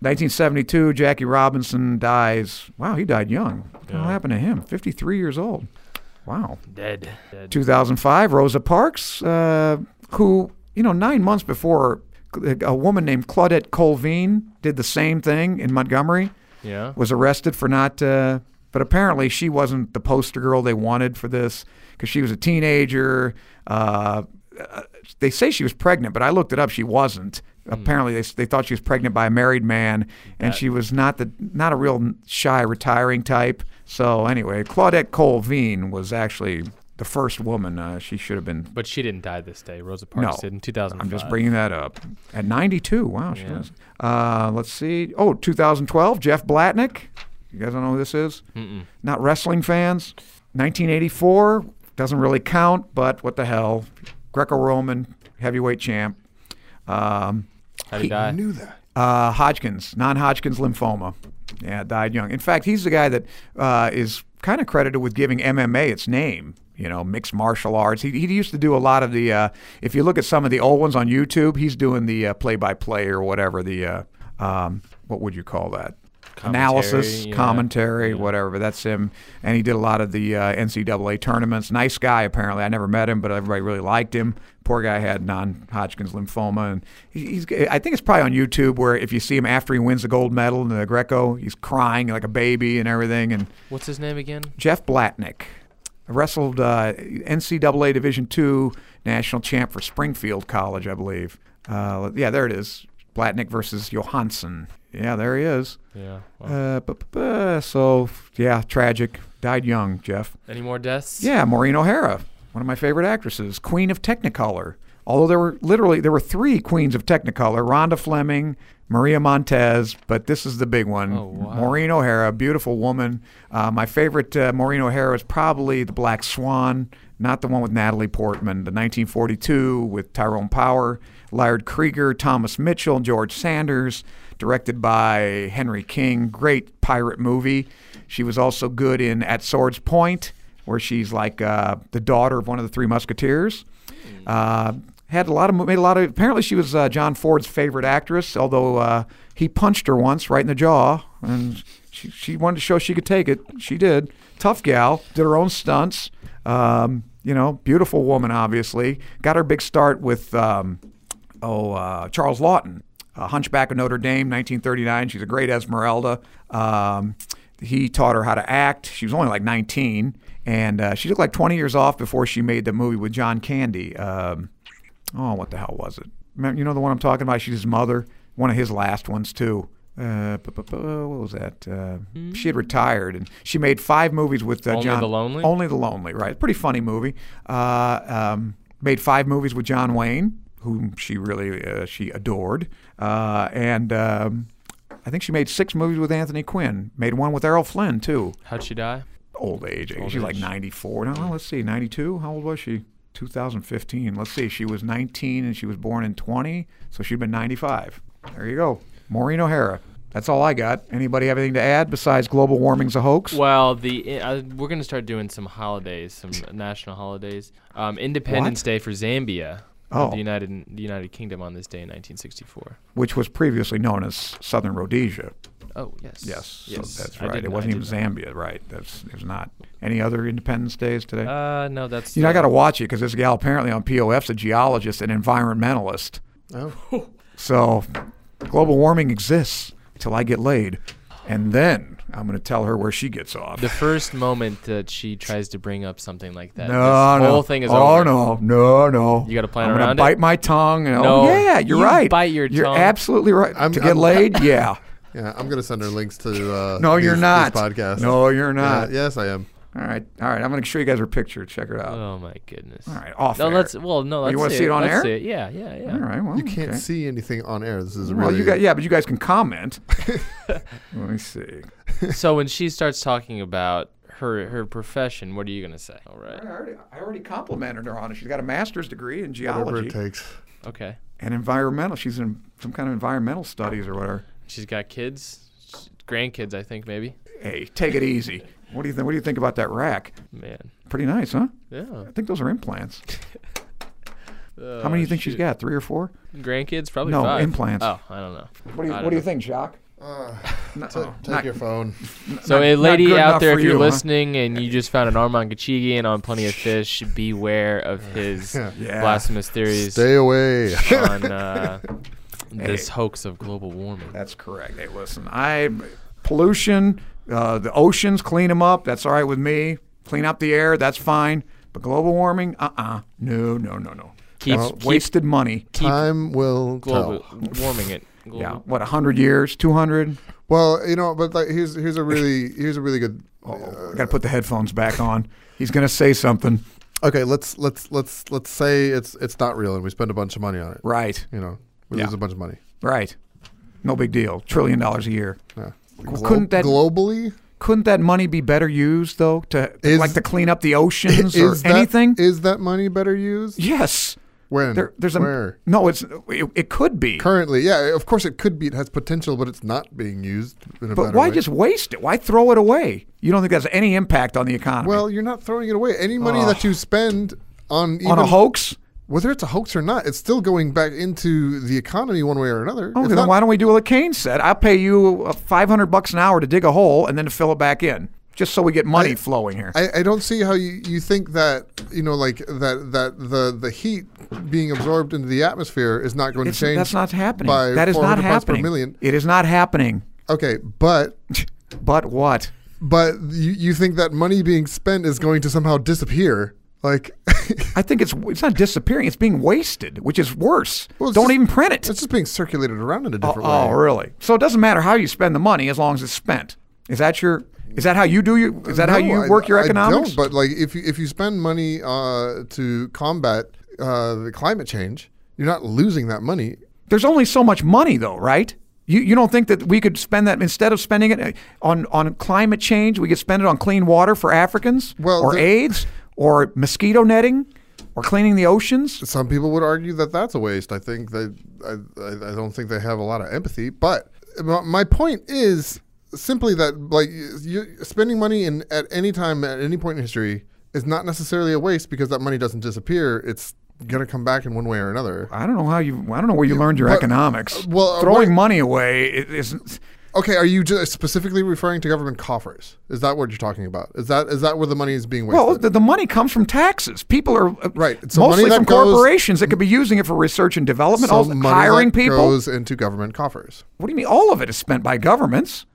Speaker 3: 1972, Jackie Robinson dies. Wow, he died young. What the hell
Speaker 4: Yeah.
Speaker 3: happened to him? 53 years old. Wow.
Speaker 4: Dead. Dead.
Speaker 3: 2005, Rosa Parks, uh, who, you know, nine months before, a woman named Claudette Colvin did the same thing in Montgomery,
Speaker 4: Yeah.
Speaker 3: was arrested for not. Uh, but apparently, she wasn't the poster girl they wanted for this because she was a teenager. Uh, uh, they say she was pregnant, but I looked it up. She wasn't. Apparently, they, they thought she was pregnant by a married man, and she was not the not a real shy retiring type. So anyway, Claudette Colvin was actually the first woman. Uh, she should have been.
Speaker 4: But she didn't die this day. Rosa Parks
Speaker 3: No.
Speaker 4: did in 2005.
Speaker 3: I'm just bringing that up. At 92, wow, she
Speaker 4: Yeah.
Speaker 3: was. Uh, let's see. Oh, 2012, Jeff Blatnick. You guys don't know who this is?
Speaker 4: Mm-mm.
Speaker 3: Not wrestling fans. 1984 doesn't really count, but what the hell? Greco-Roman heavyweight champ. Um,
Speaker 4: How'd he die?
Speaker 5: knew that.
Speaker 3: uh, Hodgkin's, non-Hodgkin's lymphoma. Yeah, died young. In fact, he's the guy that uh, is kind of credited with giving MMA its name. You know, mixed martial arts. He, he used to do a lot of the. Uh, if you look at some of the old ones on YouTube, he's doing the uh, play-by-play or whatever. The uh, um, what would you call that? Analysis,
Speaker 4: Commentary, yeah.
Speaker 3: commentary, whatever. But that's him. And he did a lot of the uh, NCAA tournaments. Nice guy, apparently. I never met him, but everybody really liked him. Poor guy had non-Hodgkin's lymphoma, and he- he's. I think it's probably on YouTube where if you see him after he wins the gold medal in the Greco, he's crying like a baby and everything. And
Speaker 4: What's his name again?
Speaker 3: Jeff Blatnick wrestled uh, NCAA Division II national champ for Springfield College, I believe. Uh, yeah, there it is. Blatnick versus Johansson. Yeah, there he is.
Speaker 4: Yeah. Well,
Speaker 3: Uh, bu- bu- bu- so yeah, tragic. Died young, Jeff.
Speaker 4: Any more deaths?
Speaker 3: Yeah, Maureen O'Hara, one of my favorite actresses, Queen of Technicolor. Although there were literally there were three queens of Technicolor: Rhonda Fleming, Maria Montez, but this is the big one.
Speaker 4: Oh, wow.
Speaker 3: Maureen O'Hara, beautiful woman. Uh, my favorite uh, Maureen O'Hara is probably The Black Swan, not the one with Natalie Portman. The 1942 with Tyrone Power, Laird Krieger, Thomas Mitchell, George Sanders, directed by Henry King. Great pirate movie. She was also good in At Swords Point where she's like uh, the daughter of one of the three musketeers. Uh, had a lot of made a lot of. Apparently, she was uh, John Ford's favorite actress. Although uh, he punched her once right in the jaw, and she, she wanted to show she could take it. She did. Tough gal. Did her own stunts. Um, you know, beautiful woman. Obviously, got her big start with um, oh uh, Charles Lawton. A Hunchback of Notre Dame, 1939. She's a great Esmeralda. Um, he taught her how to act. She was only like 19, and uh, she looked like 20 years off before she made the movie with John Candy. Um, oh, what the hell was it? Remember, you know the one I'm talking about? She's his mother. One of his last ones too. Uh, bu- bu- bu- what was that? Uh, She had retired, and she made five movies with uh,
Speaker 4: Hmm. Only
Speaker 3: John.
Speaker 4: the Lonely?
Speaker 3: Only the Lonely, right? Pretty funny movie. Uh, um, made five movies with John Wayne, whom she really uh, she adored, uh, and um, I think she made six movies with Anthony Quinn. Made one with Errol Flynn too.
Speaker 4: How'd she die?
Speaker 3: Old age.
Speaker 4: Old
Speaker 3: She's like
Speaker 4: age.
Speaker 3: 94. No, let's see, 92. How old was she? 2015. Let's see, she was 19 and she was born in 20, so she'd been 95. There you go, Maureen O'Hara. That's all I got. Anybody have anything to add besides global warming's a hoax?
Speaker 4: Well, the uh, we're gonna start doing some holidays, some national holidays. Um, Independence Day for Zambia,
Speaker 3: Oh.
Speaker 4: of the United the United Kingdom, on this day in 1964.
Speaker 3: which was previously known as Southern Rhodesia.
Speaker 4: Oh yes.
Speaker 3: Yes,
Speaker 4: Yes.
Speaker 3: so that's
Speaker 4: I
Speaker 3: right.
Speaker 4: did
Speaker 3: it
Speaker 4: kn- I
Speaker 3: wasn't even
Speaker 4: did know.
Speaker 3: Zambia, right? That's it was not. Any other Independence Days today?
Speaker 4: Uh, no, that's.
Speaker 3: you know, I
Speaker 4: the-
Speaker 3: got to watch it because this gal apparently on POF's a geologist and environmentalist.
Speaker 5: Oh.
Speaker 3: So global warming exists till I get laid, and then I'm going to tell her where she gets off.
Speaker 4: The first moment that she tries to bring up something like that,
Speaker 3: no,
Speaker 4: this
Speaker 3: no.
Speaker 4: whole thing is
Speaker 3: oh
Speaker 4: over.
Speaker 3: no, no, no.
Speaker 4: You gotta plan
Speaker 3: I'm gonna
Speaker 4: around it?
Speaker 3: bite my tongue. And
Speaker 4: No,
Speaker 3: oh, yeah, you're
Speaker 4: you
Speaker 3: right.
Speaker 4: bite your
Speaker 3: You're
Speaker 4: tongue.
Speaker 3: absolutely right.
Speaker 5: I'm-
Speaker 3: to get
Speaker 5: I'm-
Speaker 3: laid, yeah.
Speaker 5: Yeah, I'm gonna send her links to. Uh,
Speaker 3: No,
Speaker 5: these-
Speaker 3: you're
Speaker 5: these
Speaker 3: not.
Speaker 5: podcasts.
Speaker 3: No, you're
Speaker 5: Yeah,
Speaker 3: not.
Speaker 5: yes, I am.
Speaker 3: All right, all right. I'm gonna show you guys her picture. Check it out.
Speaker 4: Oh my goodness.
Speaker 3: All right, off.
Speaker 4: No,
Speaker 3: air.
Speaker 4: let's. Well, no, let's.
Speaker 3: You wanna
Speaker 4: see
Speaker 3: see it on
Speaker 4: let's
Speaker 3: air?
Speaker 4: See it. Yeah, yeah, yeah.
Speaker 3: All right. Well,
Speaker 5: You can't
Speaker 3: okay.
Speaker 5: see anything on air. This is
Speaker 3: Well,
Speaker 5: really.
Speaker 3: you got yeah, but you guys can comment. Let me see.
Speaker 4: so when she starts talking about her her profession, what are you gonna say? All
Speaker 3: I
Speaker 4: right.
Speaker 3: already, I already complimented her on it. She's got a master's degree in
Speaker 5: whatever it
Speaker 3: geology
Speaker 5: takes.
Speaker 4: Okay.
Speaker 3: and environmental. She's in some kind of environmental studies or whatever.
Speaker 4: She's got kids, She's- grandkids, I think maybe.
Speaker 3: Hey, take it easy. What do you think? What do you think about that rack?
Speaker 4: Man.
Speaker 3: Pretty nice, huh?
Speaker 4: Yeah.
Speaker 3: I think those are implants. How
Speaker 5: Oh,
Speaker 3: many do you think she's got? Three or four?
Speaker 4: Grandkids, probably
Speaker 3: No,
Speaker 4: five.
Speaker 3: implants.
Speaker 4: Oh, I don't know.
Speaker 3: What do you
Speaker 4: I don't
Speaker 3: What do you
Speaker 4: know.
Speaker 3: think, Jacques? No,
Speaker 5: Ta- Uh, take
Speaker 3: Oh, not-
Speaker 5: your phone.
Speaker 4: So,
Speaker 3: Not-
Speaker 4: a
Speaker 3: not
Speaker 4: lady
Speaker 3: good
Speaker 4: out
Speaker 3: enough
Speaker 4: there,
Speaker 3: for
Speaker 4: if you're
Speaker 3: you, huh?
Speaker 4: listening and you just found an Armand Gachigian on Plenty of Fish, beware of his
Speaker 3: Yeah.
Speaker 4: blasphemous theories
Speaker 5: Stay away.
Speaker 4: on uh, this hoax of global warming.
Speaker 3: That's correct. Hey, listen, I pollution, uh, the oceans, clean them up. That's all right with me. Clean up the air. That's fine. But global warming, uh, uh no, no, no, no.
Speaker 4: Keep-
Speaker 3: That's
Speaker 4: keep-
Speaker 3: wasted money.
Speaker 4: Keep
Speaker 5: Time will
Speaker 4: global
Speaker 5: tell.
Speaker 4: warming it. Global.
Speaker 3: Yeah, what, hundred years, two hundred?
Speaker 5: Well, you know, but like here's here's a really here's a really good.
Speaker 3: Got to put the headphones back on. He's gonna say something.
Speaker 5: Okay, let's let's let's let's say it's it's not real, and we spend a bunch of money on it.
Speaker 3: Right,
Speaker 5: You know, we
Speaker 3: Yeah.
Speaker 5: lose a bunch of money.
Speaker 3: right. No big deal. Trillion dollars a year.
Speaker 5: Yeah.
Speaker 3: Well, couldn't that-
Speaker 5: globally
Speaker 3: Couldn't that money be better used though to
Speaker 5: Is-
Speaker 3: like to clean up the oceans or
Speaker 5: that,
Speaker 3: anything?
Speaker 5: Is that money better used?
Speaker 3: yes.
Speaker 5: When
Speaker 3: There, there's a
Speaker 5: where
Speaker 3: no. It's it, it could be.
Speaker 5: currently? Yeah, of course it could be. It has potential, but it's not being used. In a
Speaker 3: But
Speaker 5: better
Speaker 3: why
Speaker 5: way.
Speaker 3: just waste it? Why throw it away? You don't think that's any impact on the economy?
Speaker 5: Well, you're not throwing it away. Any money that you spend on even,
Speaker 3: on a hoax.
Speaker 5: whether it's a hoax or not, it's still going back into the economy one way or another.
Speaker 3: Oh,
Speaker 5: It's
Speaker 3: then
Speaker 5: not-
Speaker 3: why don't we do what Keynes said? I'll pay you uh, 500 bucks an hour to dig a hole and then to fill it back in, just so we get money flowing here.
Speaker 5: I, I don't see how you, you think that you know like that that the the heat being absorbed into the atmosphere is not going
Speaker 3: It's-
Speaker 5: to change.
Speaker 3: that's not happening.
Speaker 5: by
Speaker 3: That is not
Speaker 5: 400 parts per
Speaker 3: happening.
Speaker 5: million.
Speaker 3: It is not happening.
Speaker 5: Okay, but
Speaker 3: But what?
Speaker 5: but you, you think that money being spent is going to somehow disappear? Like
Speaker 3: I think it's it's not disappearing. It's being wasted, which is worse.
Speaker 5: Well, it's
Speaker 3: don't
Speaker 5: just-
Speaker 3: even print it.
Speaker 5: it's just being circulated around in a
Speaker 3: Oh,
Speaker 5: different
Speaker 3: oh,
Speaker 5: way.
Speaker 3: really? So it doesn't matter how you spend the money as long as it's spent. Is that your? Is that how you do your? Is that how
Speaker 5: No,
Speaker 3: you
Speaker 5: I-
Speaker 3: work your
Speaker 5: I don't,
Speaker 3: economics?
Speaker 5: but like if you if you spend money uh, to combat uh, the climate change, you're not losing that money.
Speaker 3: There's only so much money, though, right? You, you don't think that we could spend that instead of spending it uh, on, on climate change, we could spend it on clean water for Africans
Speaker 5: Well,
Speaker 3: or
Speaker 5: the-
Speaker 3: AIDS or mosquito netting or cleaning the oceans?
Speaker 5: Some people would argue that that's a waste. I think they, I, I, I don't think they have a lot of empathy. But my my point is simply that like you, spending money in at any time at any point in history is not necessarily a waste because that money doesn't disappear. It's gonna come back in one way or another.
Speaker 3: I don't know how you. I don't know where you learned your
Speaker 5: but-
Speaker 3: economics.
Speaker 5: well, uh,
Speaker 3: throwing
Speaker 5: what-
Speaker 3: money away i- isn't.
Speaker 5: Okay, are you just specifically referring to government coffers? Is that what you're talking about? Is that is that where the money is being wasted?
Speaker 3: Well, the, the money comes from taxes. People are uh,
Speaker 5: Right, so
Speaker 3: mostly
Speaker 5: money that
Speaker 3: from
Speaker 5: goes-
Speaker 3: corporations that could be using it for research and development, also
Speaker 5: money
Speaker 3: hiring
Speaker 5: that
Speaker 3: people.
Speaker 5: goes into government coffers.
Speaker 3: What do you mean? All of it is spent by governments.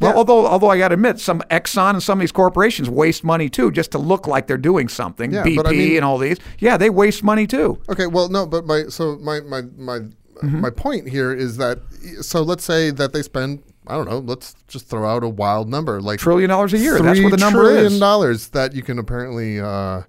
Speaker 3: Well,
Speaker 5: Yeah.
Speaker 3: although although I got to admit, some Exxon and some of these corporations waste money too, just to look like they're doing something.
Speaker 5: Yeah,
Speaker 3: BP
Speaker 5: but I mean-
Speaker 3: and all these, yeah, they waste money too.
Speaker 5: Okay, well, no, but my so my my my
Speaker 3: Mm-hmm.
Speaker 5: my point here is that so let's say that they spend I don't know, let's just throw out a wild number like
Speaker 3: Trillion dollars a year. That's what the
Speaker 5: $3
Speaker 3: number
Speaker 5: trillion
Speaker 3: is.
Speaker 5: dollars that you can apparently uh,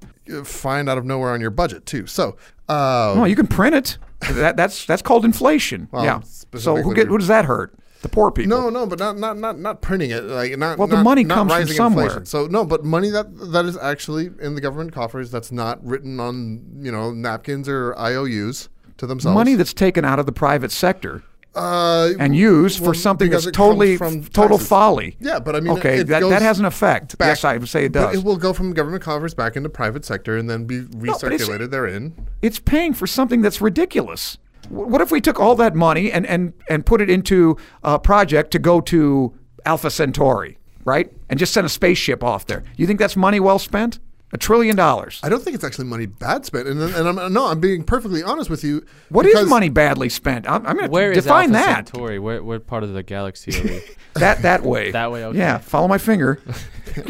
Speaker 5: find out of nowhere on your budget too. So uh,
Speaker 3: Well, you can print it. That, that's that's called inflation.
Speaker 5: Well,
Speaker 3: yeah. So who
Speaker 5: specifically-
Speaker 3: get who does that hurt? The poor people.
Speaker 5: No, no, but not not not not printing it. Like not.
Speaker 3: Well, the
Speaker 5: not-
Speaker 3: money
Speaker 5: not
Speaker 3: comes from
Speaker 5: rising
Speaker 3: somewhere.
Speaker 5: inflation. So no, but money that that is actually in the government coffers. That's not written on you know napkins or IOUs to themselves.
Speaker 3: money that's taken out of the private sector
Speaker 5: uh,
Speaker 3: and used for
Speaker 5: well,
Speaker 3: something
Speaker 5: because
Speaker 3: that's
Speaker 5: it comes
Speaker 3: totally
Speaker 5: from
Speaker 3: total
Speaker 5: taxes.
Speaker 3: folly.
Speaker 5: Yeah, but I mean,
Speaker 3: okay,
Speaker 5: it
Speaker 3: that,
Speaker 5: goes
Speaker 3: that has an effect.
Speaker 5: back-
Speaker 3: yes, I would say it
Speaker 5: But
Speaker 3: does.
Speaker 5: it will go from government coffers back into private sector and then be
Speaker 3: but it's-
Speaker 5: recirculated therein.
Speaker 3: it's paying for something that's ridiculous. w- what if we took all that money and and and put it into a project to go to Alpha Centauri, right? And just send a spaceship off there. You think that's money well spent? A trillion dollars.
Speaker 5: I don't think it's actually money bad spent, and and I'm no, I'm being perfectly honest with you.
Speaker 3: What is
Speaker 5: because-
Speaker 3: money badly spent? I'm, I'm going
Speaker 4: Where
Speaker 3: to
Speaker 4: is
Speaker 3: define
Speaker 4: Alpha
Speaker 3: that.
Speaker 4: Centauri? Where, where part of the galaxy are we?
Speaker 3: That that way.
Speaker 4: That way, okay.
Speaker 3: Yeah, follow my finger.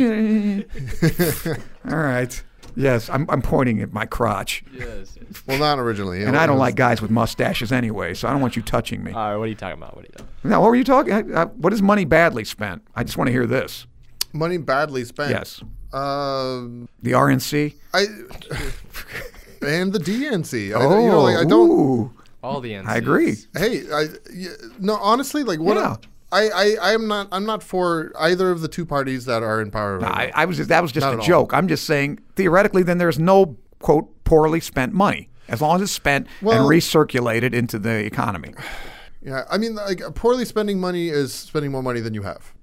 Speaker 3: All right. Yes, I'm, I'm pointing at my crotch.
Speaker 4: yes, yes.
Speaker 5: Well, not originally,
Speaker 3: And I don't like guys with mustaches anyway, so I don't want you touching me.
Speaker 4: All right, what are you talking about? What are you talking
Speaker 3: Now, what were you talking? I, I, what is money badly spent? I just want to hear this.
Speaker 5: money badly spent.
Speaker 3: Yes.
Speaker 5: Um,
Speaker 3: The RNC.
Speaker 5: I and the DNC. I, you know, like, I don't.
Speaker 3: Oh, ooh,
Speaker 4: All the NCs.
Speaker 3: I agree.
Speaker 5: Hey, I y- no, honestly, like what?
Speaker 3: Yeah.
Speaker 5: I, I I am not I'm not for either of the two parties that are in power. Right
Speaker 3: I,
Speaker 5: now.
Speaker 3: I was just, that was just
Speaker 5: Not
Speaker 3: a
Speaker 5: at all.
Speaker 3: joke. I'm just saying theoretically, then there's no quote poorly spent money as long as it's spent
Speaker 5: Well-
Speaker 3: and recirculated into the economy.
Speaker 5: yeah, I mean, like poorly spending money is spending more money than you have.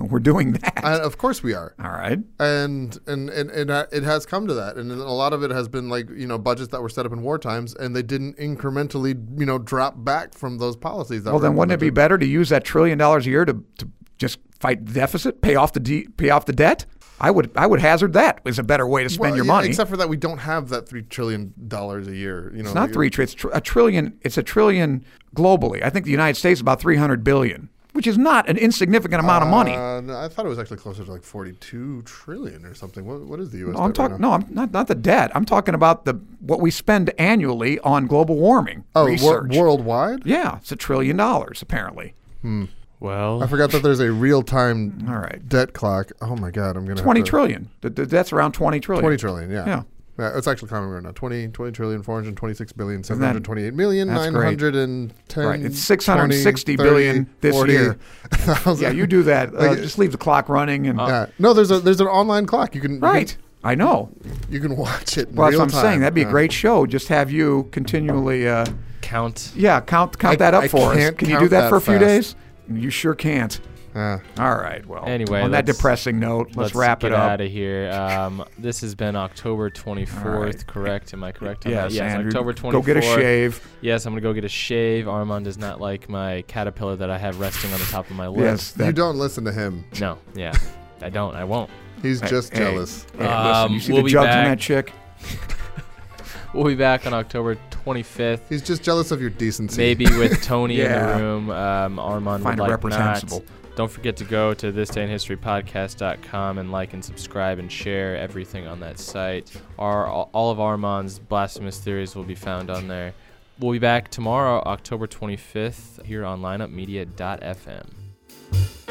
Speaker 3: we're doing that.
Speaker 5: And of course we are.
Speaker 3: All right.
Speaker 5: And and and, and uh, it has come to that, and then a lot of it has been like you know budgets that were set up in war times, and they didn't incrementally you know drop back from those policies. That
Speaker 3: Well,
Speaker 5: were
Speaker 3: then wouldn't it be better to use that trillion dollars a year to, to just fight the deficit, pay off the de- pay off the debt? I would I would hazard that is a better way to spend
Speaker 5: Well,
Speaker 3: your
Speaker 5: yeah,
Speaker 3: money.
Speaker 5: Except for that, we don't have that three trillion dollars a year. You know,
Speaker 3: it's not three trillion. It's tr- a trillion. It's a trillion globally. I think the United States is about three hundred billion, which is not an insignificant amount of money.
Speaker 5: Uh, no, I thought it was actually closer to like forty-two trillion or something. What, what is the U.S.
Speaker 3: No, I'm
Speaker 5: debt right
Speaker 3: talking.
Speaker 5: now?
Speaker 3: No, I'm not not the debt. I'm talking about the what we spend annually on global warming
Speaker 5: Oh, wor-
Speaker 3: research.
Speaker 5: worldwide.
Speaker 3: yeah, it's a trillion dollars apparently.
Speaker 5: I
Speaker 4: Well,
Speaker 5: forgot that there's a real-time
Speaker 3: All right.
Speaker 5: debt clock. Oh my God, I'm gonna have
Speaker 3: Twenty
Speaker 5: to-
Speaker 3: trillion. The, the debt's around twenty trillion.
Speaker 5: Twenty trillion. Yeah.
Speaker 3: Yeah.
Speaker 5: it's actually climbing right now. 20, 20 trillion, 426 billion,
Speaker 3: that-
Speaker 5: 728 million,
Speaker 3: that's great.
Speaker 5: 910.
Speaker 3: Right, it's 660 billion this year. Yeah, you do that. Uh,
Speaker 5: Like,
Speaker 3: just leave the clock running and
Speaker 5: Yeah. No, there's a there's an online clock. You can you can-
Speaker 3: right. I know.
Speaker 5: You can, watch it. in
Speaker 3: Well, that's
Speaker 5: real
Speaker 3: what I'm saying.
Speaker 5: time. Uh.
Speaker 3: That'd be a
Speaker 5: Yeah.
Speaker 3: great show. Just have you continually, uh,
Speaker 4: count.
Speaker 3: yeah, count count
Speaker 5: I-
Speaker 3: that up
Speaker 5: I
Speaker 3: for us.
Speaker 5: can't
Speaker 3: Can you
Speaker 5: count
Speaker 3: do that,
Speaker 5: that
Speaker 3: for a few
Speaker 5: fast.
Speaker 3: days? You sure can't.
Speaker 5: Yeah.
Speaker 3: All right. Well,
Speaker 4: Anyway,
Speaker 3: on that
Speaker 4: let's-
Speaker 3: depressing note, let's, wrap
Speaker 4: get
Speaker 3: it up.
Speaker 4: out of here. Um, this has been October 24th, correct? Am I correct on
Speaker 3: Yes,
Speaker 4: that? Yes,
Speaker 3: Andrew,
Speaker 4: October 24th.
Speaker 3: Go get a shave.
Speaker 4: Yes, I'm going to go get a shave. Armand does not like my caterpillar that I have resting on the top of my lip.
Speaker 3: Yes, that,
Speaker 5: you don't listen to him.
Speaker 4: No, yeah. I don't. I won't.
Speaker 5: He's just
Speaker 3: hey.
Speaker 5: jealous.
Speaker 3: Hey, listen,
Speaker 4: Um,
Speaker 3: you see
Speaker 4: we'll
Speaker 3: the
Speaker 4: be
Speaker 3: jugs on
Speaker 4: back.
Speaker 3: that chick?
Speaker 4: We'll be back on October 25th.
Speaker 5: He's just jealous of your decency.
Speaker 4: Maybe with Tony
Speaker 3: Yeah.
Speaker 4: in the room, um, Armand
Speaker 3: Find a
Speaker 4: would like
Speaker 3: reprehensible.
Speaker 4: not. Don't forget to go to thisdayinhistorypodcast.com and like and subscribe and share everything on that site. Our all of Armand's blasphemous theories will be found on there. We'll be back tomorrow, October 25th, here on lineupmedia.fm.